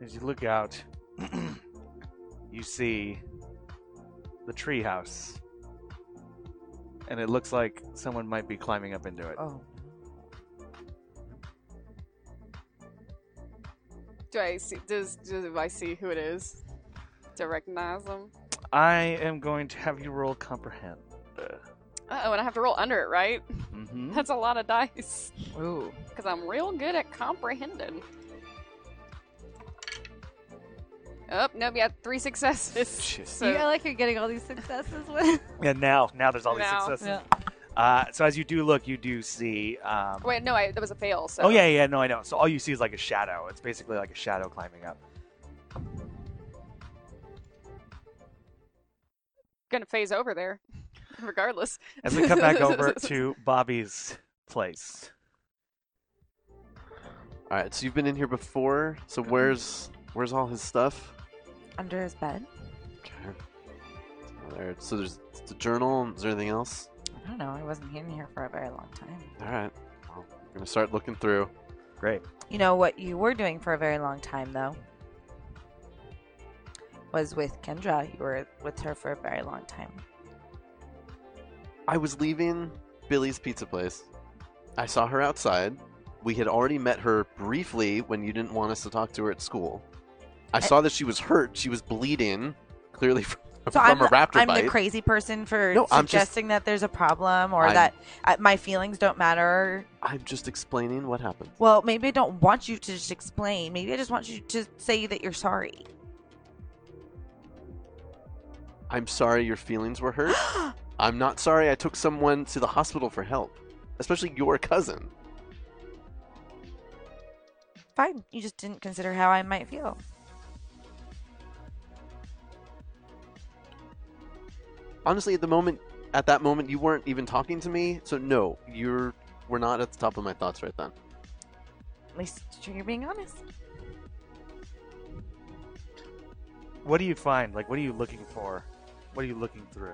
[SPEAKER 2] As you look out, (clears throat) you see the treehouse, and it looks like someone might be climbing up into it.
[SPEAKER 4] Oh.
[SPEAKER 6] Do I see? Does do I see who it is? To recognize him?
[SPEAKER 2] I am going to have you roll comprehend.
[SPEAKER 6] Uh oh, and I have to roll under it, right?
[SPEAKER 2] Mm-hmm.
[SPEAKER 6] That's a lot of dice.
[SPEAKER 4] Ooh.
[SPEAKER 6] Because I'm real good at comprehending. Oh, nope, you had three successes. So,
[SPEAKER 3] you, I like you're getting all these successes
[SPEAKER 6] (laughs)
[SPEAKER 3] with.
[SPEAKER 2] And now, now there's all these
[SPEAKER 6] Now.
[SPEAKER 2] successes. Uh, so as you do look, you do see. Um,
[SPEAKER 6] wait, no, I, that was a fail. So.
[SPEAKER 2] Oh yeah, yeah, no, I know. So all you see is like a shadow. It's basically like a shadow climbing up.
[SPEAKER 6] Gonna phase over there, (laughs) regardless.
[SPEAKER 2] As we come
[SPEAKER 6] (laughs)
[SPEAKER 2] back over to Bobby's place,
[SPEAKER 5] All right, so you've been in here before. So where's where's all his stuff?
[SPEAKER 4] Under his bed?
[SPEAKER 5] Okay. All right, so there's the journal. Is there anything else?
[SPEAKER 4] I don't know. I wasn't in here for a very long time.
[SPEAKER 5] All right. Well, we're gonna start looking through.
[SPEAKER 2] great.
[SPEAKER 4] You know what you were doing for a very long time, though? Was with Kendra. You were with her for a very long time.
[SPEAKER 5] I was leaving Billy's pizza place. I saw her outside. We had already met her briefly when you didn't want us to talk to her at school. I saw that she was hurt. She was bleeding, clearly (laughs) from,
[SPEAKER 4] So
[SPEAKER 5] from
[SPEAKER 4] I'm,
[SPEAKER 5] a
[SPEAKER 4] the,
[SPEAKER 5] raptor
[SPEAKER 4] I'm
[SPEAKER 5] bite.
[SPEAKER 4] the crazy person for
[SPEAKER 5] No, I'm just-
[SPEAKER 4] suggesting that there's a problem or
[SPEAKER 5] I'm-
[SPEAKER 4] that uh, my feelings don't matter.
[SPEAKER 5] I'm just explaining what happened.
[SPEAKER 4] Well, maybe I don't want you to just explain. Maybe I just want you to say that you're sorry.
[SPEAKER 5] I'm sorry your feelings
[SPEAKER 4] (gasps)
[SPEAKER 5] were hurt. I'm not sorry I took someone to the hospital for help, especially your cousin.
[SPEAKER 4] Fine. You just didn't consider how I might feel.
[SPEAKER 5] honestly at the moment at that moment you weren't even talking to me so no you're we're not at the top of my thoughts right then
[SPEAKER 4] At least you're being honest.
[SPEAKER 2] What do you find? Like, what are you looking for? What are you looking through?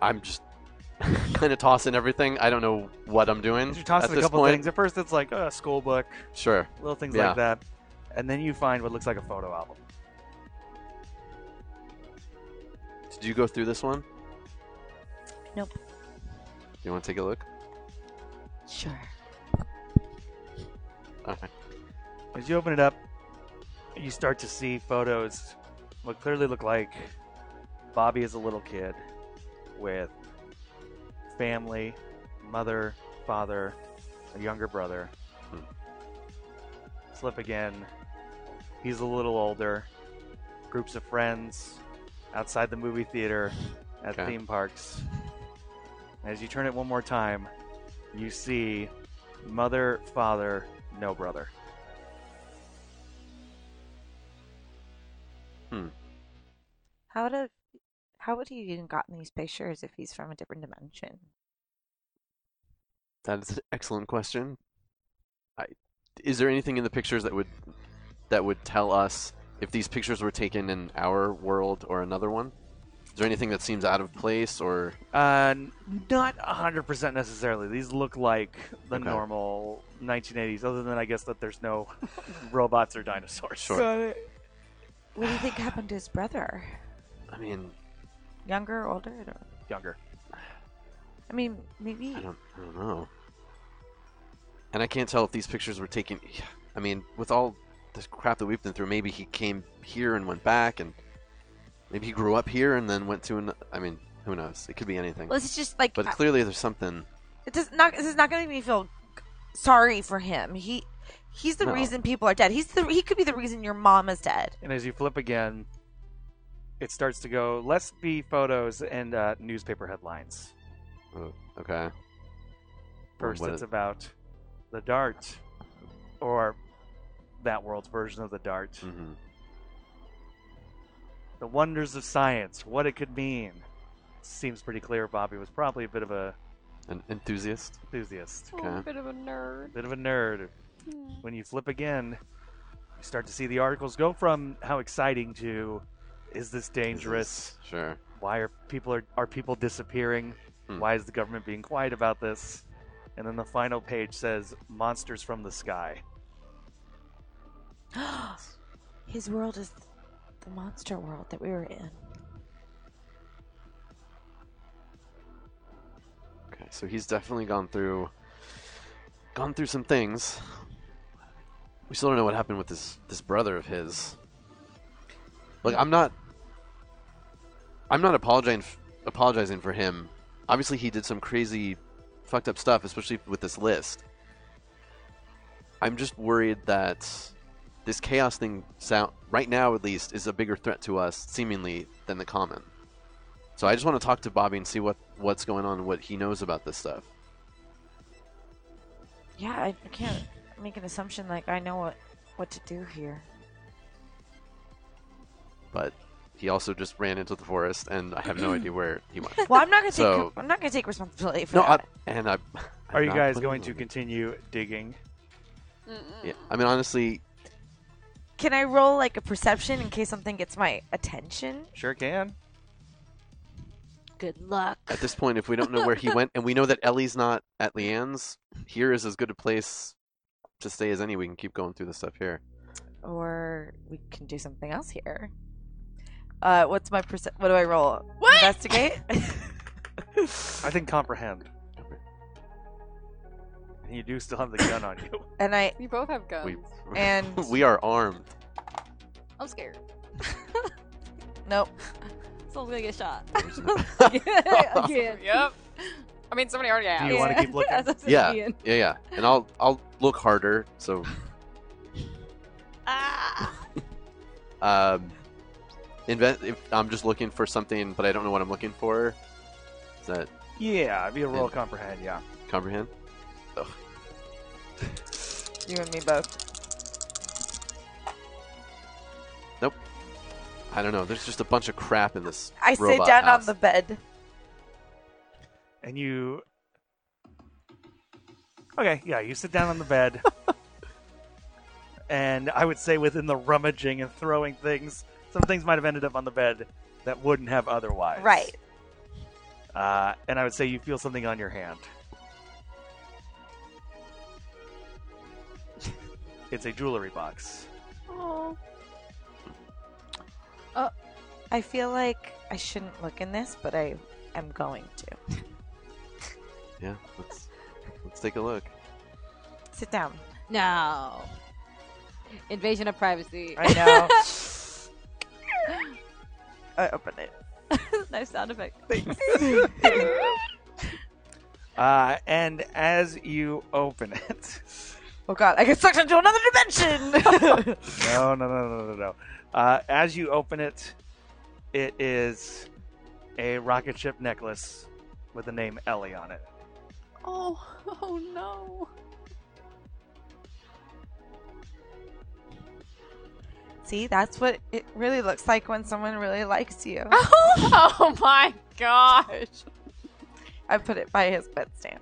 [SPEAKER 5] i'm just (laughs) kind of tossing everything i don't know what i'm doing
[SPEAKER 2] You're tossing
[SPEAKER 5] Mm, at
[SPEAKER 2] a
[SPEAKER 5] this
[SPEAKER 2] couple
[SPEAKER 5] point
[SPEAKER 2] things. At first, it's like a school book,
[SPEAKER 5] sure
[SPEAKER 2] little things
[SPEAKER 5] Yeah.
[SPEAKER 2] like that, and then you find what looks like a photo album.
[SPEAKER 5] did you go through this one
[SPEAKER 4] Nope.
[SPEAKER 5] you want to take a look
[SPEAKER 4] Sure.
[SPEAKER 2] As you open it up, you start to see photos what clearly look like Bobby as a little kid with family, mother, father, a younger brother.
[SPEAKER 5] Hmm.
[SPEAKER 2] Slip again. He's a little older. Groups of friends outside the movie theater at
[SPEAKER 5] Okay.
[SPEAKER 2] theme parks. As you turn it one more time, you see mother, father, no brother.
[SPEAKER 4] How did? How would he even gotten these pictures if he's from a different dimension?
[SPEAKER 5] that is an excellent question I, is there anything in the pictures that would that would tell us if these pictures were taken in our world or another one is there anything that seems out of place or
[SPEAKER 2] Uh, n- not hundred percent necessarily. These look like the
[SPEAKER 5] Okay.
[SPEAKER 2] normal 1980s, other than I guess that there's
[SPEAKER 5] (laughs)
[SPEAKER 2] no robots or dinosaurs.
[SPEAKER 5] Sure.
[SPEAKER 4] What do you think happened to his brother?
[SPEAKER 5] i mean
[SPEAKER 4] Younger, or older? I don't know.
[SPEAKER 2] Younger.
[SPEAKER 4] I mean, maybe.
[SPEAKER 5] I don't, I don't know. And I can't tell if these pictures were taken. I mean, with all this crap that we've been through. Maybe he came here and went back, and maybe he grew up here and then went to an. I mean, who knows? It could be anything.
[SPEAKER 4] Well, this is just like
[SPEAKER 5] But
[SPEAKER 4] I-
[SPEAKER 5] clearly, there's something.
[SPEAKER 4] it does not. This is not going to make me feel sorry for him. He he's the
[SPEAKER 5] No.
[SPEAKER 4] reason people are dead. He's the he could be the reason your mom is dead.
[SPEAKER 2] And as you flip again, it starts to go less be photos and uh, newspaper headlines.
[SPEAKER 5] oh, Okay.
[SPEAKER 2] First,
[SPEAKER 5] What
[SPEAKER 2] it's
[SPEAKER 5] is-
[SPEAKER 2] about the dart, or that world's version of the dart,
[SPEAKER 5] hmm
[SPEAKER 2] the wonders of science, what it could mean. Seems pretty clear. Bobby was probably a bit of a
[SPEAKER 5] An enthusiast.
[SPEAKER 2] enthusiast,
[SPEAKER 5] Okay.
[SPEAKER 6] bit of a nerd.
[SPEAKER 2] bit of a nerd. When you flip again, you start to see the articles go from how exciting to is this dangerous?
[SPEAKER 5] Sure.
[SPEAKER 2] why are people are, are people disappearing
[SPEAKER 5] Hmm.
[SPEAKER 2] why is the government being quiet about this and then the final page says monsters from the sky
[SPEAKER 4] His world is the monster world that we were in.
[SPEAKER 5] Okay. So he's definitely gone through. Gone through some things. We still don't know what happened with this this brother of his. Look, I'm not. I'm not apologizing apologizing for him. Obviously, he did some crazy, fucked up stuff, especially with this list. I'm just worried that this chaos thing sound right now at least is a bigger threat to us seemingly than the common. So I just want to talk to Bobby and see what what's going on and what he knows about this stuff.
[SPEAKER 4] Yeah, I I can't make an assumption like I know what what to do here.
[SPEAKER 5] But he also just ran into the forest and I have no idea where he went.
[SPEAKER 4] Well, I'm not going to
[SPEAKER 5] So-
[SPEAKER 4] take I'm not going to take responsibility for
[SPEAKER 5] No, I,
[SPEAKER 4] that.
[SPEAKER 5] and I I'm
[SPEAKER 2] are you
[SPEAKER 5] not
[SPEAKER 2] guys
[SPEAKER 5] blaming
[SPEAKER 2] going to
[SPEAKER 5] him.
[SPEAKER 2] continue digging
[SPEAKER 5] Yeah. I mean honestly,
[SPEAKER 4] Can I roll like a perception in case something gets my attention?
[SPEAKER 2] sure can
[SPEAKER 3] (gasps) Good luck.
[SPEAKER 5] at this point, if we don't know where he went, and we know that Ellie's not at Leanne's, here is as good a place to stay as any. We can keep going through this stuff here.
[SPEAKER 4] or we can do something else here. Uh, what's my percent? What do I roll?
[SPEAKER 6] What?
[SPEAKER 5] (laughs)
[SPEAKER 4] Investigate.
[SPEAKER 2] i think comprehend and you do still have the gun on you (laughs)
[SPEAKER 4] and I
[SPEAKER 6] We both have guns.
[SPEAKER 5] We
[SPEAKER 4] And-
[SPEAKER 5] (laughs) we are armed.
[SPEAKER 3] I'm scared.
[SPEAKER 4] nope.
[SPEAKER 3] Someone's gonna get shot.
[SPEAKER 6] Yep. I mean, somebody already
[SPEAKER 2] do (laughs)
[SPEAKER 6] asked.
[SPEAKER 2] you want to keep looking
[SPEAKER 3] That's what
[SPEAKER 5] Yeah.
[SPEAKER 3] I'm saying.
[SPEAKER 5] Yeah, yeah. And I'll I'll look harder. So
[SPEAKER 3] Ah.
[SPEAKER 5] um, invent. If I'm just looking for something, but I don't know what I'm looking for. Is that
[SPEAKER 2] yeah be a roll comprehend yeah
[SPEAKER 5] comprehend?
[SPEAKER 4] You and me both.
[SPEAKER 5] I don't know. There's just a bunch of crap in this.
[SPEAKER 4] I sit
[SPEAKER 5] robot
[SPEAKER 4] down on
[SPEAKER 5] house.
[SPEAKER 4] the bed.
[SPEAKER 2] and you okay yeah you sit down on the bed and i would say within the rummaging and throwing things some things might have ended up on the bed that wouldn't have otherwise
[SPEAKER 4] Right.
[SPEAKER 2] uh, and i would say you feel something on your hand it's a jewelry box
[SPEAKER 4] I feel like I shouldn't look in this, but I am going to.
[SPEAKER 5] Yeah. Let's let's take a
[SPEAKER 2] (laughs)
[SPEAKER 5] look.
[SPEAKER 4] Sit down.
[SPEAKER 3] No. Invasion of privacy. (laughs)
[SPEAKER 4] I know. I open it.
[SPEAKER 3] nice sound effect.
[SPEAKER 2] uh, and as you open it
[SPEAKER 4] Oh god, I get sucked into another
[SPEAKER 5] (laughs)
[SPEAKER 4] dimension. (laughs)
[SPEAKER 2] No, no, no, no, no, no. Uh, as you open it, it is a rocket ship necklace with the name Ellie on it.
[SPEAKER 6] Oh, oh no.
[SPEAKER 4] See, that's what it really looks like when someone really likes you.
[SPEAKER 6] (laughs) oh my gosh.
[SPEAKER 4] I put it by his bedstand.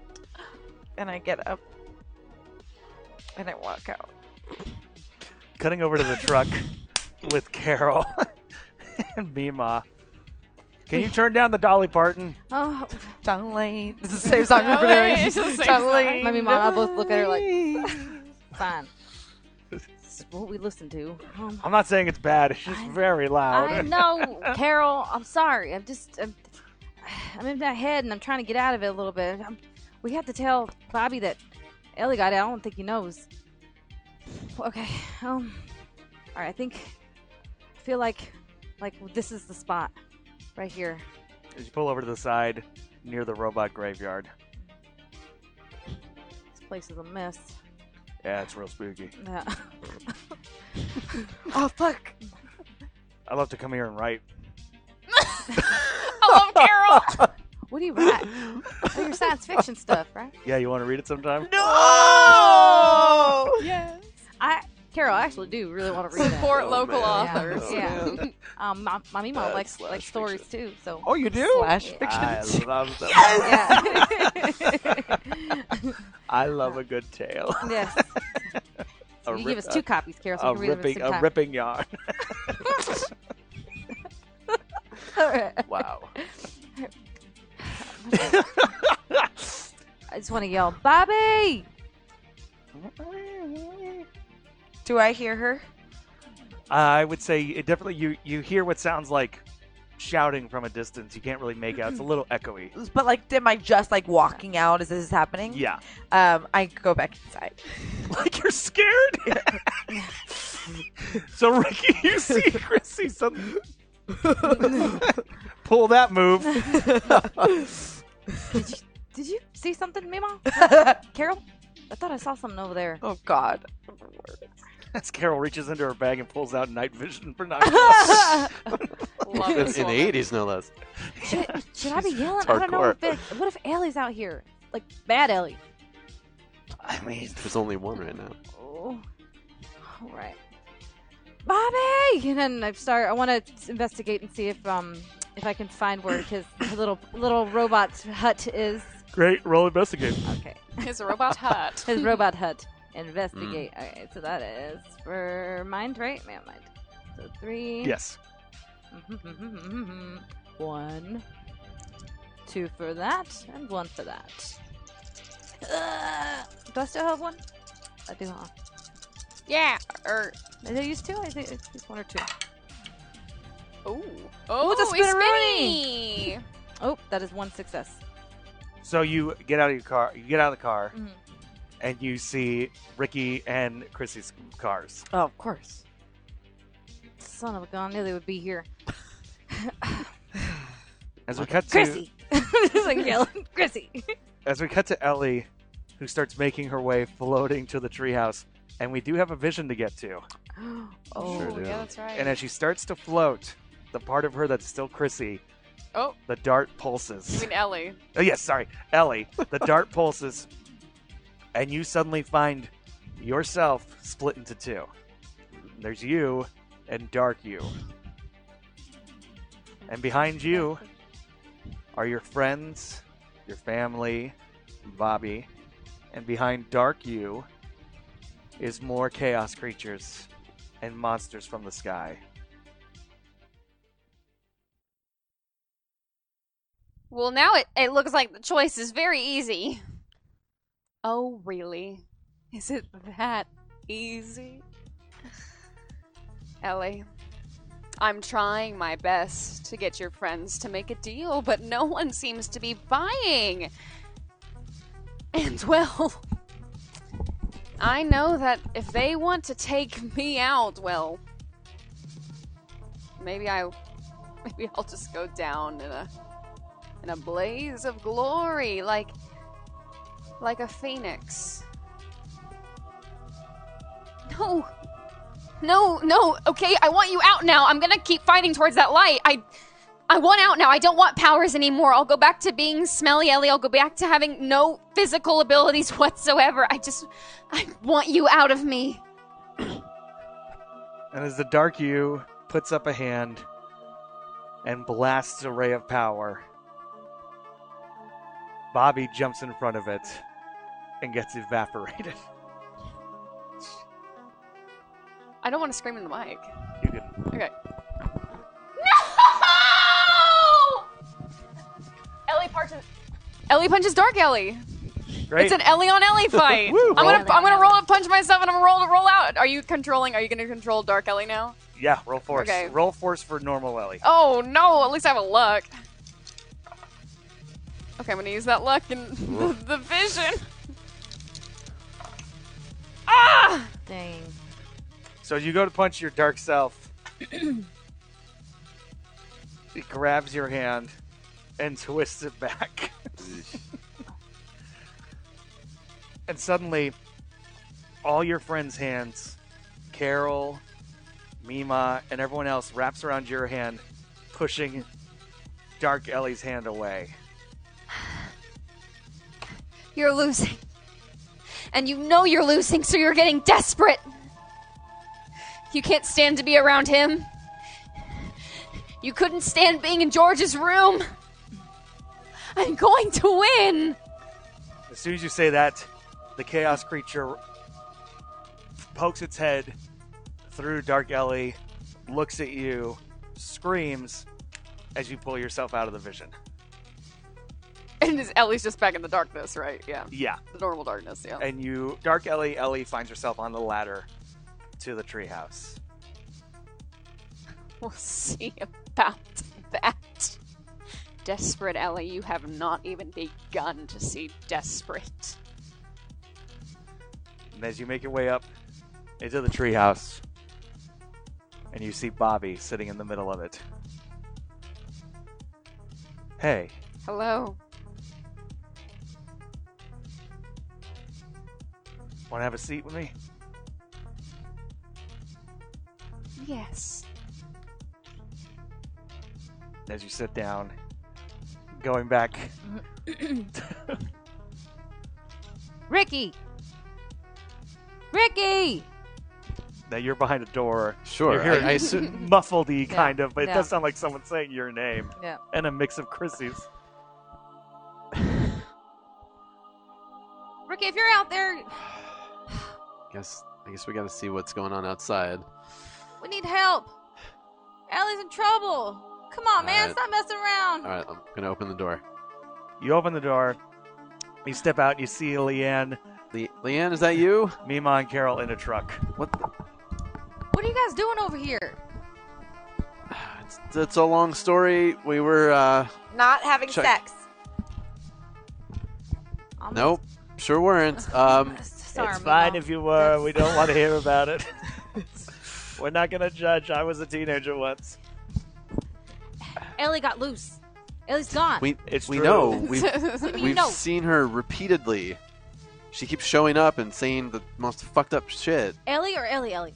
[SPEAKER 4] And I get up and I walk out.
[SPEAKER 2] Cutting over to the
[SPEAKER 3] (laughs)
[SPEAKER 2] truck with Carol (laughs) and Mima. Can
[SPEAKER 3] (laughs)
[SPEAKER 2] you turn down the Dolly Parton?
[SPEAKER 3] Oh,
[SPEAKER 4] Dolly. This is the same song we're
[SPEAKER 6] Dolly,
[SPEAKER 4] doing.
[SPEAKER 6] it's the same
[SPEAKER 4] Dolly.
[SPEAKER 3] my mom and I both look at her like, fine. It's what we listen to. Um,
[SPEAKER 2] I'm not saying it's bad. It's just
[SPEAKER 3] I-
[SPEAKER 2] very loud.
[SPEAKER 3] I know, Carol. I'm sorry. I'm just, I'm, I'm in my head and I'm trying to get out of it a little bit. i we have to tell Bobby that Ellie got it. I don't think he knows. Okay. Um, All right, I think I feel like like this is the spot right here.
[SPEAKER 2] As you pull over to the side near the robot graveyard.
[SPEAKER 3] This place is a mess.
[SPEAKER 2] Yeah, it's real spooky.
[SPEAKER 3] Yeah.
[SPEAKER 4] Oh fuck!
[SPEAKER 2] I love to come here and write.
[SPEAKER 6] I love Carol.
[SPEAKER 3] (laughs) (laughs) what do you write? oh, your science fiction stuff, right?
[SPEAKER 2] Yeah, you want to read it sometime?
[SPEAKER 4] (laughs) No!
[SPEAKER 6] yes.
[SPEAKER 3] I Carol, I actually do really want to read that.
[SPEAKER 6] Support local
[SPEAKER 3] man.
[SPEAKER 6] authors.
[SPEAKER 3] Yeah. Um, my, my mom
[SPEAKER 5] Uh,
[SPEAKER 3] likes
[SPEAKER 5] slash
[SPEAKER 3] like stories too, so.
[SPEAKER 2] (laughs) Oh, you do?
[SPEAKER 4] Slash
[SPEAKER 5] I
[SPEAKER 4] fiction.
[SPEAKER 5] love them.
[SPEAKER 3] Yeah.
[SPEAKER 5] I love a good
[SPEAKER 3] (laughs)
[SPEAKER 5] tale.
[SPEAKER 3] (laughs) yes.
[SPEAKER 5] A
[SPEAKER 3] you
[SPEAKER 5] rip-
[SPEAKER 3] give us two copies, Carol, so
[SPEAKER 5] A
[SPEAKER 3] we can read
[SPEAKER 5] ripping,
[SPEAKER 3] them at
[SPEAKER 5] a
[SPEAKER 3] the
[SPEAKER 5] ripping yarn.
[SPEAKER 3] same time.
[SPEAKER 7] (laughs)
[SPEAKER 5] Wow.
[SPEAKER 3] (laughs) I just want to yell, Bobby!
[SPEAKER 4] Do I hear her?
[SPEAKER 2] I would say it definitely you you hear what sounds like shouting from a distance. You can't really make out. It's a little echoey.
[SPEAKER 4] But like, am I just like walking out as this is happening?
[SPEAKER 2] Yeah.
[SPEAKER 4] Um, I go back inside.
[SPEAKER 2] Like you're scared. so Ricky, (laughs) you see Chris see something. Pull that move.
[SPEAKER 3] Did you, did you see something, Mima? Carol? I thought I saw something
[SPEAKER 5] (laughs)
[SPEAKER 3] over there.
[SPEAKER 4] (laughs) Oh God.
[SPEAKER 2] (laughs) As Carol reaches into her bag and pulls out night vision binoculars.
[SPEAKER 6] Love
[SPEAKER 5] In
[SPEAKER 6] this
[SPEAKER 5] the
[SPEAKER 6] woman.
[SPEAKER 5] eighties, no less.
[SPEAKER 3] Should, should I be yelling?
[SPEAKER 5] it's
[SPEAKER 3] I don't know. If
[SPEAKER 5] hardcore.
[SPEAKER 3] it, what if Ellie's out here? Like, bad Ellie.
[SPEAKER 5] I mean, there's only one right now.
[SPEAKER 3] Oh. All right. Bobby! And then I start, I want to investigate and see if, um, if I can find where his little little robot hut is.
[SPEAKER 2] (laughs) Great, roll investigate.
[SPEAKER 3] Okay.
[SPEAKER 6] It's a robot hut.
[SPEAKER 4] (laughs)
[SPEAKER 3] His robot hut. Investigate.
[SPEAKER 4] Mm.
[SPEAKER 3] Okay, so that is for mind, right? Man, mind. So three.
[SPEAKER 2] Yes.
[SPEAKER 3] (laughs) one. Two for that, and one for that. Uh, do I still have one? I do, huh?
[SPEAKER 6] yeah.
[SPEAKER 3] er,
[SPEAKER 6] Or
[SPEAKER 3] Did I use two? I think it's it's one or two.
[SPEAKER 6] oh.
[SPEAKER 3] Ooh, it's a
[SPEAKER 6] he's
[SPEAKER 3] spinneroonie.
[SPEAKER 6] spinny.
[SPEAKER 3] Oh, that is one success.
[SPEAKER 2] So you get out of your car. You get out of the car,
[SPEAKER 3] Mhm.
[SPEAKER 2] and you see Ricky and Chrissy's cars.
[SPEAKER 4] Oh, of course.
[SPEAKER 3] Son of a gun, I knew they would
[SPEAKER 4] (laughs)
[SPEAKER 3] be here. (laughs)
[SPEAKER 2] As we cut to
[SPEAKER 3] Chrissy! (laughs) Just like
[SPEAKER 4] (laughs)
[SPEAKER 3] yelling, Chrissy!
[SPEAKER 2] as we cut to Ellie, who starts making her way floating to the treehouse, and we do have a vision to get to.
[SPEAKER 3] Oh,
[SPEAKER 5] Sure
[SPEAKER 6] Ooh,
[SPEAKER 5] do.
[SPEAKER 6] yeah, that's right.
[SPEAKER 2] And as she starts to float, the part of her that's still Chrissy,
[SPEAKER 6] oh,
[SPEAKER 2] the dart
[SPEAKER 6] I
[SPEAKER 2] pulses.
[SPEAKER 6] mean Ellie.
[SPEAKER 2] Oh yes, sorry, Ellie. The dart pulses, and you suddenly find yourself split into two. There's you and dark you, and behind you are your friends, your family, Bobby, and behind dark you is more chaos creatures and monsters from the sky.
[SPEAKER 6] Well, now it, it looks like the choice is very easy. Oh, really? Is it that easy? (sighs) Ellie, I'm trying my best to get your friends to make a deal, but no one seems to be buying. And (laughs) well, I know that if they want to take me out, well, maybe I maybe I'll just go down in a in a blaze of glory, like like a phoenix. No. No, no. Okay, I want you out now. I'm going to keep fighting towards that light. I I want out now. I don't want powers anymore. I'll go back to being smelly Ellie. I'll go back to having no physical abilities (laughs) whatsoever. I just I want you out of me.
[SPEAKER 2] And as the dark you puts up a hand and blasts a ray of power, Bobby jumps in front of it and gets evaporated. (laughs)
[SPEAKER 6] I don't want to scream in the mic.
[SPEAKER 2] You can
[SPEAKER 6] Okay. No! Ellie punches. Ellie punches Dark Ellie.
[SPEAKER 2] great.
[SPEAKER 6] It's an Ellie on Ellie
[SPEAKER 2] (laughs)
[SPEAKER 6] fight.
[SPEAKER 2] Woo,
[SPEAKER 6] I'm
[SPEAKER 2] roll.
[SPEAKER 6] gonna I'm gonna roll and punch myself, and I'm gonna roll to roll out. Are you controlling? Are you gonna control Dark Ellie now?
[SPEAKER 2] yeah, roll force.
[SPEAKER 6] Okay.
[SPEAKER 2] Roll force for normal Ellie.
[SPEAKER 6] Oh no! At least I have a luck. Okay, I'm gonna use that luck in (laughs) the, the vision. Ah!
[SPEAKER 3] dang.
[SPEAKER 10] So you go to punch your dark self. he grabs your hand and (laughs) twists it back. and suddenly, all your friends' hands, Carol, Mima, and everyone else, wraps around your hand, pushing Dark Ellie's hand away.
[SPEAKER 6] You're losing. And you know you're losing, so you're getting desperate. You can't stand to be around him. You couldn't stand being in George's room. I'm going to win.
[SPEAKER 2] As soon as you say that, the chaos creature pokes its head through Dark Ellie, looks at you, screams as you pull yourself out of the vision.
[SPEAKER 6] And is Ellie's just back in the darkness, right? Yeah.
[SPEAKER 2] Yeah.
[SPEAKER 6] The normal darkness, yeah.
[SPEAKER 2] And you, Dark Ellie, Ellie finds herself on the ladder to the treehouse.
[SPEAKER 6] We'll see about that. Desperate Ellie, you have not even begun to see desperate.
[SPEAKER 2] And as you make your way up into the treehouse, and you see Bobby sitting in the middle of it. Hey,
[SPEAKER 6] Hello.
[SPEAKER 2] want to have a seat with me?
[SPEAKER 6] (laughs) Yes.
[SPEAKER 2] As you sit down, going back,
[SPEAKER 3] Ricky! Ricky!
[SPEAKER 2] now you're behind a door.
[SPEAKER 5] Sure.
[SPEAKER 2] You're hearing
[SPEAKER 5] I, I assu-
[SPEAKER 2] (laughs) muffled y kind of, but it
[SPEAKER 3] yeah.
[SPEAKER 2] does sound like someone saying your name
[SPEAKER 3] Yeah.
[SPEAKER 2] and a mix of Chrissy's.
[SPEAKER 3] Ricky, if you're out there,
[SPEAKER 5] guess I guess we got to see what's going on outside.
[SPEAKER 3] we need help. Allie's in trouble. Come on, man.
[SPEAKER 5] Alright.
[SPEAKER 3] Stop messing around.
[SPEAKER 5] All right, I'm gonna open the door.
[SPEAKER 2] You open the door, you step out, you see Leanne,
[SPEAKER 5] Le- Leanne, is that you?
[SPEAKER 2] Mima, and Carol in a truck.
[SPEAKER 5] What? The-
[SPEAKER 3] What are you guys doing over here?
[SPEAKER 5] it's, it's a long story. We were. uh
[SPEAKER 4] Not having
[SPEAKER 5] Check.
[SPEAKER 4] sex.
[SPEAKER 3] I'm
[SPEAKER 5] Nope, sure weren't. Um,
[SPEAKER 3] Sorry,
[SPEAKER 2] it's fine
[SPEAKER 3] Mima.
[SPEAKER 2] if you were. We don't want to hear about
[SPEAKER 3] (laughs)
[SPEAKER 2] it. (laughs) we're not going to judge. I was a teenager once.
[SPEAKER 3] Ellie got loose. Ellie's gone.
[SPEAKER 5] we
[SPEAKER 2] It's
[SPEAKER 5] we
[SPEAKER 2] true.
[SPEAKER 5] know
[SPEAKER 2] (laughs)
[SPEAKER 5] we've
[SPEAKER 3] do you
[SPEAKER 5] we've
[SPEAKER 3] know?
[SPEAKER 5] seen her repeatedly. She keeps showing up and saying the most fucked up shit.
[SPEAKER 3] Ellie or Ellie? Ellie.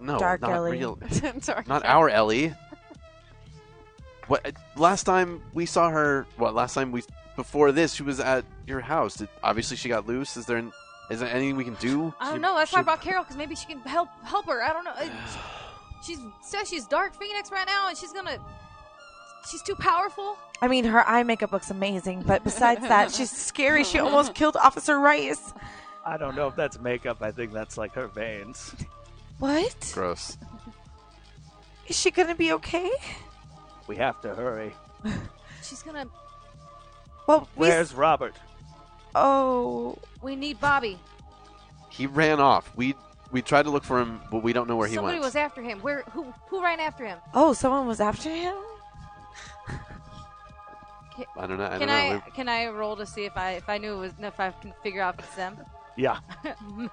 [SPEAKER 5] No,
[SPEAKER 4] Dark
[SPEAKER 5] not
[SPEAKER 4] Ellie.
[SPEAKER 3] (laughs)
[SPEAKER 5] real.
[SPEAKER 6] Sorry.
[SPEAKER 5] Not our Ellie. What? uh, Last time we saw her. What? Last time we before this, she was at your house. Did, obviously, she got loose. Is there? an- Is there anything we can do?
[SPEAKER 3] I
[SPEAKER 5] She-
[SPEAKER 3] don't know. That's
[SPEAKER 5] she-
[SPEAKER 3] why I brought Carol because maybe she can help help her. I don't know.
[SPEAKER 5] (sighs)
[SPEAKER 3] Uh, She says she's Dark Phoenix right now, and she's gonna. She's too powerful.
[SPEAKER 4] I mean, her eye makeup looks amazing, but besides that, she's scary. She almost killed Officer Rice.
[SPEAKER 2] I don't know if that's makeup. I think that's like her veins.
[SPEAKER 4] What?
[SPEAKER 5] Gross.
[SPEAKER 4] Is she gonna be okay?
[SPEAKER 2] We have to hurry.
[SPEAKER 3] She's gonna.
[SPEAKER 4] Well, we s-
[SPEAKER 2] Where's Robert?
[SPEAKER 4] oh,
[SPEAKER 3] We need Bobby.
[SPEAKER 5] He ran off. We we tried to look for him, but we don't know where he
[SPEAKER 3] Somebody
[SPEAKER 5] went.
[SPEAKER 3] was after him. Where? Who? Who ran after him?
[SPEAKER 4] oh, someone was after him.
[SPEAKER 5] I don't know. I
[SPEAKER 3] can
[SPEAKER 5] don't know.
[SPEAKER 3] I can I roll to see if I if I knew it was if I can figure out if it's them? (laughs)
[SPEAKER 2] Yeah.
[SPEAKER 3] Alright.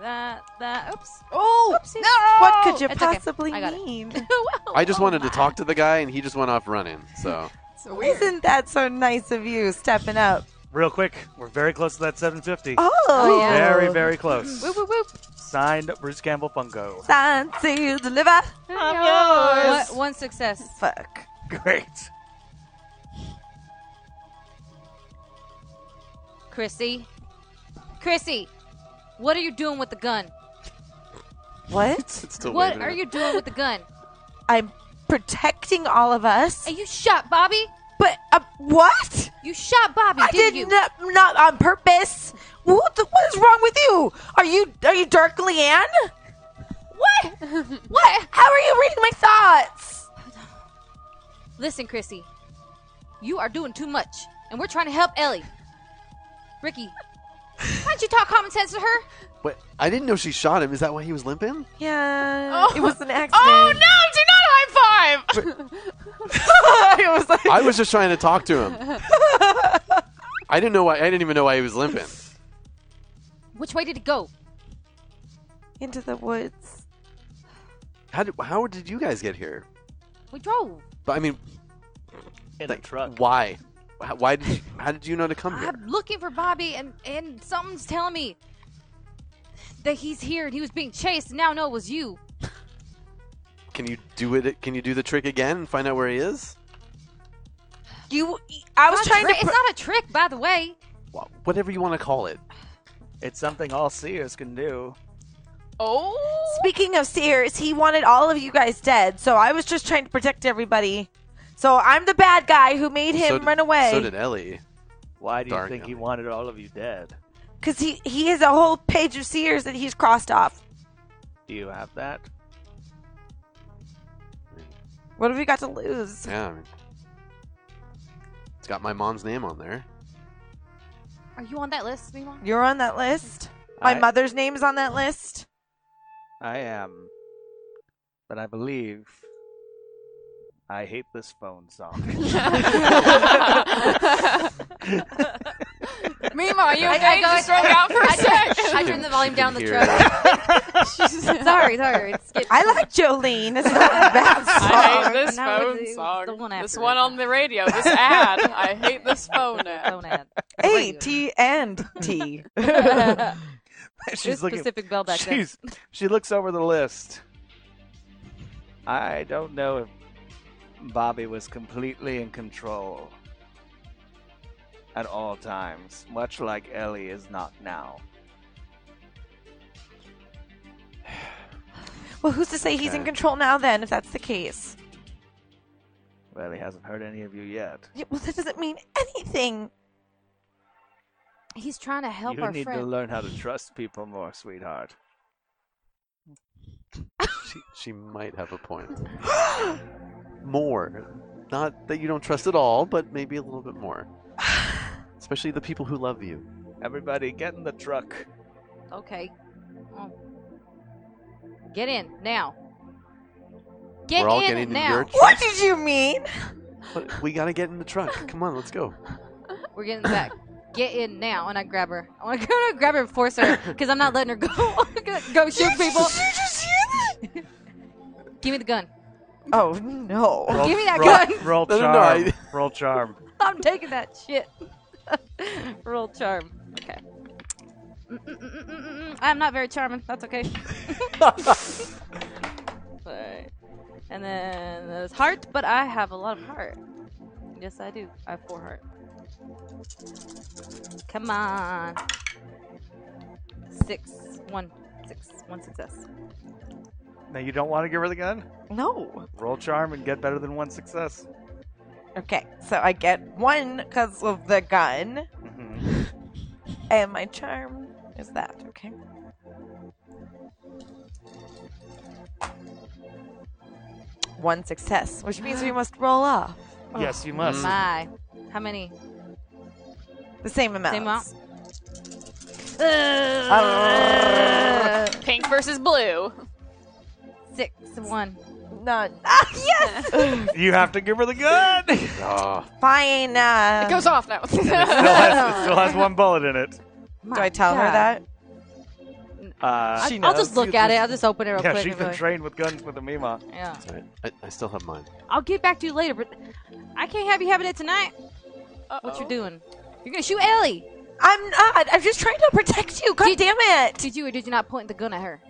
[SPEAKER 3] that that. Oops. (laughs)
[SPEAKER 4] Oh,
[SPEAKER 3] Oopsie.
[SPEAKER 4] what could you
[SPEAKER 3] It's okay.
[SPEAKER 4] possibly
[SPEAKER 3] I got it.
[SPEAKER 4] mean?
[SPEAKER 5] We,
[SPEAKER 3] Oh
[SPEAKER 5] I just wanted to talk to the guy, and he just went off running.
[SPEAKER 3] (laughs)
[SPEAKER 5] So
[SPEAKER 6] So weird.
[SPEAKER 4] Isn't that so nice of you stepping up?
[SPEAKER 2] Real quick, we're very close to that 750.
[SPEAKER 4] Oh,
[SPEAKER 3] yeah.
[SPEAKER 2] Very, very close.
[SPEAKER 3] Whoop whoop whoop.
[SPEAKER 2] Signed Bruce Campbell Funko.
[SPEAKER 4] Sign, seal, deliver.
[SPEAKER 3] One, one success.
[SPEAKER 4] Fuck.
[SPEAKER 2] Great.
[SPEAKER 3] Chrissy. Chrissy, what are you doing with the gun?
[SPEAKER 4] What?
[SPEAKER 5] it's still
[SPEAKER 3] what
[SPEAKER 5] waving
[SPEAKER 3] are
[SPEAKER 5] it.
[SPEAKER 3] you doing with the gun?
[SPEAKER 4] I'm protecting all of us.
[SPEAKER 3] And you shot Bobby?
[SPEAKER 4] But uh, what?
[SPEAKER 3] You shot Bobby,
[SPEAKER 4] I
[SPEAKER 3] didn't
[SPEAKER 4] did
[SPEAKER 3] you?
[SPEAKER 4] not not on purpose. What, the, what is wrong with you? Are you are you Dark Leanne? (laughs) What? what? How are you reading my thoughts?
[SPEAKER 3] Listen, Chrissy, you are doing too much, and we're trying to help Ellie. Ricky, why don't you talk common sense to her?
[SPEAKER 5] Wait, I didn't know she shot him. Is that why he was limping?
[SPEAKER 4] Yeah,
[SPEAKER 6] Oh.
[SPEAKER 4] it was an accident.
[SPEAKER 6] Oh no! Do not high five.
[SPEAKER 4] it was like
[SPEAKER 5] I was just trying to talk to (laughs) him. I didn't know why. I didn't even know why he was limping.
[SPEAKER 3] Which way did it go?
[SPEAKER 4] into the woods.
[SPEAKER 5] How did, how did you guys get here?
[SPEAKER 6] We drove.
[SPEAKER 5] But I mean,
[SPEAKER 10] in a truck.
[SPEAKER 5] why? Why- Why did you, how did you know to come here?
[SPEAKER 6] I'm looking for Bobby, and and something's telling me that he's here, and he was being chased, and now I know it was you.
[SPEAKER 5] Can you do it? Can you do the trick again and find out where he is?
[SPEAKER 4] You, I was
[SPEAKER 6] Not a
[SPEAKER 4] trying
[SPEAKER 6] trick-
[SPEAKER 4] to.
[SPEAKER 6] It's not a trick, by the way.
[SPEAKER 5] Wha- Whatever you want to call it.
[SPEAKER 10] It's something all seers can do.
[SPEAKER 6] Oh.
[SPEAKER 4] Speaking of Sears, he wanted all of you guys dead, so I was just trying to protect everybody. So I'm the bad guy who made him
[SPEAKER 5] So did-
[SPEAKER 4] run away.
[SPEAKER 5] So did Ellie.
[SPEAKER 10] Why do you
[SPEAKER 5] Darn
[SPEAKER 10] think he (laughs)
[SPEAKER 5] Ellie.
[SPEAKER 10] wanted all of you dead?
[SPEAKER 4] Because he, he has a whole page of Sears that he's crossed off.
[SPEAKER 10] Do you have that?
[SPEAKER 4] What have we got to lose?
[SPEAKER 5] Yeah. I mean, it's got my mom's name on there.
[SPEAKER 6] Are you on that list, Mima?
[SPEAKER 4] You're on that list. My
[SPEAKER 10] I-
[SPEAKER 4] mother's name is on that list.
[SPEAKER 10] I am. But I believe I hate this phone song.
[SPEAKER 7] (laughs)
[SPEAKER 6] Mima, are you
[SPEAKER 3] I-
[SPEAKER 6] okay?
[SPEAKER 3] I go-
[SPEAKER 6] Just stroke out for a sec.
[SPEAKER 3] I turned the volume down the
[SPEAKER 5] Here.
[SPEAKER 6] (laughs)
[SPEAKER 3] truck. sorry, sorry. It's getting
[SPEAKER 4] I like Jolene. It's not a (laughs) bad song.
[SPEAKER 3] I
[SPEAKER 6] I
[SPEAKER 3] hate
[SPEAKER 6] hate
[SPEAKER 3] this
[SPEAKER 6] this
[SPEAKER 3] And now
[SPEAKER 6] phone
[SPEAKER 3] phone it's the-
[SPEAKER 6] song.
[SPEAKER 3] song. the one This
[SPEAKER 6] this
[SPEAKER 3] after
[SPEAKER 6] one
[SPEAKER 3] one it.
[SPEAKER 6] on
[SPEAKER 3] on
[SPEAKER 6] the radio. This ad. (laughs) I hate this phone (laughs)
[SPEAKER 3] phone ad.
[SPEAKER 4] A
[SPEAKER 3] (laughs)
[SPEAKER 4] T and T.
[SPEAKER 10] she's
[SPEAKER 3] This
[SPEAKER 10] looking.
[SPEAKER 3] specific bell back there.
[SPEAKER 10] she's, (laughs) she looks over the list. I don't know if Bobby was completely in control at all times, much like Ellie is not now.
[SPEAKER 4] Well, who's to say he's in
[SPEAKER 5] Okay.
[SPEAKER 4] control now? Then, if that's the case,
[SPEAKER 10] Well, he hasn't heard any of you yet.
[SPEAKER 4] Yeah, well, that doesn't mean anything.
[SPEAKER 6] He's trying to help
[SPEAKER 10] you
[SPEAKER 6] our
[SPEAKER 10] need to
[SPEAKER 6] friend.
[SPEAKER 10] learn how to trust people more, sweetheart.
[SPEAKER 5] She, she might have a point. (gasps) more. Not that you don't trust at all, but maybe a little bit
[SPEAKER 3] (sighs)
[SPEAKER 5] more. Especially the people who love you.
[SPEAKER 10] Everybody, get in the truck.
[SPEAKER 3] Okay. Oh. Get in now. Get
[SPEAKER 5] We're all
[SPEAKER 3] in
[SPEAKER 5] getting in
[SPEAKER 3] now.
[SPEAKER 5] your
[SPEAKER 4] What did you mean?
[SPEAKER 5] But we gotta get in the truck. Come on, let's go.
[SPEAKER 3] We're getting back. Get in now, and I grab her. I (laughs) want to grab her and force her because I'm not letting her go. (laughs) go shoot people. (laughs) Give me the gun.
[SPEAKER 4] Oh no!
[SPEAKER 10] Roll-
[SPEAKER 3] Give me that
[SPEAKER 10] roll-
[SPEAKER 3] gun.
[SPEAKER 10] (laughs) Roll
[SPEAKER 5] No, no,
[SPEAKER 10] charm.
[SPEAKER 5] no,
[SPEAKER 10] Roll charm.
[SPEAKER 3] (laughs) I'm taking that shit. (laughs) Roll charm. Okay. Mm-mm-mm-mm-mm-mm. I'm not very charming. That's okay. (laughs) Alright. And then there's heart, but I have a lot of heart. Yes, I do. I have four heart. Come on. Six. One. Six. One success.
[SPEAKER 10] Now you don't want to give her the gun.
[SPEAKER 4] No.
[SPEAKER 10] Roll charm and get better than one success.
[SPEAKER 4] Okay, so I get one because of the gun,
[SPEAKER 3] Mm-hmm.
[SPEAKER 10] Mhm.
[SPEAKER 4] and my charm is that. Okay. One success, which means we must roll off
[SPEAKER 10] Yes, you must.
[SPEAKER 3] My. How many?
[SPEAKER 4] the same amount.
[SPEAKER 3] Same amount?
[SPEAKER 4] Uh,
[SPEAKER 6] Pink versus blue.
[SPEAKER 3] Six. One.
[SPEAKER 4] none. Ah, yes.
[SPEAKER 6] (laughs)
[SPEAKER 10] Mm-hmm. You have to give her the
[SPEAKER 3] (laughs)
[SPEAKER 10] gun. it
[SPEAKER 5] Ah,
[SPEAKER 4] Fine. Uh,
[SPEAKER 6] It goes off now.
[SPEAKER 10] still has, it still has one bullet in it.
[SPEAKER 4] do I tell her that?
[SPEAKER 10] Uh,
[SPEAKER 3] I'll just look at it. I'll just open it real
[SPEAKER 10] yeah,
[SPEAKER 3] quick.
[SPEAKER 10] she's
[SPEAKER 3] and be
[SPEAKER 10] been
[SPEAKER 3] like,
[SPEAKER 10] trained with guns with a Mima.
[SPEAKER 3] yeah.
[SPEAKER 5] that's right. I, I still have mine.
[SPEAKER 3] I'll get back to you later, but I can't have you having it tonight. What you doing? You're gonna shoot Ellie.
[SPEAKER 4] I'm not. I'm just trying to protect you. God
[SPEAKER 3] Did-
[SPEAKER 4] damn it.
[SPEAKER 3] Did you or did you not point the gun at her?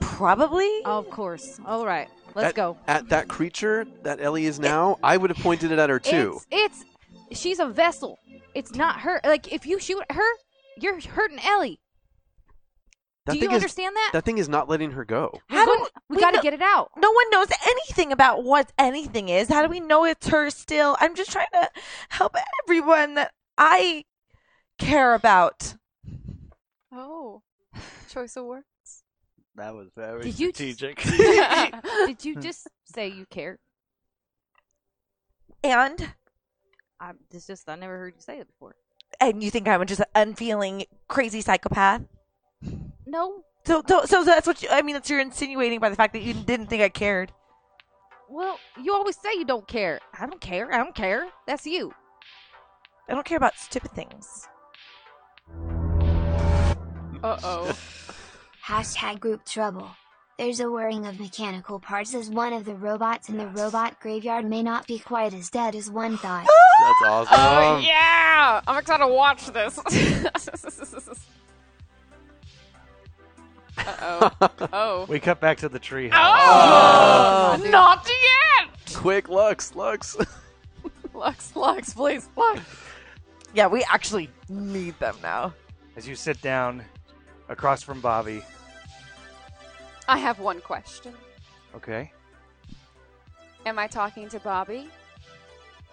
[SPEAKER 4] Probably.
[SPEAKER 3] Oh, of course. All right, let's
[SPEAKER 5] At-
[SPEAKER 3] go.
[SPEAKER 5] At that creature that Ellie is now, I would have pointed it at her too.
[SPEAKER 3] It's it's she's a vessel. It's not her. Like if you shoot her, you're hurting Ellie.
[SPEAKER 5] That
[SPEAKER 3] Do
[SPEAKER 5] thing
[SPEAKER 3] you
[SPEAKER 5] is
[SPEAKER 3] understand that?
[SPEAKER 5] that thing is not letting her go.
[SPEAKER 3] We're
[SPEAKER 4] How
[SPEAKER 3] gonna-
[SPEAKER 4] do-
[SPEAKER 3] we
[SPEAKER 4] we
[SPEAKER 3] got to
[SPEAKER 4] know-
[SPEAKER 3] get it out.
[SPEAKER 4] No one knows anything about what anything is. How do we know it's her still? I'm just trying to help everyone that I care about.
[SPEAKER 6] Oh, choice of words.
[SPEAKER 5] (laughs)
[SPEAKER 10] That was very
[SPEAKER 3] Did you just-
[SPEAKER 10] strategic.
[SPEAKER 3] (laughs)
[SPEAKER 7] (laughs)
[SPEAKER 5] Hmm.
[SPEAKER 3] Did you just say you care?
[SPEAKER 4] And
[SPEAKER 3] I, it's just I never heard you say it before.
[SPEAKER 4] and you think I'm just an unfeeling crazy psychopath?
[SPEAKER 3] No.
[SPEAKER 4] So so, so that's what you, I mean. That's you're insinuating by the fact that you didn't think I cared.
[SPEAKER 3] Well, you always say you don't care. I don't care. I don't care. That's you.
[SPEAKER 4] I don't care about stupid things.
[SPEAKER 6] Uh oh.
[SPEAKER 8] Hashtag group trouble. There's a whirring of mechanical parts as one of the robots in the robot graveyard may not be quite as dead as one thought.
[SPEAKER 5] That's awesome.
[SPEAKER 6] Oh yeah! I'm excited to watch
[SPEAKER 3] (laughs)
[SPEAKER 6] this. (laughs) Uh oh. Oh.
[SPEAKER 2] We cut back to the tree.
[SPEAKER 6] Oh! Not yet!
[SPEAKER 5] Ah, Quick, Lux, Lux.
[SPEAKER 6] Lux, Lux, please, Lux.
[SPEAKER 4] Yeah, we actually need them now.
[SPEAKER 2] As you sit down across from Bobby.
[SPEAKER 6] I have one question.
[SPEAKER 2] Okay.
[SPEAKER 6] Am I talking to Bobby?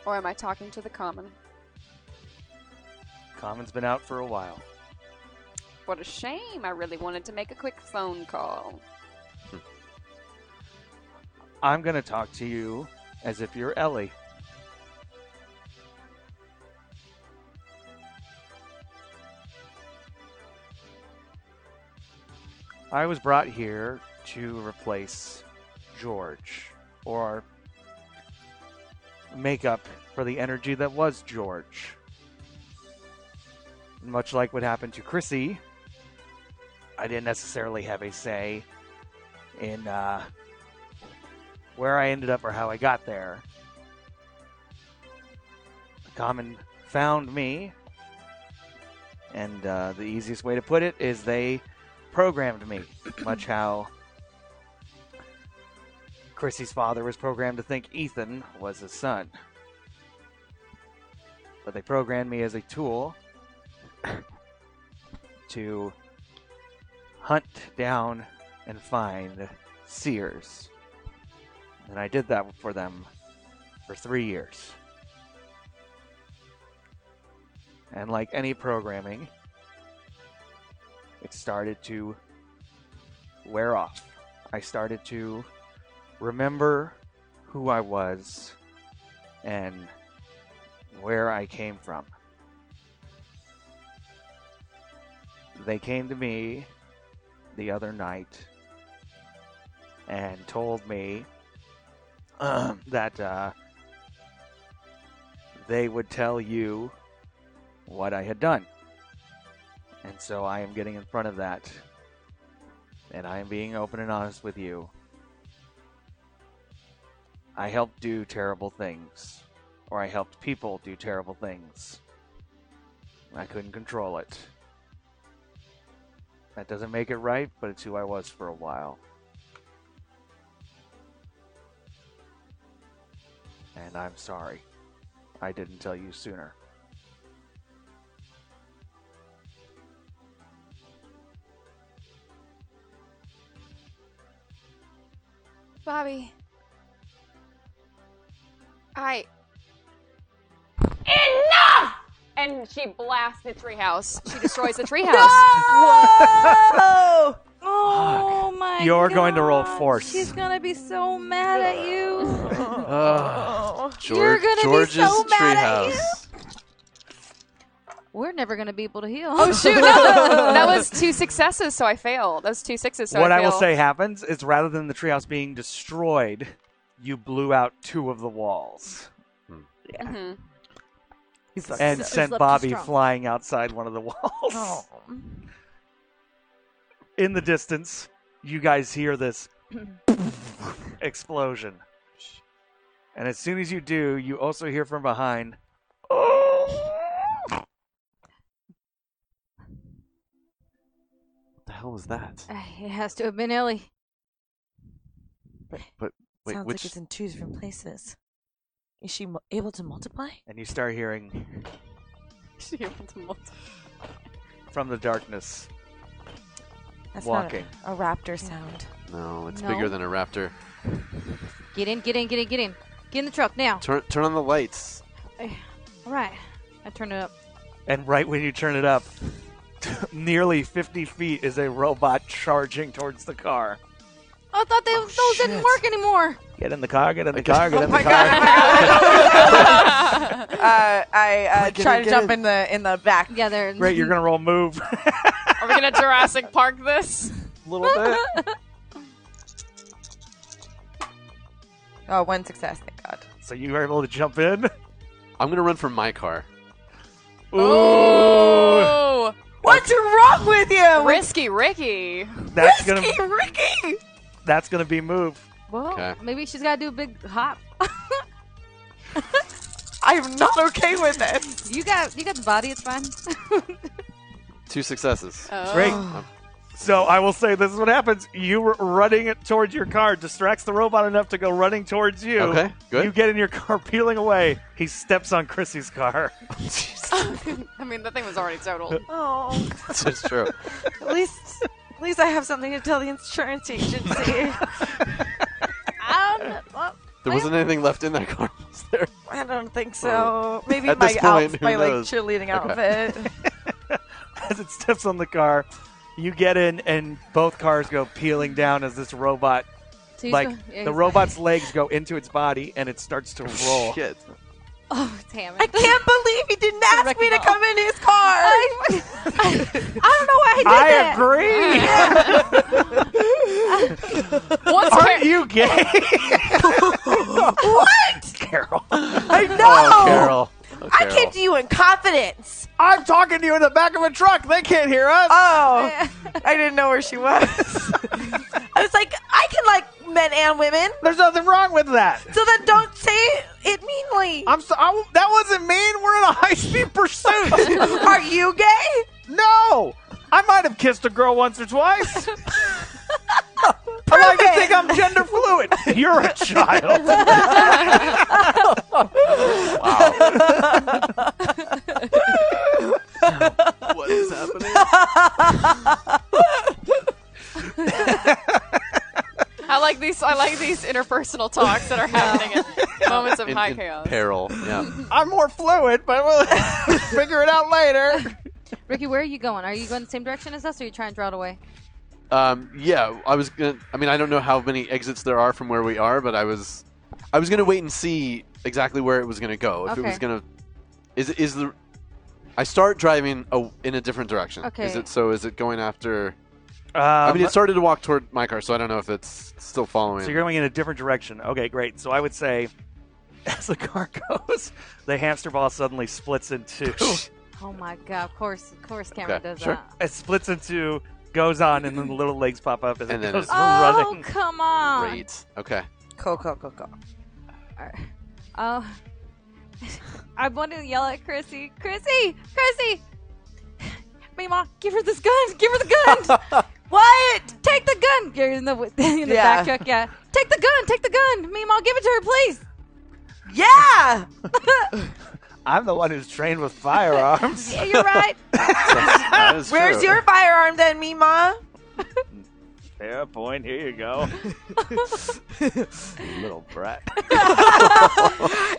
[SPEAKER 6] Or am I talking to the common?
[SPEAKER 2] Common's been out for a while.
[SPEAKER 6] What a shame. I really wanted to make a quick phone call.
[SPEAKER 2] I'm going to talk to you as if you're Ellie. I was brought here to replace George or make up for the energy that was George. Much like what happened to Chrissy, I didn't necessarily have a say in uh, where I ended up or how I got there. The common found me, and uh, the easiest way to put it is they programmed me, much how Chrissy's father was programmed to think Ethan was his son. But they programmed me as a tool (coughs) to hunt down and find seers. And I did that for them for three years. And like any programming, it started to wear off. I started to remember who I was and where I came from. They came to me the other night and told me (clears throat) um, that uh, they would tell you what I had done. And so I am getting in front of that. And I am being open and honest with you. I helped do terrible things. Or I helped people do terrible things. I couldn't control it. That doesn't make it right, but it's who I was for a while. And I'm sorry. I didn't tell you sooner.
[SPEAKER 6] Bobby. I. Enough! And she blasts the treehouse. She destroys (laughs) the treehouse.
[SPEAKER 4] Oh!
[SPEAKER 3] Oh my
[SPEAKER 2] You're going to roll
[SPEAKER 3] God.
[SPEAKER 2] force.
[SPEAKER 3] She's gonna be so mad at you.
[SPEAKER 6] (laughs)
[SPEAKER 5] George,
[SPEAKER 3] You're gonna be
[SPEAKER 5] George's
[SPEAKER 3] so mad at
[SPEAKER 5] treehouse.
[SPEAKER 3] We're never gonna be able to heal.
[SPEAKER 6] Oh shoot! No,
[SPEAKER 3] (laughs)
[SPEAKER 6] that was two successes, so I failed. That was two sixes, so
[SPEAKER 2] what
[SPEAKER 6] I
[SPEAKER 2] I will
[SPEAKER 6] fail.
[SPEAKER 2] say happens is rather than the treehouse being destroyed, you blew out two of the walls
[SPEAKER 6] Mhm.
[SPEAKER 4] He's like,
[SPEAKER 2] and
[SPEAKER 3] So-
[SPEAKER 2] sent
[SPEAKER 3] Slept
[SPEAKER 2] Bobby
[SPEAKER 3] strong.
[SPEAKER 2] flying outside one of the walls.
[SPEAKER 4] oh.
[SPEAKER 2] In the distance, you guys hear
[SPEAKER 5] (clears throat)
[SPEAKER 2] this explosion. And as soon as you do, you also hear from behind.
[SPEAKER 5] What the hell was that?
[SPEAKER 3] Uh, It has to have been Ellie.
[SPEAKER 5] But wait,
[SPEAKER 4] Sounds like
[SPEAKER 5] which
[SPEAKER 4] it's in two different places. Is she mu- able to multiply?
[SPEAKER 2] And you start hearing
[SPEAKER 6] (laughs) She able to multi-
[SPEAKER 2] from the darkness.
[SPEAKER 4] That's
[SPEAKER 2] Walking.
[SPEAKER 4] not a, a raptor sound.
[SPEAKER 5] No, it's
[SPEAKER 3] No.
[SPEAKER 5] bigger than a raptor.
[SPEAKER 3] Get in, get in, get in, get in. Get in the truck now.
[SPEAKER 5] Turn turn on the lights.
[SPEAKER 3] All right. I turn it up.
[SPEAKER 2] And right when you turn it up, (laughs) nearly 50 feet is a robot charging towards the car.
[SPEAKER 3] I thought they, those didn't work anymore.
[SPEAKER 2] Get in the car, get in the (laughs) car, get in
[SPEAKER 6] Oh
[SPEAKER 3] Oh
[SPEAKER 2] the car. (laughs)
[SPEAKER 4] Uh, I uh, try to jump in the in the back.
[SPEAKER 3] Yeah, they're
[SPEAKER 2] Great, you're going to
[SPEAKER 7] (laughs)
[SPEAKER 2] roll move.
[SPEAKER 6] Are we gonna Jurassic Park this?
[SPEAKER 2] little bit.
[SPEAKER 4] Oh, one success, thank (laughs) God.
[SPEAKER 2] So you were able to jump in.
[SPEAKER 5] I'm gonna run for my car.
[SPEAKER 2] Ooh.
[SPEAKER 6] Oh,
[SPEAKER 4] One What's wrong with you?
[SPEAKER 6] Risky Ricky. (laughs)
[SPEAKER 2] That's gonna
[SPEAKER 4] Risky Ricky.
[SPEAKER 2] that's gonna be move.
[SPEAKER 3] Well,
[SPEAKER 5] Okay.
[SPEAKER 3] maybe she's gotta do a big hop. (laughs)
[SPEAKER 4] I'm not okay with this.
[SPEAKER 3] you got you got the body. It's fine.
[SPEAKER 5] Two successes.
[SPEAKER 6] Oh.
[SPEAKER 2] Great. So I will say this is what happens. You were running it towards your car distracts the robot enough to go running towards you.
[SPEAKER 5] Okay, good.
[SPEAKER 2] You get in your car (laughs) peeling away. He steps on Chrissy's car. (laughs)
[SPEAKER 6] I mean, the thing was already totaled.
[SPEAKER 4] (laughs) Oh,
[SPEAKER 5] (laughs) That's just true.
[SPEAKER 4] at least, at least I have something to tell the insurance
[SPEAKER 3] (laughs)
[SPEAKER 4] agency. I don't. know. Well,
[SPEAKER 5] There wasn't anything left in that car. (laughs) Was there?
[SPEAKER 4] I don't think so. Maybe
[SPEAKER 5] At
[SPEAKER 4] my
[SPEAKER 5] this
[SPEAKER 4] outf-
[SPEAKER 5] point, who
[SPEAKER 4] my like
[SPEAKER 5] knows?
[SPEAKER 4] cheerleading
[SPEAKER 5] Okay.
[SPEAKER 4] outfit.
[SPEAKER 5] (laughs)
[SPEAKER 2] As it steps on the car, you get in and both cars go peeling down as this robot
[SPEAKER 3] So he's
[SPEAKER 2] like
[SPEAKER 3] go- yeah, he's
[SPEAKER 2] the
[SPEAKER 3] fine.
[SPEAKER 2] robot's legs go into its body and it starts
[SPEAKER 5] (laughs)
[SPEAKER 2] to roll.
[SPEAKER 5] Shit.
[SPEAKER 3] Oh damn
[SPEAKER 4] I
[SPEAKER 3] it!
[SPEAKER 4] can't believe he didn't ask me to
[SPEAKER 3] wrecking
[SPEAKER 4] come in his car. (laughs) I, don't know why
[SPEAKER 2] I
[SPEAKER 4] I did that.
[SPEAKER 2] agree.
[SPEAKER 4] (laughs)
[SPEAKER 6] Once Car-
[SPEAKER 2] Aren't you gay, (laughs)
[SPEAKER 4] What?
[SPEAKER 2] Carol?
[SPEAKER 4] I know.
[SPEAKER 5] Oh, Carol. Oh,
[SPEAKER 4] I
[SPEAKER 5] Carol.
[SPEAKER 4] came to you in confidence.
[SPEAKER 2] I'm talking to you in the back of a truck. They can't hear us.
[SPEAKER 4] Oh, I didn't know where she was. I was like, I can like men and women,
[SPEAKER 2] (laughs) There's nothing wrong with that.
[SPEAKER 4] so then don't say it meanly.
[SPEAKER 2] I'm so, I, that wasn't mean. We're in a high speed
[SPEAKER 4] (laughs)
[SPEAKER 2] pursuit.
[SPEAKER 4] Are you gay?
[SPEAKER 2] no, I might have kissed a girl once or twice. I like to
[SPEAKER 4] Prove it.
[SPEAKER 2] think I'm gender fluid. (laughs) You're a child.
[SPEAKER 5] What is happening?
[SPEAKER 6] I like these. I like these interpersonal talks that are happening at moments of
[SPEAKER 5] In-
[SPEAKER 6] high
[SPEAKER 5] in
[SPEAKER 6] chaos.
[SPEAKER 5] Peril. Yeah.
[SPEAKER 2] I'm more fluid, but we'll (laughs) figure it out later.
[SPEAKER 3] Ricky, where are you going? Are you going the same direction as us, or are you trying to draw it away?
[SPEAKER 5] Um, yeah. I was gonna. I mean, I don't know how many exits there are from where we are, but I was, I was gonna wait and see exactly where it was gonna go. If it was
[SPEAKER 3] Okay.
[SPEAKER 5] gonna, is is the, I start driving a, in a different direction. Is
[SPEAKER 3] Okay.
[SPEAKER 5] it so? Is it going after?
[SPEAKER 2] Um,
[SPEAKER 5] I mean, it started to walk toward my car, so I don't know if it's still following.
[SPEAKER 2] So you're going in a different direction. Okay, great. So I would say, (laughs) as the car goes, the hamster ball suddenly splits in two.
[SPEAKER 3] Oh my god! Of course, of course, Cameron
[SPEAKER 5] Okay,
[SPEAKER 3] does
[SPEAKER 5] sure.
[SPEAKER 3] that.
[SPEAKER 2] (laughs) it splits in two, goes on, and then the little legs pop up as
[SPEAKER 5] And
[SPEAKER 2] it
[SPEAKER 5] then
[SPEAKER 2] goes
[SPEAKER 5] it-
[SPEAKER 3] Oh
[SPEAKER 2] running.
[SPEAKER 3] come on!
[SPEAKER 5] Great. Okay.
[SPEAKER 4] Go go go go.
[SPEAKER 3] Oh, (laughs) I want to yell at Chrissy. Chrissy, Chrissy, Mima, give her this gun. Give her the gun.
[SPEAKER 4] (laughs) What?
[SPEAKER 3] Take the gun. You're in the (laughs) in the
[SPEAKER 4] Yeah.
[SPEAKER 3] back truck. Yeah. Take the gun. Take the gun. Mima, give it to her, please.
[SPEAKER 4] Yeah.
[SPEAKER 2] I'm the one who's trained with firearms.
[SPEAKER 4] (laughs) Yeah, you're right.
[SPEAKER 5] That
[SPEAKER 4] (laughs)
[SPEAKER 5] is
[SPEAKER 4] Where's
[SPEAKER 5] true.
[SPEAKER 4] your firearm then, Mima?
[SPEAKER 2] Fair point. Here you (laughs) go. Little brat. (laughs)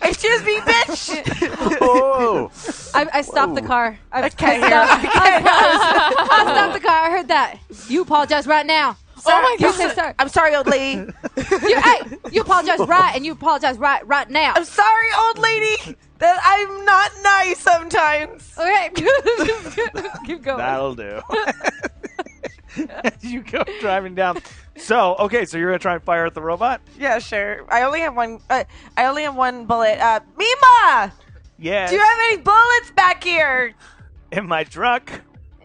[SPEAKER 4] Excuse me, bitch.
[SPEAKER 2] Oh. (laughs)
[SPEAKER 5] Whoa.
[SPEAKER 3] I, I stopped the car. I,
[SPEAKER 4] can't
[SPEAKER 3] I
[SPEAKER 4] hear.
[SPEAKER 3] stopped- (laughs) I stopped the car. I heard that. You apologize right now. Sorry.
[SPEAKER 4] Oh my
[SPEAKER 3] You say sorry.
[SPEAKER 4] (laughs) I'm sorry, old lady.
[SPEAKER 3] You, hey, you apologize right, and you apologize right, right now.
[SPEAKER 4] (laughs) I'm sorry, old lady, that I'm not nice sometimes.
[SPEAKER 3] Okay. (laughs) Keep going.
[SPEAKER 2] That'll do. (laughs) you go driving down. So, okay, so you're going to try and fire at the robot?
[SPEAKER 4] Yeah, sure. I only have one. Uh, I only have one bullet. Uh, Mima,
[SPEAKER 2] Yeah.
[SPEAKER 4] do you have any bullets back here?
[SPEAKER 2] In my truck?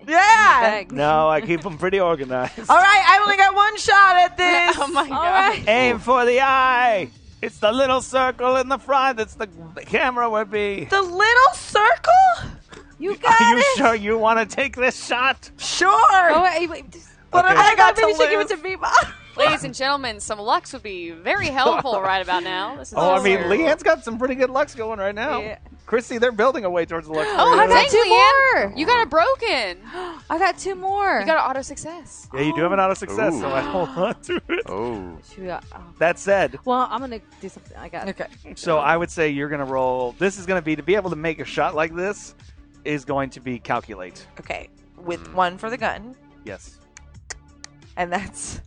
[SPEAKER 4] Yeah.
[SPEAKER 3] Thanks.
[SPEAKER 2] No, I keep them pretty organized. (laughs)
[SPEAKER 4] All right, I only got one shot (laughs) at this.
[SPEAKER 6] (laughs) Oh my
[SPEAKER 3] All
[SPEAKER 6] god!
[SPEAKER 3] right.
[SPEAKER 2] Aim for the eye. It's the little circle in the front. That's the the camera would be.
[SPEAKER 4] The little circle?
[SPEAKER 3] You got
[SPEAKER 2] Are you
[SPEAKER 3] it.
[SPEAKER 2] sure you want to take this shot?
[SPEAKER 4] Sure.
[SPEAKER 3] Oh, wait, wait, just-
[SPEAKER 4] What
[SPEAKER 2] Okay.
[SPEAKER 4] have I got to
[SPEAKER 3] maybe
[SPEAKER 4] lose?
[SPEAKER 3] she give it to Mima.
[SPEAKER 6] Ladies and gentlemen, some Lux would be very (laughs) helpful right about now. This is
[SPEAKER 2] Oh, I
[SPEAKER 6] awesome.
[SPEAKER 2] mean, Leanne's got some pretty good lucks going right now.
[SPEAKER 3] Yeah.
[SPEAKER 2] Christy, they're building a way towards the luck.
[SPEAKER 6] Oh,
[SPEAKER 3] I
[SPEAKER 6] dang,
[SPEAKER 3] got two
[SPEAKER 6] Leanne,
[SPEAKER 3] more.
[SPEAKER 6] You got it broken.
[SPEAKER 3] I got two more.
[SPEAKER 6] You got an auto success. (gasps)
[SPEAKER 2] yeah, you do have an auto success,
[SPEAKER 5] Ooh.
[SPEAKER 2] so I hold on to it.
[SPEAKER 5] Oh.
[SPEAKER 3] Shoot, uh, oh.
[SPEAKER 2] That said,
[SPEAKER 3] Well, I'm gonna do something. I got. Okay.
[SPEAKER 2] so I would say you're going to roll. This is going to be to be able to make a shot like this is going to be calculate.
[SPEAKER 4] Okay, with one for the gun,
[SPEAKER 2] Yes.
[SPEAKER 4] and that's.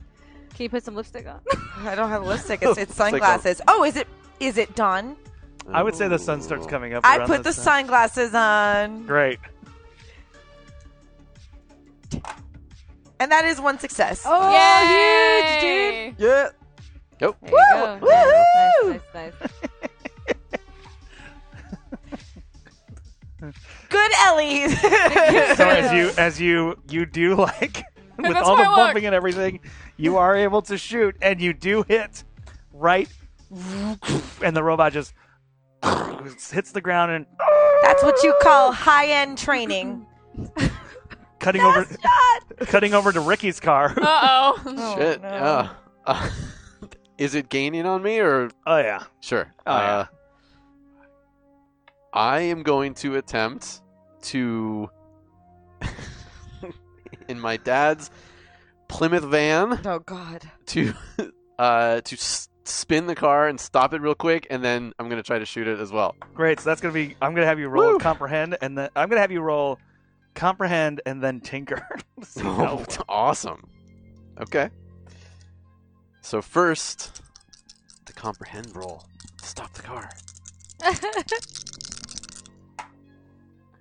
[SPEAKER 3] Can you put some lipstick on?
[SPEAKER 4] I don't have lipstick. (laughs) It's, it's
[SPEAKER 5] like a-
[SPEAKER 4] sunglasses. Oh, is it? Is it done?
[SPEAKER 2] I would say the sun starts coming up.
[SPEAKER 4] I
[SPEAKER 2] around
[SPEAKER 4] put the
[SPEAKER 2] this time.
[SPEAKER 4] sunglasses on,
[SPEAKER 2] Great.
[SPEAKER 4] and that is one success.
[SPEAKER 3] (laughs) Oh,
[SPEAKER 6] Yay!
[SPEAKER 3] huge, dude!
[SPEAKER 4] yeah.
[SPEAKER 5] Nope.
[SPEAKER 3] There you
[SPEAKER 4] Woohoo!
[SPEAKER 3] go. Oh, Nice, (laughs) nice, nice.
[SPEAKER 4] Good Ellie. (laughs)
[SPEAKER 2] So as you as you you do (laughs) like with
[SPEAKER 6] That's
[SPEAKER 2] all the
[SPEAKER 6] my luck.
[SPEAKER 2] bumping and everything, you are able to shoot and you do hit right, and the robot just hits the ground and
[SPEAKER 4] That's what you call high end training.
[SPEAKER 2] cutting over cutting over to Ricky's car.
[SPEAKER 6] Uh (laughs) oh.
[SPEAKER 5] Shit. Yeah. (laughs) Uh, is it gaining on me or
[SPEAKER 2] oh yeah.
[SPEAKER 5] Sure.
[SPEAKER 2] Oh,
[SPEAKER 5] uh, I am going to attempt to, (laughs) in my dad's Plymouth van,
[SPEAKER 4] Oh God.
[SPEAKER 5] to (laughs) uh, to s- spin the car and stop it real quick, and then I'm going to try to shoot it as well.
[SPEAKER 2] Great. So that's gonna be. I'm gonna have you roll
[SPEAKER 5] Woo.
[SPEAKER 2] comprehend, and then I'm gonna have you roll comprehend and then tinker. (laughs) So,
[SPEAKER 5] (laughs) Oh, awesome. Okay. So first, the comprehend roll. Stop the car.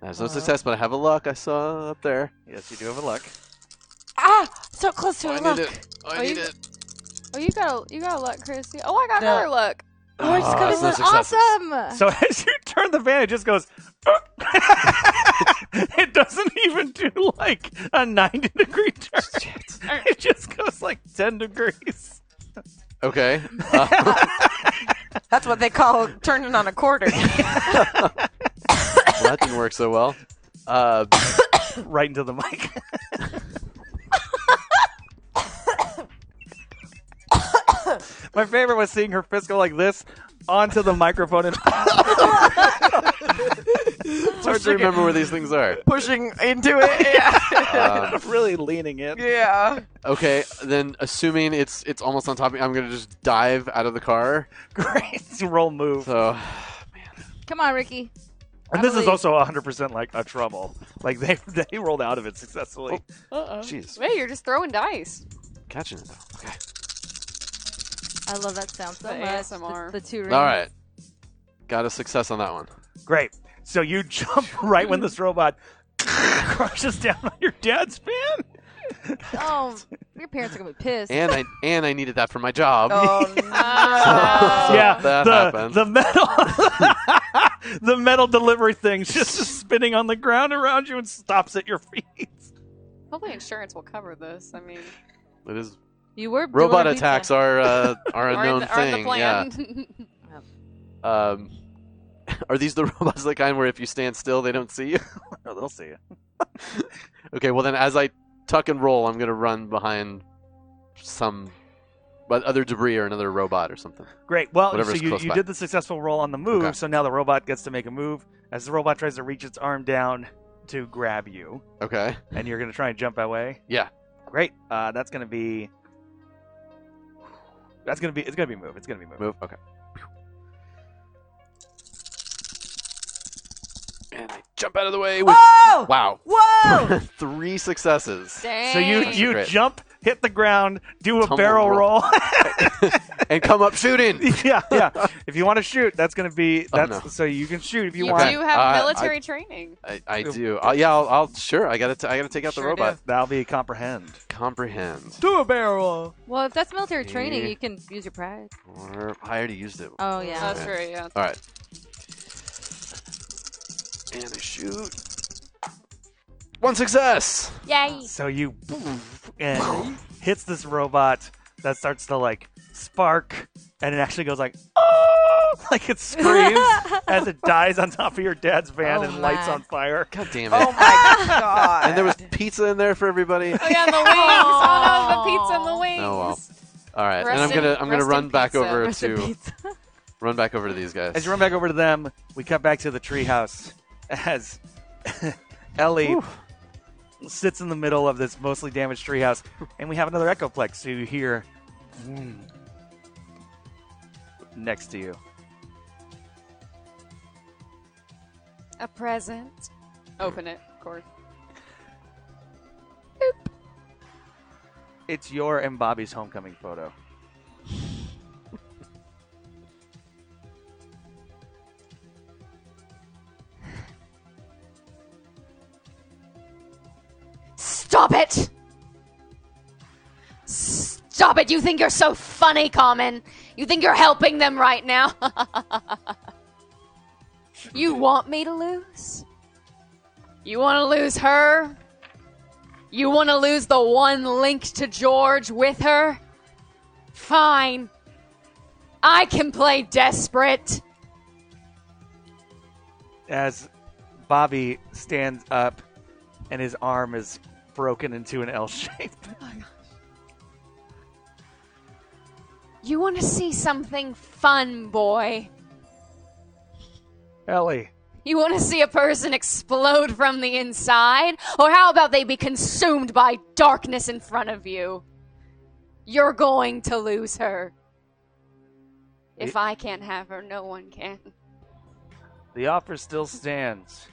[SPEAKER 5] There's no success, but I have a luck I saw up there.
[SPEAKER 2] Yes, you do have a luck.
[SPEAKER 4] Ah, so close to
[SPEAKER 5] I
[SPEAKER 4] a
[SPEAKER 5] need
[SPEAKER 4] look.
[SPEAKER 5] it. I
[SPEAKER 6] Oh,
[SPEAKER 5] need
[SPEAKER 6] you-
[SPEAKER 5] it.
[SPEAKER 6] Oh, you got a you got a luck, Chrissy. Oh, I got
[SPEAKER 4] No.
[SPEAKER 6] another luck.
[SPEAKER 3] Oh, it's
[SPEAKER 5] Ah,
[SPEAKER 3] gonna-
[SPEAKER 5] it's not
[SPEAKER 3] this is
[SPEAKER 5] successes.
[SPEAKER 3] awesome.
[SPEAKER 2] So (laughs) as you turn the van, it just goes. "Uh." (laughs) it doesn't even do like a 90 degree turn. It just goes like 10 degrees.
[SPEAKER 5] Okay. Uh,
[SPEAKER 4] That's what they call turning on a quarter.
[SPEAKER 5] well, that didn't work so well. Uh,
[SPEAKER 2] Right into the mic. (laughs) My favorite was seeing her fist go like this onto the microphone and (laughs)
[SPEAKER 5] it's hard to remember where these things are.
[SPEAKER 4] (laughs) (laughs) Pushing into it. Yeah.
[SPEAKER 5] Um,
[SPEAKER 2] really leaning in.
[SPEAKER 4] yeah.
[SPEAKER 5] okay, then assuming it's it's almost on top of me, I'm gonna just dive out of the car.
[SPEAKER 2] Great roll move.
[SPEAKER 5] So
[SPEAKER 3] Come on, Ricky.
[SPEAKER 2] And this is
[SPEAKER 3] believe-
[SPEAKER 2] also 100% like a trouble. Like they they rolled out of it successfully.
[SPEAKER 5] jeez,
[SPEAKER 6] Wait, you're just throwing dice.
[SPEAKER 5] catching it though. Okay.
[SPEAKER 3] I love that sound so
[SPEAKER 6] The
[SPEAKER 3] much.
[SPEAKER 6] ASMR.
[SPEAKER 3] The, the two rings.
[SPEAKER 5] All right. Got a success on that one.
[SPEAKER 2] Great. So you jump (laughs) right when this robot crashes down on your dad's van.
[SPEAKER 3] Oh, your parents are gonna be pissed.
[SPEAKER 5] And I and I needed that for my job.
[SPEAKER 4] Oh,
[SPEAKER 6] Ah. (laughs)
[SPEAKER 5] So
[SPEAKER 2] yeah,
[SPEAKER 5] Oh, that
[SPEAKER 2] the
[SPEAKER 5] happened.
[SPEAKER 2] the metal (laughs) the metal delivery thing just
[SPEAKER 5] (laughs)
[SPEAKER 2] spinning on the ground around you and stops at your (laughs) feet.
[SPEAKER 6] Hopefully, insurance will cover this. I mean,
[SPEAKER 5] It is
[SPEAKER 3] You were doing
[SPEAKER 5] robot
[SPEAKER 3] pizza.
[SPEAKER 5] attacks are uh, are a
[SPEAKER 6] are in
[SPEAKER 5] known
[SPEAKER 6] the, are in the
[SPEAKER 5] thing.
[SPEAKER 6] (laughs)
[SPEAKER 5] Yeah.
[SPEAKER 6] plan.
[SPEAKER 5] Um, (laughs) are these the (laughs) robots the kind where if you stand still they don't see you? (laughs)
[SPEAKER 2] Oh, they'll see you.
[SPEAKER 5] Okay, well then, as I tuck and roll, I'm gonna run behind some, but other debris or another robot or something.
[SPEAKER 2] Great. Well,
[SPEAKER 5] Whatever's
[SPEAKER 2] so you,
[SPEAKER 5] close
[SPEAKER 2] you
[SPEAKER 5] by.
[SPEAKER 2] did the successful roll on the move,
[SPEAKER 5] Okay.
[SPEAKER 2] so now the robot gets to make a move. As the robot tries to reach its arm down to grab you,
[SPEAKER 5] Okay.
[SPEAKER 2] and you're going to try and jump away.
[SPEAKER 5] Yeah.
[SPEAKER 2] Great. Uh, that's going to be. That's going to be. It's going to be move. It's going to be move.
[SPEAKER 5] Move. Okay. And I jump out of the way with
[SPEAKER 4] Whoa!
[SPEAKER 5] wow,
[SPEAKER 4] Whoa!
[SPEAKER 5] (laughs) three successes,
[SPEAKER 6] Dang.
[SPEAKER 2] So you
[SPEAKER 5] Dang.
[SPEAKER 2] you
[SPEAKER 5] Great.
[SPEAKER 2] jump, hit the ground, do a
[SPEAKER 5] Tumble
[SPEAKER 2] barrel roll.
[SPEAKER 5] roll. (laughs) and come
[SPEAKER 2] (laughs)
[SPEAKER 5] up shooting. (laughs)
[SPEAKER 2] yeah, yeah. If you want to shoot, that's going to be
[SPEAKER 5] Oh,
[SPEAKER 2] that's
[SPEAKER 5] no.
[SPEAKER 2] so you can shoot if you
[SPEAKER 6] You
[SPEAKER 2] want.
[SPEAKER 6] do
[SPEAKER 5] Okay.
[SPEAKER 6] have
[SPEAKER 5] Uh, I-
[SPEAKER 6] military training.
[SPEAKER 5] I, I do. i yeah, I'll, I'll sure. I gotta t- I gotta take out the
[SPEAKER 4] Sure do.
[SPEAKER 5] robot.
[SPEAKER 2] That'll be comprehend.
[SPEAKER 5] Comprehend.
[SPEAKER 4] Do a barrel.
[SPEAKER 3] Well, if that's military training,
[SPEAKER 5] Yeah.
[SPEAKER 3] you can use your pride.
[SPEAKER 5] Or I already used it.
[SPEAKER 3] Oh yeah.
[SPEAKER 6] That's right. Yeah.
[SPEAKER 5] All right. And I shoot. One success.
[SPEAKER 11] Yay.
[SPEAKER 2] So you
[SPEAKER 5] (laughs)
[SPEAKER 2] and hits this robot that starts to like spark, and it actually goes like (laughs) oh, like it screams as it dies on top of your dad's van
[SPEAKER 3] Oh,
[SPEAKER 2] and lights
[SPEAKER 3] my.
[SPEAKER 2] on fire.
[SPEAKER 5] God damn it.
[SPEAKER 4] Oh
[SPEAKER 5] (laughs)
[SPEAKER 4] my God.
[SPEAKER 5] and there was pizza in there for everybody.
[SPEAKER 6] Oh yeah, the wings. oh no, the pizza and the wings.
[SPEAKER 5] Oh, well. All right, and
[SPEAKER 6] Rest
[SPEAKER 5] I'm
[SPEAKER 6] in-
[SPEAKER 5] gonna I'm gonna
[SPEAKER 6] rest
[SPEAKER 5] run
[SPEAKER 6] in
[SPEAKER 5] back
[SPEAKER 6] pizza.
[SPEAKER 5] over
[SPEAKER 3] Rest in
[SPEAKER 5] to
[SPEAKER 3] peace. (laughs)
[SPEAKER 5] run back over to these guys.
[SPEAKER 2] As you run back over to them, we cut back to the treehouse as (laughs) Ellie sits in the middle of this mostly damaged treehouse, and we have another Echoplex. So you hear vroom, next to you.
[SPEAKER 6] A present. Open it, of course.
[SPEAKER 2] It's your and Bobby's homecoming photo.
[SPEAKER 6] Stop it! Stop it! You think you're so funny, Common? You think you're helping them right now? (laughs) you want me to lose? You want to lose her? You want to lose the one linked to George with her? Fine. I can play desperate.
[SPEAKER 2] As Bobby stands up and his arm is broken into an L shape.
[SPEAKER 6] You want to see something fun, boy?
[SPEAKER 2] (laughs) Ellie.
[SPEAKER 6] You want to see a person explode from the inside? Or how about they be consumed by darkness in front of you? You're going to lose her. If
[SPEAKER 2] It-
[SPEAKER 6] I can't have her, no one can.
[SPEAKER 2] The offer still stands.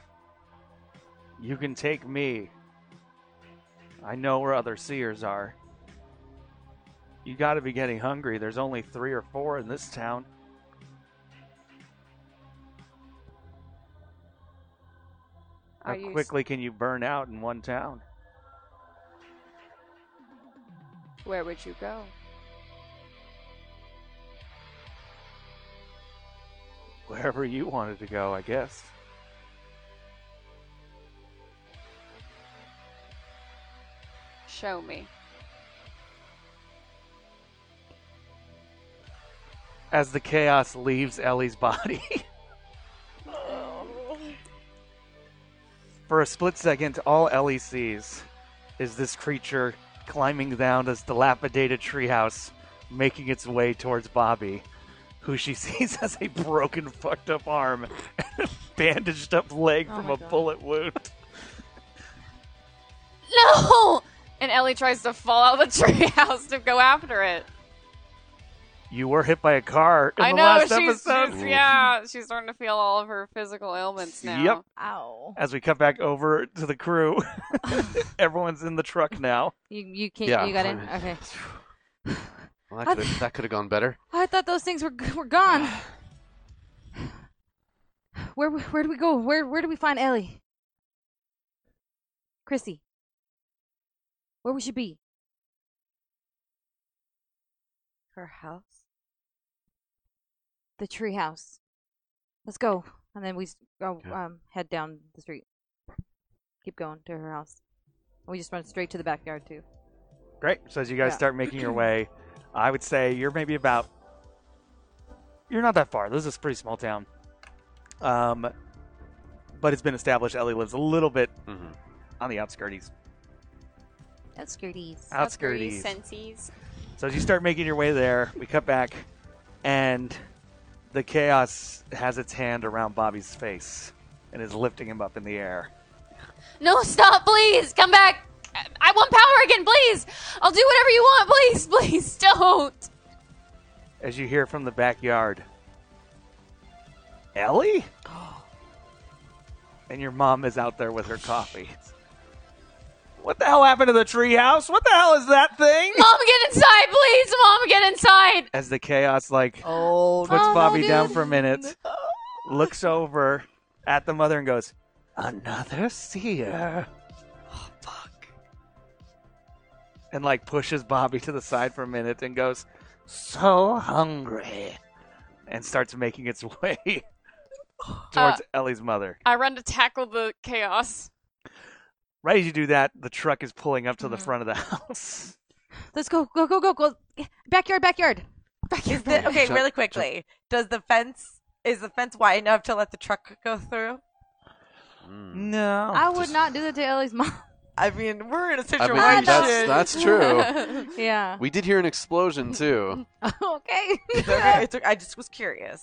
[SPEAKER 2] You can take me. I know where other seers are. You gotta be getting hungry. There's only three or four in this town.
[SPEAKER 6] Are
[SPEAKER 2] How
[SPEAKER 6] you
[SPEAKER 2] quickly can you burn out in one town?
[SPEAKER 6] Where would you go?
[SPEAKER 2] Wherever you wanted to go, I guess.
[SPEAKER 6] Show me.
[SPEAKER 2] As the chaos leaves Ellie's
[SPEAKER 6] (laughs)
[SPEAKER 2] body. For a split second, all Ellie sees is this creature climbing down this dilapidated treehouse, making its way towards Bobby, who she (laughs) sees has a broken, fucked up arm and a bandaged up
[SPEAKER 6] Oh
[SPEAKER 2] leg from a bullet wound.
[SPEAKER 6] No! And Ellie tries to fall out of the (laughs) treehouse to go after it.
[SPEAKER 2] You were hit by a car in
[SPEAKER 6] I
[SPEAKER 2] the
[SPEAKER 6] know
[SPEAKER 2] last
[SPEAKER 6] she's,
[SPEAKER 2] episode.
[SPEAKER 6] she's- yeah, she's starting to feel all of her physical ailments now.
[SPEAKER 2] Yep.
[SPEAKER 4] Ow.
[SPEAKER 2] As we cut back over to the
[SPEAKER 6] (laughs)
[SPEAKER 2] crew, (laughs) everyone's in the truck now.
[SPEAKER 3] You you can't.
[SPEAKER 5] Yeah.
[SPEAKER 3] You got in. Okay.
[SPEAKER 5] Well, that could have that could have gone better.
[SPEAKER 3] Oh, I thought those things were g- were gone. (sighs) Where where do we go? Where where do we find Ellie? Chrissy. Where we should be?
[SPEAKER 4] Her house.
[SPEAKER 3] The treehouse. Let's go. And then we s- go
[SPEAKER 5] Okay.
[SPEAKER 3] um head down the street. Keep going to her house. And we just run straight to the backyard too.
[SPEAKER 2] Great. So as you guys
[SPEAKER 3] Yeah.
[SPEAKER 2] start making your way, I would say you're maybe about. You're not that far. This is a pretty small town. Um, but it's been established Ellie lives a little bit
[SPEAKER 5] Mhm.
[SPEAKER 2] on the outskirties.
[SPEAKER 3] That's goodies.
[SPEAKER 2] Outskirties.
[SPEAKER 6] Sensies.
[SPEAKER 2] So as you start making your way there, we cut back, and the chaos has its hand around Bobby's face and is lifting him up in the air.
[SPEAKER 6] No, stop, please! Come back! I- I want power again, please! I'll do whatever you want, please, (laughs) please, don't!
[SPEAKER 2] As you hear from the backyard, Ellie, and your mom is out there with her coffee. What the hell happened to the treehouse? What the hell is that thing?
[SPEAKER 6] Mom, get inside, please! Mom, get inside!
[SPEAKER 2] As the chaos like
[SPEAKER 4] Oh,
[SPEAKER 2] puts Bobby down
[SPEAKER 4] (laughs)
[SPEAKER 2] for a minute, looks over at the mother and goes, "Another seer."
[SPEAKER 4] oh, fuck.
[SPEAKER 2] and like pushes Bobby to the side for a minute and goes, "So hungry," and starts making its (laughs) way
[SPEAKER 4] Uh,
[SPEAKER 2] towards Ellie's mother.
[SPEAKER 6] Uh, I run to tackle the (laughs) chaos.
[SPEAKER 2] Right as you do that, the truck is pulling up to
[SPEAKER 4] Mm-hmm.
[SPEAKER 2] the front of the (laughs) house.
[SPEAKER 3] Let's go, go, go, go, go. Backyard, backyard.
[SPEAKER 4] Is the, (laughs) okay,
[SPEAKER 5] Jump,
[SPEAKER 4] really quickly. Does the fence is the fence wide enough to let the truck go through?
[SPEAKER 5] Mm.
[SPEAKER 2] No,
[SPEAKER 3] I would not do that to Ellie's mom.
[SPEAKER 4] I mean, we're in a
[SPEAKER 5] I
[SPEAKER 4] situation.
[SPEAKER 5] mean, that's that's true.
[SPEAKER 3] (laughs)
[SPEAKER 6] (laughs)
[SPEAKER 3] yeah.
[SPEAKER 5] We did hear an exption too.
[SPEAKER 3] (laughs) okay.
[SPEAKER 4] (laughs) It's okay, it's okay, I just was curious.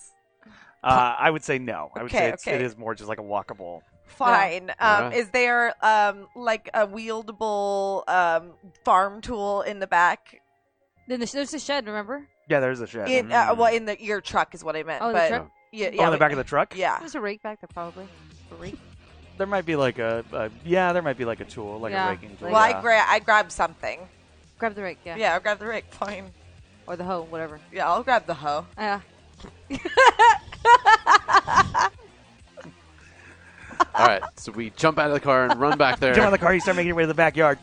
[SPEAKER 2] uh, I would say no. I would
[SPEAKER 4] Okay,
[SPEAKER 2] say it's, it
[SPEAKER 4] okay.
[SPEAKER 2] is more just like a walkable.
[SPEAKER 4] Fine. Um,
[SPEAKER 5] Alright.
[SPEAKER 4] Is there um like a wieldable um farm tool in the back?
[SPEAKER 3] then the sh- there's a shed, remember?
[SPEAKER 2] Yeah, there's a shed
[SPEAKER 4] In
[SPEAKER 5] Mm.
[SPEAKER 4] uh, well, in the your truck is what I meant.
[SPEAKER 3] Oh, the
[SPEAKER 4] but
[SPEAKER 3] truck?
[SPEAKER 4] Yeah,
[SPEAKER 2] oh,
[SPEAKER 4] yeah,
[SPEAKER 2] in the
[SPEAKER 4] but-
[SPEAKER 2] back of the truck.
[SPEAKER 4] Yeah.
[SPEAKER 3] There's a rake back there, probably. A rake.
[SPEAKER 2] there might be like a, a yeah, there might be like a tool, like
[SPEAKER 3] Yeah.
[SPEAKER 2] a raking tool.
[SPEAKER 4] Well, I
[SPEAKER 2] yeah.
[SPEAKER 4] gra- I grabbed something.
[SPEAKER 3] Grab the rake, yeah.
[SPEAKER 4] Yeah, I'll grab the rake. Fine.
[SPEAKER 3] Or the hoe, whatever.
[SPEAKER 4] Yeah, I'll grab the hoe.
[SPEAKER 3] Yeah.
[SPEAKER 5] All right, so we jump out of the car and run back
[SPEAKER 2] (laughs)
[SPEAKER 5] there.
[SPEAKER 2] Jump out of the car. You start making your way to the backyard.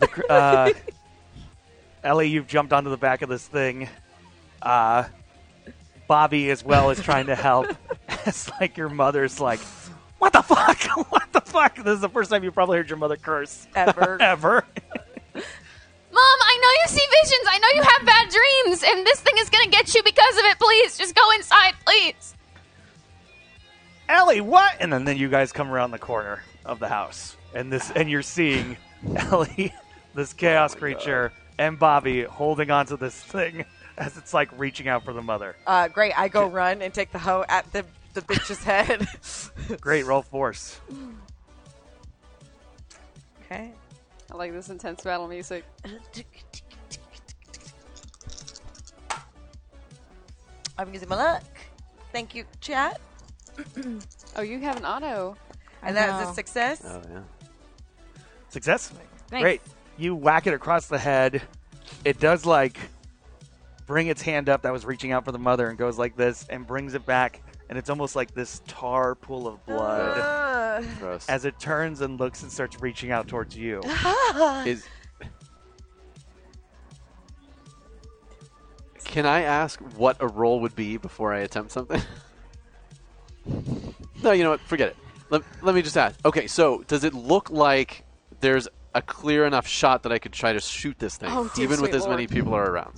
[SPEAKER 2] The, cr- uh, Ellie, you've jumped onto the back of this thing. Uh, (laughs) Bobby, as well, is trying to help. it's like your mother's like, "What the fuck? (laughs) what the fuck, this is the first time you probably heard your mother curse (laughs)
[SPEAKER 4] Ever.
[SPEAKER 2] ever.
[SPEAKER 6] Mom, I know you see visions. I know you have bad dreams, and this thing is gonna get you because of it. Please, just go inside, please.
[SPEAKER 2] Ellie, what? And then, then you guys come around the corner of the house, and this, and you're seeing (laughs) Ellie, this chaos creature, and Bobby holding onto this thing (laughs) as it's like reaching out for the mother.
[SPEAKER 4] Uh, great. I go run and take the hoe at the the bitch's (laughs) head.
[SPEAKER 2] Great roll force.
[SPEAKER 4] okay.
[SPEAKER 6] I like this intense battle music.
[SPEAKER 4] I'm using my luck. Thank you, chat.
[SPEAKER 6] Oh, you have an auto.
[SPEAKER 4] And that was
[SPEAKER 3] know.
[SPEAKER 4] a success.
[SPEAKER 5] Oh yeah.
[SPEAKER 2] Success?
[SPEAKER 3] Thanks.
[SPEAKER 2] Great. You whack it across the head. It does like bring its hand up that was reaching out for the mother and goes like this and brings it back. And it's almost like this tar pool of blood
[SPEAKER 4] Ugh.
[SPEAKER 5] Gross.
[SPEAKER 2] as it turns and looks and starts reaching out towards you.
[SPEAKER 5] Is Can I ask what a roll would be before I attempt something? no, you know what? Forget it. Let, let me just ask. Okay, so does it look like there's a clear enough shot that I could try to shoot this thing,
[SPEAKER 6] Oh, dear
[SPEAKER 5] even with
[SPEAKER 6] sweet
[SPEAKER 5] as many
[SPEAKER 6] lord.
[SPEAKER 5] people are around?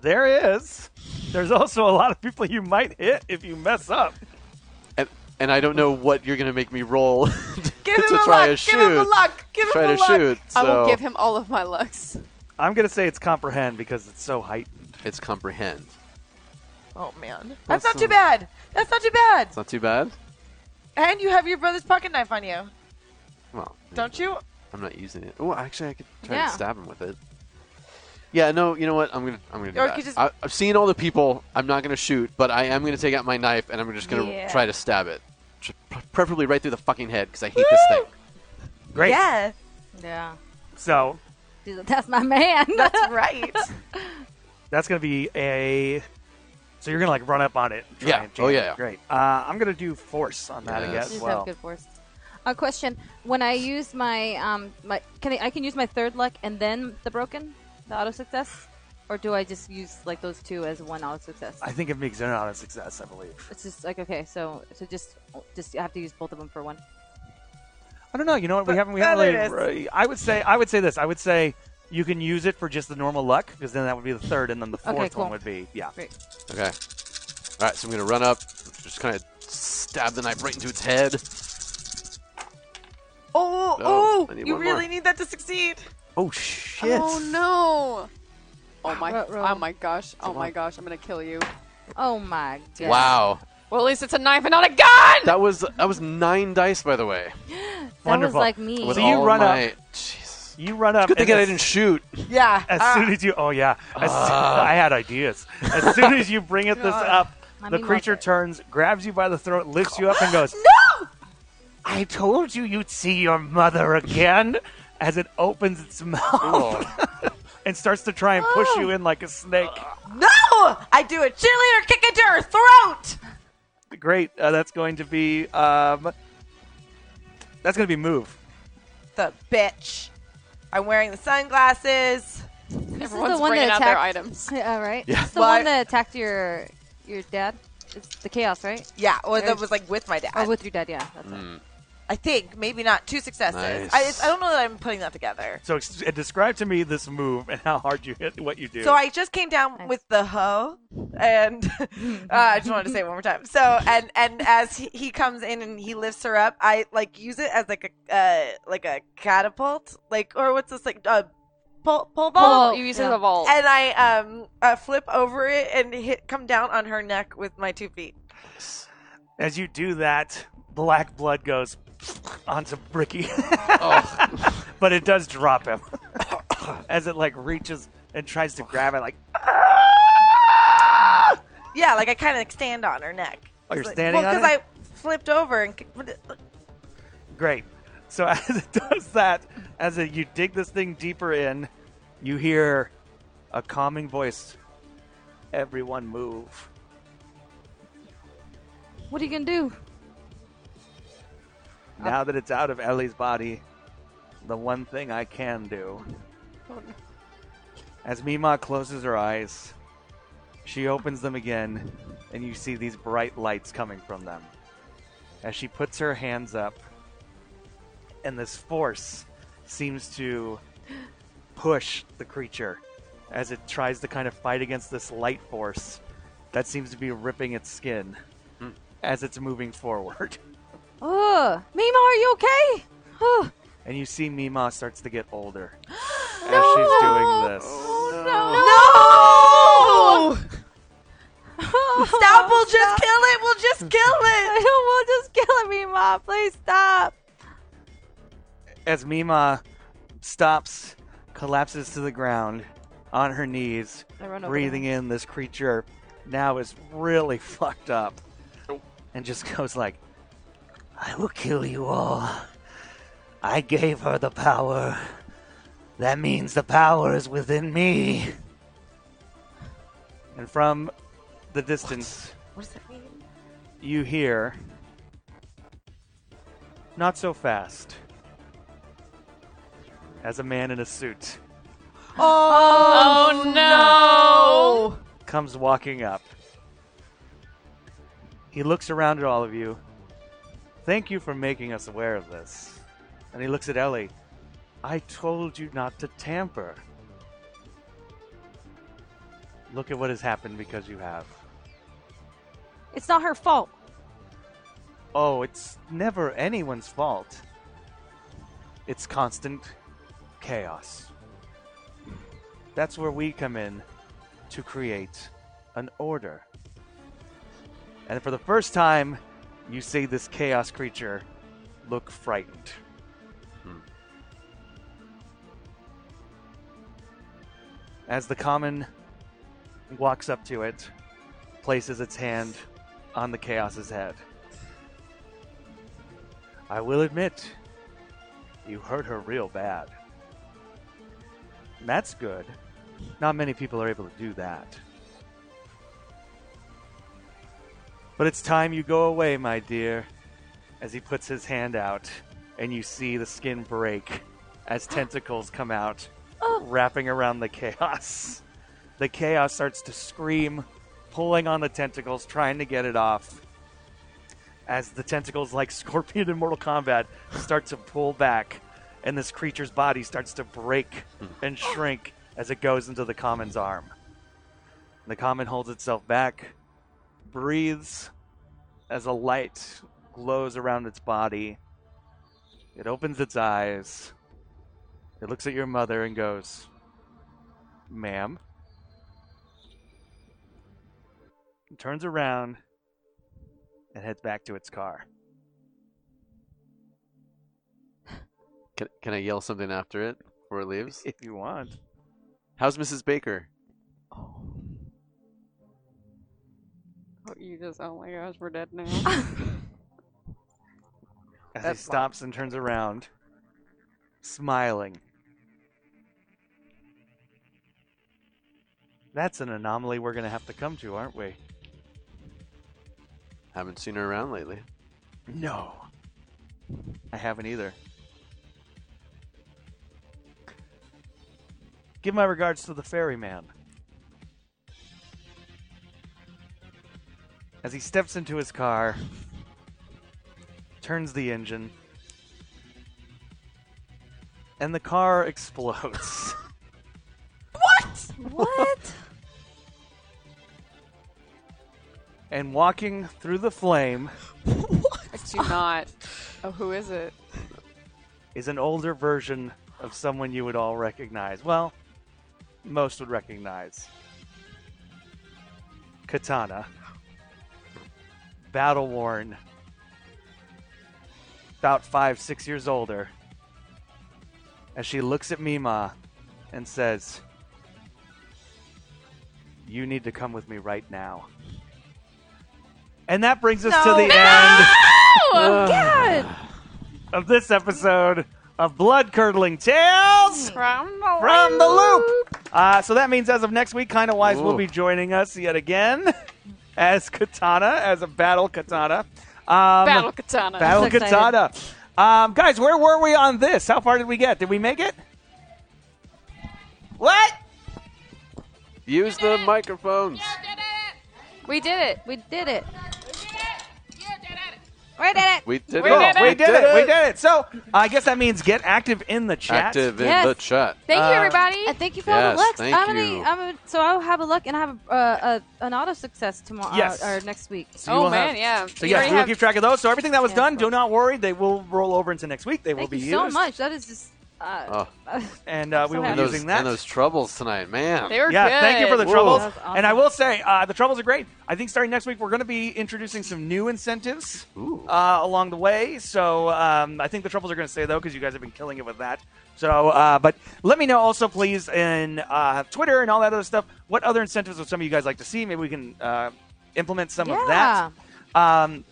[SPEAKER 2] There is. There's also a lot of people you might hit if you mess up.
[SPEAKER 5] And, and I don't know what you're going to make me roll (laughs) to,
[SPEAKER 4] Give him
[SPEAKER 5] to
[SPEAKER 4] a
[SPEAKER 5] try
[SPEAKER 4] luck.
[SPEAKER 5] a shoot.
[SPEAKER 4] Give him a luck. Give
[SPEAKER 5] try
[SPEAKER 4] him a
[SPEAKER 5] to
[SPEAKER 4] luck.
[SPEAKER 5] shoot. So
[SPEAKER 6] I will give him all of my looks.
[SPEAKER 2] I'm going to say it's comprehend because it's so heightened.
[SPEAKER 5] it's comprehend.
[SPEAKER 4] Oh man, that's not
[SPEAKER 5] Awesome.
[SPEAKER 4] too bad. That's not too bad.
[SPEAKER 5] It's not too bad.
[SPEAKER 4] And you have your brother's pocket knife on you,
[SPEAKER 5] Well,
[SPEAKER 4] don't you?
[SPEAKER 5] I'm not using it. Oh, actually, I could try
[SPEAKER 3] Yeah.
[SPEAKER 5] and stab him with it. Yeah, no, you know what? I'm gonna, I'm gonna do
[SPEAKER 4] Or
[SPEAKER 5] that.
[SPEAKER 4] could just-
[SPEAKER 5] I, I've seen all the people. I'm not gonna shoot, but I am gonna take out my knife and I'm just gonna
[SPEAKER 3] Yeah.
[SPEAKER 5] try to stab it, Tr- pre- preferably right through the fucking head because I hate this thing.
[SPEAKER 2] Great.
[SPEAKER 4] Yeah,
[SPEAKER 3] Yeah.
[SPEAKER 2] So
[SPEAKER 3] She's like, that's my man.
[SPEAKER 4] (laughs)
[SPEAKER 3] (laughs)
[SPEAKER 4] that's (laughs) right.
[SPEAKER 2] That's gonna be a. So you're gonna like run up on it. and try
[SPEAKER 5] Yeah.
[SPEAKER 2] and jam
[SPEAKER 5] Oh,
[SPEAKER 2] it.
[SPEAKER 5] yeah, yeah.
[SPEAKER 2] Great. Uh, I'm gonna do force on that, I
[SPEAKER 5] Yes.
[SPEAKER 2] guess.
[SPEAKER 3] You just
[SPEAKER 2] well,
[SPEAKER 3] have good force. A question: When I use my um my can I, I can use my third luck and then the broken, the auto success, or do I just use like those two as one auto success?
[SPEAKER 2] I think it makes it on a success. I believe.
[SPEAKER 3] it's just like okay, so so just just I have to use both of them for one.
[SPEAKER 2] I don't know. You know what? We
[SPEAKER 4] But
[SPEAKER 2] haven't. We
[SPEAKER 4] that
[SPEAKER 2] haven't
[SPEAKER 4] it
[SPEAKER 2] really. I would say. I would say this. I would say you can use it for just the normal luck because then that would be the third, and then the
[SPEAKER 3] Okay,
[SPEAKER 2] fourth
[SPEAKER 3] cool.
[SPEAKER 2] one would be yeah.
[SPEAKER 5] Okay. All right, so I'm gonna run up, just kind of stab the knife right into its head.
[SPEAKER 4] Oh,
[SPEAKER 5] No,
[SPEAKER 4] oh,
[SPEAKER 5] I need
[SPEAKER 4] you
[SPEAKER 5] one more.
[SPEAKER 4] really need that to succeed.
[SPEAKER 2] Oh shit!
[SPEAKER 6] Oh no! Oh my!
[SPEAKER 3] Ruh, ruh.
[SPEAKER 6] Oh my gosh! Oh my gosh! I'm gonna kill you.
[SPEAKER 3] Oh my god!
[SPEAKER 5] Wow,
[SPEAKER 6] Well, at least it's a knife and not a gun.
[SPEAKER 5] that was that was nine dice, by the way.
[SPEAKER 3] that
[SPEAKER 2] Wonderful.
[SPEAKER 3] was like me.
[SPEAKER 5] With
[SPEAKER 2] So you
[SPEAKER 5] all
[SPEAKER 2] run up-
[SPEAKER 5] my, Jesus.
[SPEAKER 2] You run up.
[SPEAKER 5] Good thing
[SPEAKER 2] and
[SPEAKER 5] I
[SPEAKER 2] as-
[SPEAKER 5] didn't shoot.
[SPEAKER 4] Yeah.
[SPEAKER 2] As
[SPEAKER 4] Ah.
[SPEAKER 2] soon as you, oh yeah, as soon- I had ideas. As soon as you bring it this up,
[SPEAKER 3] Let
[SPEAKER 2] the
[SPEAKER 3] me
[SPEAKER 2] creature
[SPEAKER 3] love it.
[SPEAKER 2] turns, grabs you by the throat, lifts you up, and goes,
[SPEAKER 4] no.
[SPEAKER 2] I told you you'd see your mother again as it opens its (laughs) mouth and starts to try and push you in like a snake.
[SPEAKER 4] Ah. No! I do a cheerleader kick into her throat!
[SPEAKER 2] Great. Uh, that's going to be um, that's going to be move.
[SPEAKER 4] The bitch. I'm wearing the sunglasses.
[SPEAKER 3] this is
[SPEAKER 6] Everyone's
[SPEAKER 3] the one
[SPEAKER 6] bringing out
[SPEAKER 3] that attacked.
[SPEAKER 6] their items.
[SPEAKER 3] (laughs) Yeah, right.
[SPEAKER 5] Yeah.
[SPEAKER 3] It's the
[SPEAKER 4] Why-
[SPEAKER 3] one that attacked your your dad. It's the chaos, right?
[SPEAKER 4] Yeah, or that
[SPEAKER 3] There's-
[SPEAKER 4] was like with my dad.
[SPEAKER 3] Oh, with your dad, yeah. That's
[SPEAKER 4] Mm.
[SPEAKER 3] it.
[SPEAKER 4] I think maybe not two successes.
[SPEAKER 5] Nice.
[SPEAKER 4] I, it's, I don't know that I'm putting that together.
[SPEAKER 2] So ex- describe to me this move and how hard you hit what you do.
[SPEAKER 4] So I just came down
[SPEAKER 3] Nice.
[SPEAKER 4] with the hoe, and (laughs) uh, I just wanted to say it one more time. So and and as he, he comes in and he lifts her up, I like use it as like a uh, like a catapult, like or what's this like uh, pull pull ball?
[SPEAKER 3] Pole.
[SPEAKER 6] you use it
[SPEAKER 3] Yeah.
[SPEAKER 6] as a Oh, vault.
[SPEAKER 4] And I um uh, flip over it and hit come down on her neck with my two feet.
[SPEAKER 2] As you do that, black blood goes (laughs) onto Bricky,
[SPEAKER 5] Oh,
[SPEAKER 2] (laughs) but it does drop him (coughs) as it like reaches and tries to grab it.
[SPEAKER 4] (coughs)
[SPEAKER 2] Like
[SPEAKER 4] Yeah, like I kind of stand on her neck.
[SPEAKER 2] Oh, you're
[SPEAKER 4] It's like-
[SPEAKER 2] standing
[SPEAKER 4] well,
[SPEAKER 2] on
[SPEAKER 4] because
[SPEAKER 2] it?
[SPEAKER 4] I flipped over and kicked-
[SPEAKER 2] Great. So (laughs) as it does that, as it, you dig this thing deeper in, you hear a calming voice. Everyone move.
[SPEAKER 3] What are you gonna do?
[SPEAKER 2] Now that it's out of Ellie's body, the one thing I can do. As Mima closes her eyes, she opens them again, and you see these bright lights coming from them. as she puts her hands up, and this force seems to push the creature as it tries to kind of fight against this light force that seems to be ripping its skin as it's moving forward. (laughs)
[SPEAKER 3] Oh, Mima, are you okay? Oh,
[SPEAKER 2] And you see Mima starts to get older as she's doing this.
[SPEAKER 3] (laughs)
[SPEAKER 4] No! Stop! We'll just kill it. We'll just
[SPEAKER 3] (laughs)
[SPEAKER 4] kill
[SPEAKER 3] I
[SPEAKER 4] it.
[SPEAKER 3] don't want just kill me, Mom. Please stop.
[SPEAKER 2] As Mima stops, collapses to the ground on her knees,
[SPEAKER 3] I run over
[SPEAKER 2] breathing in this creature now is really (laughs) fucked up and just goes like
[SPEAKER 12] I will kill you all. I gave her the power. That means the power is within me.
[SPEAKER 2] and from the distance
[SPEAKER 4] What does that mean?
[SPEAKER 2] you hear not so fast as a man in a suit
[SPEAKER 6] Oh,
[SPEAKER 3] (laughs)
[SPEAKER 6] no!
[SPEAKER 2] comes walking up. He looks around at all of you. Thank you for making us aware of this. And he looks at Ellie. I told you not to tamper. Look at what has happened because you have.
[SPEAKER 3] It's not her fault.
[SPEAKER 2] Oh, it's never anyone's fault. It's constant chaos. That's where we come in to create an order. And for the first time, you see this chaos creature look frightened. As the common walks up to it, places its hand on the chaos's head. I will admit, you hurt her real bad. And that's good. Not many people are able to do that. But it's time you go away, my dear. As he puts his hand out, and you see the skin break as tentacles come out, wrapping around the chaos. The chaos starts to scream, pulling on the tentacles, trying to get it off as the tentacles, like Scorpion in Mortal Kombat, start to pull back, and this creature's body starts to break and shrink as it goes into the common's arm. The common holds itself back, breathes as a light glows around its body. It opens its eyes. It looks at your mother and goes, Ma'am. It turns around and heads back to its car.
[SPEAKER 5] Can, can I yell something after it before it leaves?
[SPEAKER 2] If you want.
[SPEAKER 5] How's Mrs. Baker?
[SPEAKER 6] Oh, you just, oh my gosh, we're (laughs) dead now.
[SPEAKER 2] As
[SPEAKER 4] That's
[SPEAKER 2] he stops and turns around, smiling. That's an anomaly we're going to have to come to, aren't we?
[SPEAKER 5] Haven't seen her around lately.
[SPEAKER 2] No. I haven't either. Give my regards to the ferryman. As he steps into his car, turns the engine, and the car explodes. (laughs)
[SPEAKER 4] What?
[SPEAKER 2] and walking through the flame
[SPEAKER 6] I do not. Oh, who is it?
[SPEAKER 2] is an older version of someone you would all recognize. Well, most would recognize. Katana. Battle worn. About five, six years older. As she looks at Mima and says, You need to come with me right now. And that brings us to the end
[SPEAKER 6] Oh,
[SPEAKER 2] of this episode of Blood Curdling Tales
[SPEAKER 6] from the
[SPEAKER 2] from the Loop. Uh, so that means as of next week, Kinda Wise will be joining us yet again as Katana, as a battle Katana. Um,
[SPEAKER 6] Battle Katana.
[SPEAKER 2] battle
[SPEAKER 3] So excited.
[SPEAKER 2] Katana. Um, guys, where were we on this? How far did we get? Did we make it? What?
[SPEAKER 5] Use the microphones.
[SPEAKER 6] We did it.
[SPEAKER 3] We did it.
[SPEAKER 6] We did it.
[SPEAKER 5] We did
[SPEAKER 6] We
[SPEAKER 5] it.
[SPEAKER 6] did it.
[SPEAKER 2] we did it. We did it. So I guess that means get active in the chat.
[SPEAKER 5] Active in
[SPEAKER 3] Yes.
[SPEAKER 5] the chat.
[SPEAKER 6] Thank
[SPEAKER 2] Uh,
[SPEAKER 6] you, everybody.
[SPEAKER 3] And thank you for all
[SPEAKER 5] Yes,
[SPEAKER 3] the looks.
[SPEAKER 5] thank
[SPEAKER 3] I'm gonna,
[SPEAKER 5] you.
[SPEAKER 3] I'm gonna, so I'll have a look and I have a, uh, a, an auto success tomorrow uh,
[SPEAKER 2] Yes.
[SPEAKER 3] or next week.
[SPEAKER 2] So you
[SPEAKER 6] oh
[SPEAKER 2] will
[SPEAKER 6] man,
[SPEAKER 2] have-
[SPEAKER 6] yeah.
[SPEAKER 2] So
[SPEAKER 6] You
[SPEAKER 2] yes,
[SPEAKER 6] already
[SPEAKER 2] we will
[SPEAKER 6] have-
[SPEAKER 2] keep track of those. So everything that was
[SPEAKER 3] Yeah,
[SPEAKER 2] done,
[SPEAKER 3] cool.
[SPEAKER 2] do not worry. They will roll over into next week. They will
[SPEAKER 3] Thank
[SPEAKER 2] be
[SPEAKER 3] you so
[SPEAKER 2] used.
[SPEAKER 3] much. That is just. (laughs) Uh,
[SPEAKER 5] Oh,
[SPEAKER 2] and uh, we will
[SPEAKER 3] And
[SPEAKER 2] be
[SPEAKER 5] and those,
[SPEAKER 2] using that.
[SPEAKER 5] and those troubles tonight, man.
[SPEAKER 6] They were
[SPEAKER 2] yeah,
[SPEAKER 6] good.
[SPEAKER 2] thank you for the
[SPEAKER 5] Whoa.
[SPEAKER 2] troubles.
[SPEAKER 3] That was awesome.
[SPEAKER 2] And I will say, uh, the troubles are great. I think starting next week, we're going to be introducing some new incentives
[SPEAKER 5] Ooh.
[SPEAKER 2] uh, along the way. So um, I think the troubles are going to stay though, because you guys have been killing it with that. So, uh, but let me know also, please, in uh, Twitter and all that other stuff. What other incentives would some of you guys like to see? Maybe we can uh, implement some of that. Um,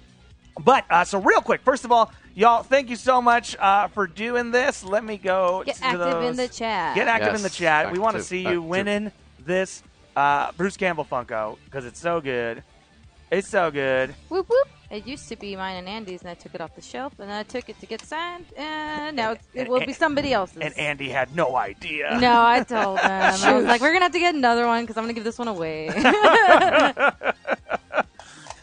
[SPEAKER 2] but uh, so real quick, first of all, y'all, thank you so much uh, for doing this. Let me go
[SPEAKER 3] Get
[SPEAKER 2] to
[SPEAKER 3] active in
[SPEAKER 2] those-
[SPEAKER 3] the chat.
[SPEAKER 2] Get active in the
[SPEAKER 5] Yes,
[SPEAKER 2] chat. we want to
[SPEAKER 5] active,
[SPEAKER 2] see you
[SPEAKER 5] active.
[SPEAKER 2] winning this uh, Bruce Campbell Funko because it's so good. It's so good.
[SPEAKER 3] Whoop whoop. It used to be mine and Andy's, and I took it off the shelf, and I took it to get signed, and now it's, it will be somebody else's.
[SPEAKER 2] And Andy had no idea.
[SPEAKER 3] no,
[SPEAKER 2] (laughs)
[SPEAKER 3] I told them. I was like, we're gonna have to get another one because I'm gonna give this one away.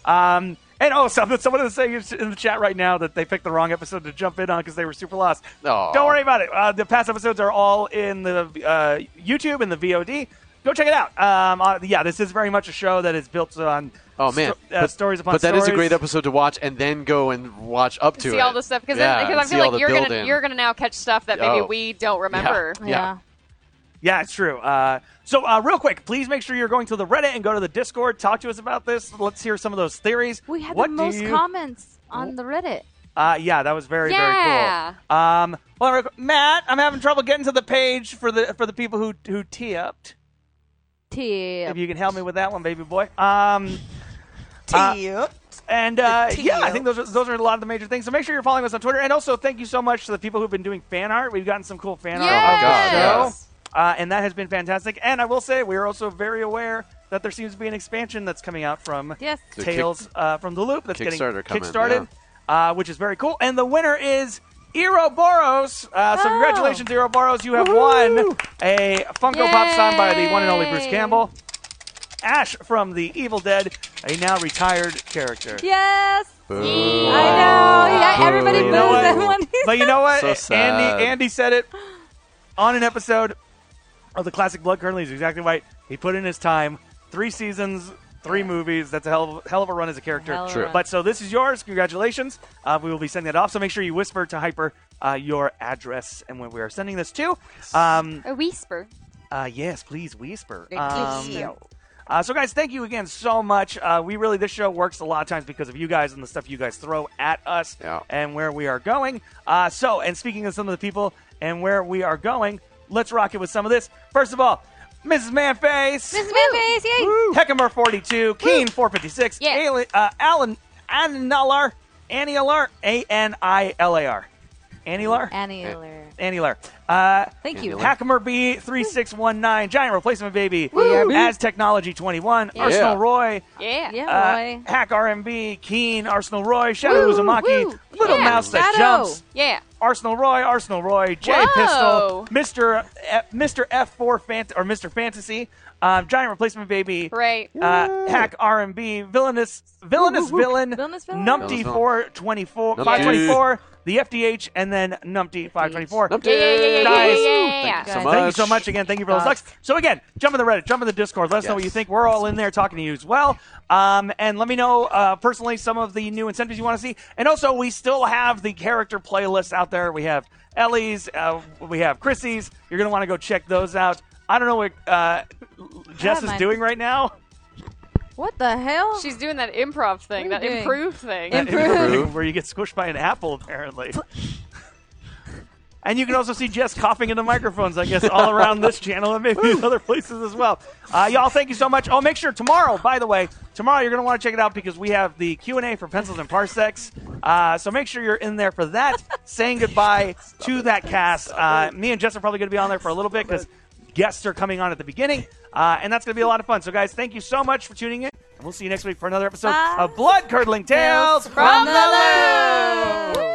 [SPEAKER 2] Um, and oh, something someone is saying in the chat right now that they picked the wrong episode to jump in on because they were super lost.
[SPEAKER 5] Aw.
[SPEAKER 2] Don't worry about it. Uh, the past episodes are all in the uh, YouTube and the VOD. Go check it out. Um, uh, yeah, this is very much a show that is built on
[SPEAKER 5] Oh man,
[SPEAKER 2] sto- uh, stories upon
[SPEAKER 5] But that is
[SPEAKER 2] stories.
[SPEAKER 5] a great episode to watch, and then go and watch up to
[SPEAKER 6] see
[SPEAKER 5] it.
[SPEAKER 6] all the stuff because
[SPEAKER 5] yeah,
[SPEAKER 6] because I
[SPEAKER 5] and see
[SPEAKER 6] feel
[SPEAKER 5] all the
[SPEAKER 6] like you're gonna
[SPEAKER 5] build-in.
[SPEAKER 6] you're gonna now catch stuff that maybe
[SPEAKER 5] Oh.
[SPEAKER 6] we don't remember.
[SPEAKER 3] (laughs)
[SPEAKER 5] Yeah.
[SPEAKER 2] Yeah, it's true. Uh, so, uh, real quick, please make sure you're going to the Reddit and go to the Discord. Talk to us about this. Let's hear some of those theories.
[SPEAKER 3] We had
[SPEAKER 2] What
[SPEAKER 3] the
[SPEAKER 2] do
[SPEAKER 3] most
[SPEAKER 2] you-
[SPEAKER 3] comments on the Reddit.
[SPEAKER 2] Uh, yeah, that was very
[SPEAKER 6] Yeah.
[SPEAKER 2] very cool. Um, well, real quick- Matt, I'm having trouble getting to the page for the for the people who who tipped.
[SPEAKER 3] Tip.
[SPEAKER 2] If you can help me with that one, baby boy. Um, (laughs) Uh,
[SPEAKER 4] you.
[SPEAKER 2] and uh,
[SPEAKER 4] To
[SPEAKER 2] yeah, I
[SPEAKER 4] you.
[SPEAKER 2] think those are, those are a lot of the major things. So make sure you're following us on Twitter. And also, thank you so much to the people who've been doing fan art. We've gotten some cool fan art.
[SPEAKER 5] Oh, my God,
[SPEAKER 2] of the
[SPEAKER 5] yes.
[SPEAKER 2] show. Uh, and that has been fantastic. And I will say, we are also very aware that there seems to be an expansion that's coming out from
[SPEAKER 3] Yes.
[SPEAKER 5] The kick-
[SPEAKER 2] Tales uh, from the Loop that's getting
[SPEAKER 5] Kickstarter coming,
[SPEAKER 2] kickstarted, uh, which is very cool. And the winner is Eroboros. Uh, so
[SPEAKER 3] Oh.
[SPEAKER 2] congratulations, Eroboros. You have won a Funko Pop signed by the one and only Bruce
[SPEAKER 3] Yay.
[SPEAKER 2] Campbell. Ash from the Evil Dead, a now retired character.
[SPEAKER 3] Yes.
[SPEAKER 5] Boo.
[SPEAKER 3] I know. Yeah,
[SPEAKER 5] Boo.
[SPEAKER 3] everybody
[SPEAKER 5] You
[SPEAKER 3] boos
[SPEAKER 5] know what?
[SPEAKER 3] that one.
[SPEAKER 2] (laughs) But you know what?
[SPEAKER 5] So sad.
[SPEAKER 2] Andy Andy said it on an episode of the classic Blood Currently. He's exactly right. He put in his time. Three seasons, three movies. That's a hell of, hell of a run as a character.
[SPEAKER 3] Hell of a True. run.
[SPEAKER 2] But so this is yours. Congratulations. Uh, we will be sending that off. So make sure you whisper to Hyper uh, your address and when we are sending this to. Um,
[SPEAKER 6] A whisper.
[SPEAKER 2] uh, yes, please whisper.
[SPEAKER 4] you.
[SPEAKER 2] Uh, so, guys, thank you again so much. Uh, we really, this show works a lot of times because of you guys and the stuff you guys throw at us
[SPEAKER 5] Yeah.
[SPEAKER 2] and where we are going. Uh, so, and speaking of some of the people and where we are going, let's rock it with some of this. First of all, Mrs. Manface,
[SPEAKER 3] Miss Manface, yay.
[SPEAKER 2] Heckamer 42, Keen 456,
[SPEAKER 6] Yeah.
[SPEAKER 2] Ali- uh, Alan Anilar, Anilar, A N I L A R. Anilar?
[SPEAKER 3] Annie Eller.
[SPEAKER 2] Annilar. Uh,
[SPEAKER 3] Thank you.
[SPEAKER 2] Hackmer B3619, Giant Replacement Baby,
[SPEAKER 3] Woo.
[SPEAKER 2] As Technology 21,
[SPEAKER 6] Yeah.
[SPEAKER 2] Arsenal Roy,
[SPEAKER 6] Yeah.
[SPEAKER 3] Yeah,
[SPEAKER 2] uh,
[SPEAKER 3] boy.
[SPEAKER 2] Hack RMB, Keen, Arsenal Roy, Shadow Uzumaki,
[SPEAKER 3] woo.
[SPEAKER 2] Little
[SPEAKER 6] Yeah,
[SPEAKER 2] Mouse That
[SPEAKER 3] Shadow.
[SPEAKER 2] Jumps,
[SPEAKER 6] Yeah.
[SPEAKER 2] Arsenal Roy, Arsenal Roy, J
[SPEAKER 6] Whoa.
[SPEAKER 2] Pistol, Mr. F- Mr. F4 Fant- or Mr. Fantasy, um, Giant Replacement Baby,
[SPEAKER 6] Right.
[SPEAKER 2] uh, Hack R&B, Villainous, Villainous Villain,
[SPEAKER 3] Villainous Villain.
[SPEAKER 2] Numpty 424,
[SPEAKER 5] Numpty.
[SPEAKER 2] 524, the FDH, and then Numpty 524.
[SPEAKER 6] Yeah, yeah, yeah, yeah, yeah,
[SPEAKER 2] Guys,
[SPEAKER 6] yeah, yeah,
[SPEAKER 5] Thank
[SPEAKER 6] yeah.
[SPEAKER 5] you so much.
[SPEAKER 2] Thank you so much Uh, again. Thank you for those likes. So again, jump in the Reddit, jump in the Discord. Let us know what
[SPEAKER 5] Yes.
[SPEAKER 2] you think. We're all in there talking to you as well. Um, and let me know uh, personally some of the new incentives you want to see. And also, we still have the character playlists out there. We have Ellie's, uh, we have Chrissy's. You're gonna want to go check those out. I don't know what uh, Jess
[SPEAKER 3] have
[SPEAKER 2] is
[SPEAKER 3] mine.
[SPEAKER 2] doing right now.
[SPEAKER 3] What the hell?
[SPEAKER 6] She's doing that improv thing, that
[SPEAKER 3] What are you doing?
[SPEAKER 6] improve thing.
[SPEAKER 5] Improve.
[SPEAKER 2] Where you get squished by an apple, apparently. And you can also see Jess coughing into microphones, I guess, all around this channel and maybe other places as well. Uh, y'all, thank you so much. Oh, make sure tomorrow, by the way, tomorrow you're going to want to check it out because we have the Q&A for Pencils and Parsecs. Uh, so make sure you're in there for that, saying goodbye to that cast. Uh, me and Jess are probably going to be on there for a little bit because guests are coming on at the beginning. Uh, and that's going to be a lot of fun. So, guys, thank you so much for tuning in. And we'll see you next week for another episode
[SPEAKER 3] Bye.
[SPEAKER 2] of Blood Curdling Tales
[SPEAKER 3] Tales from the Loop.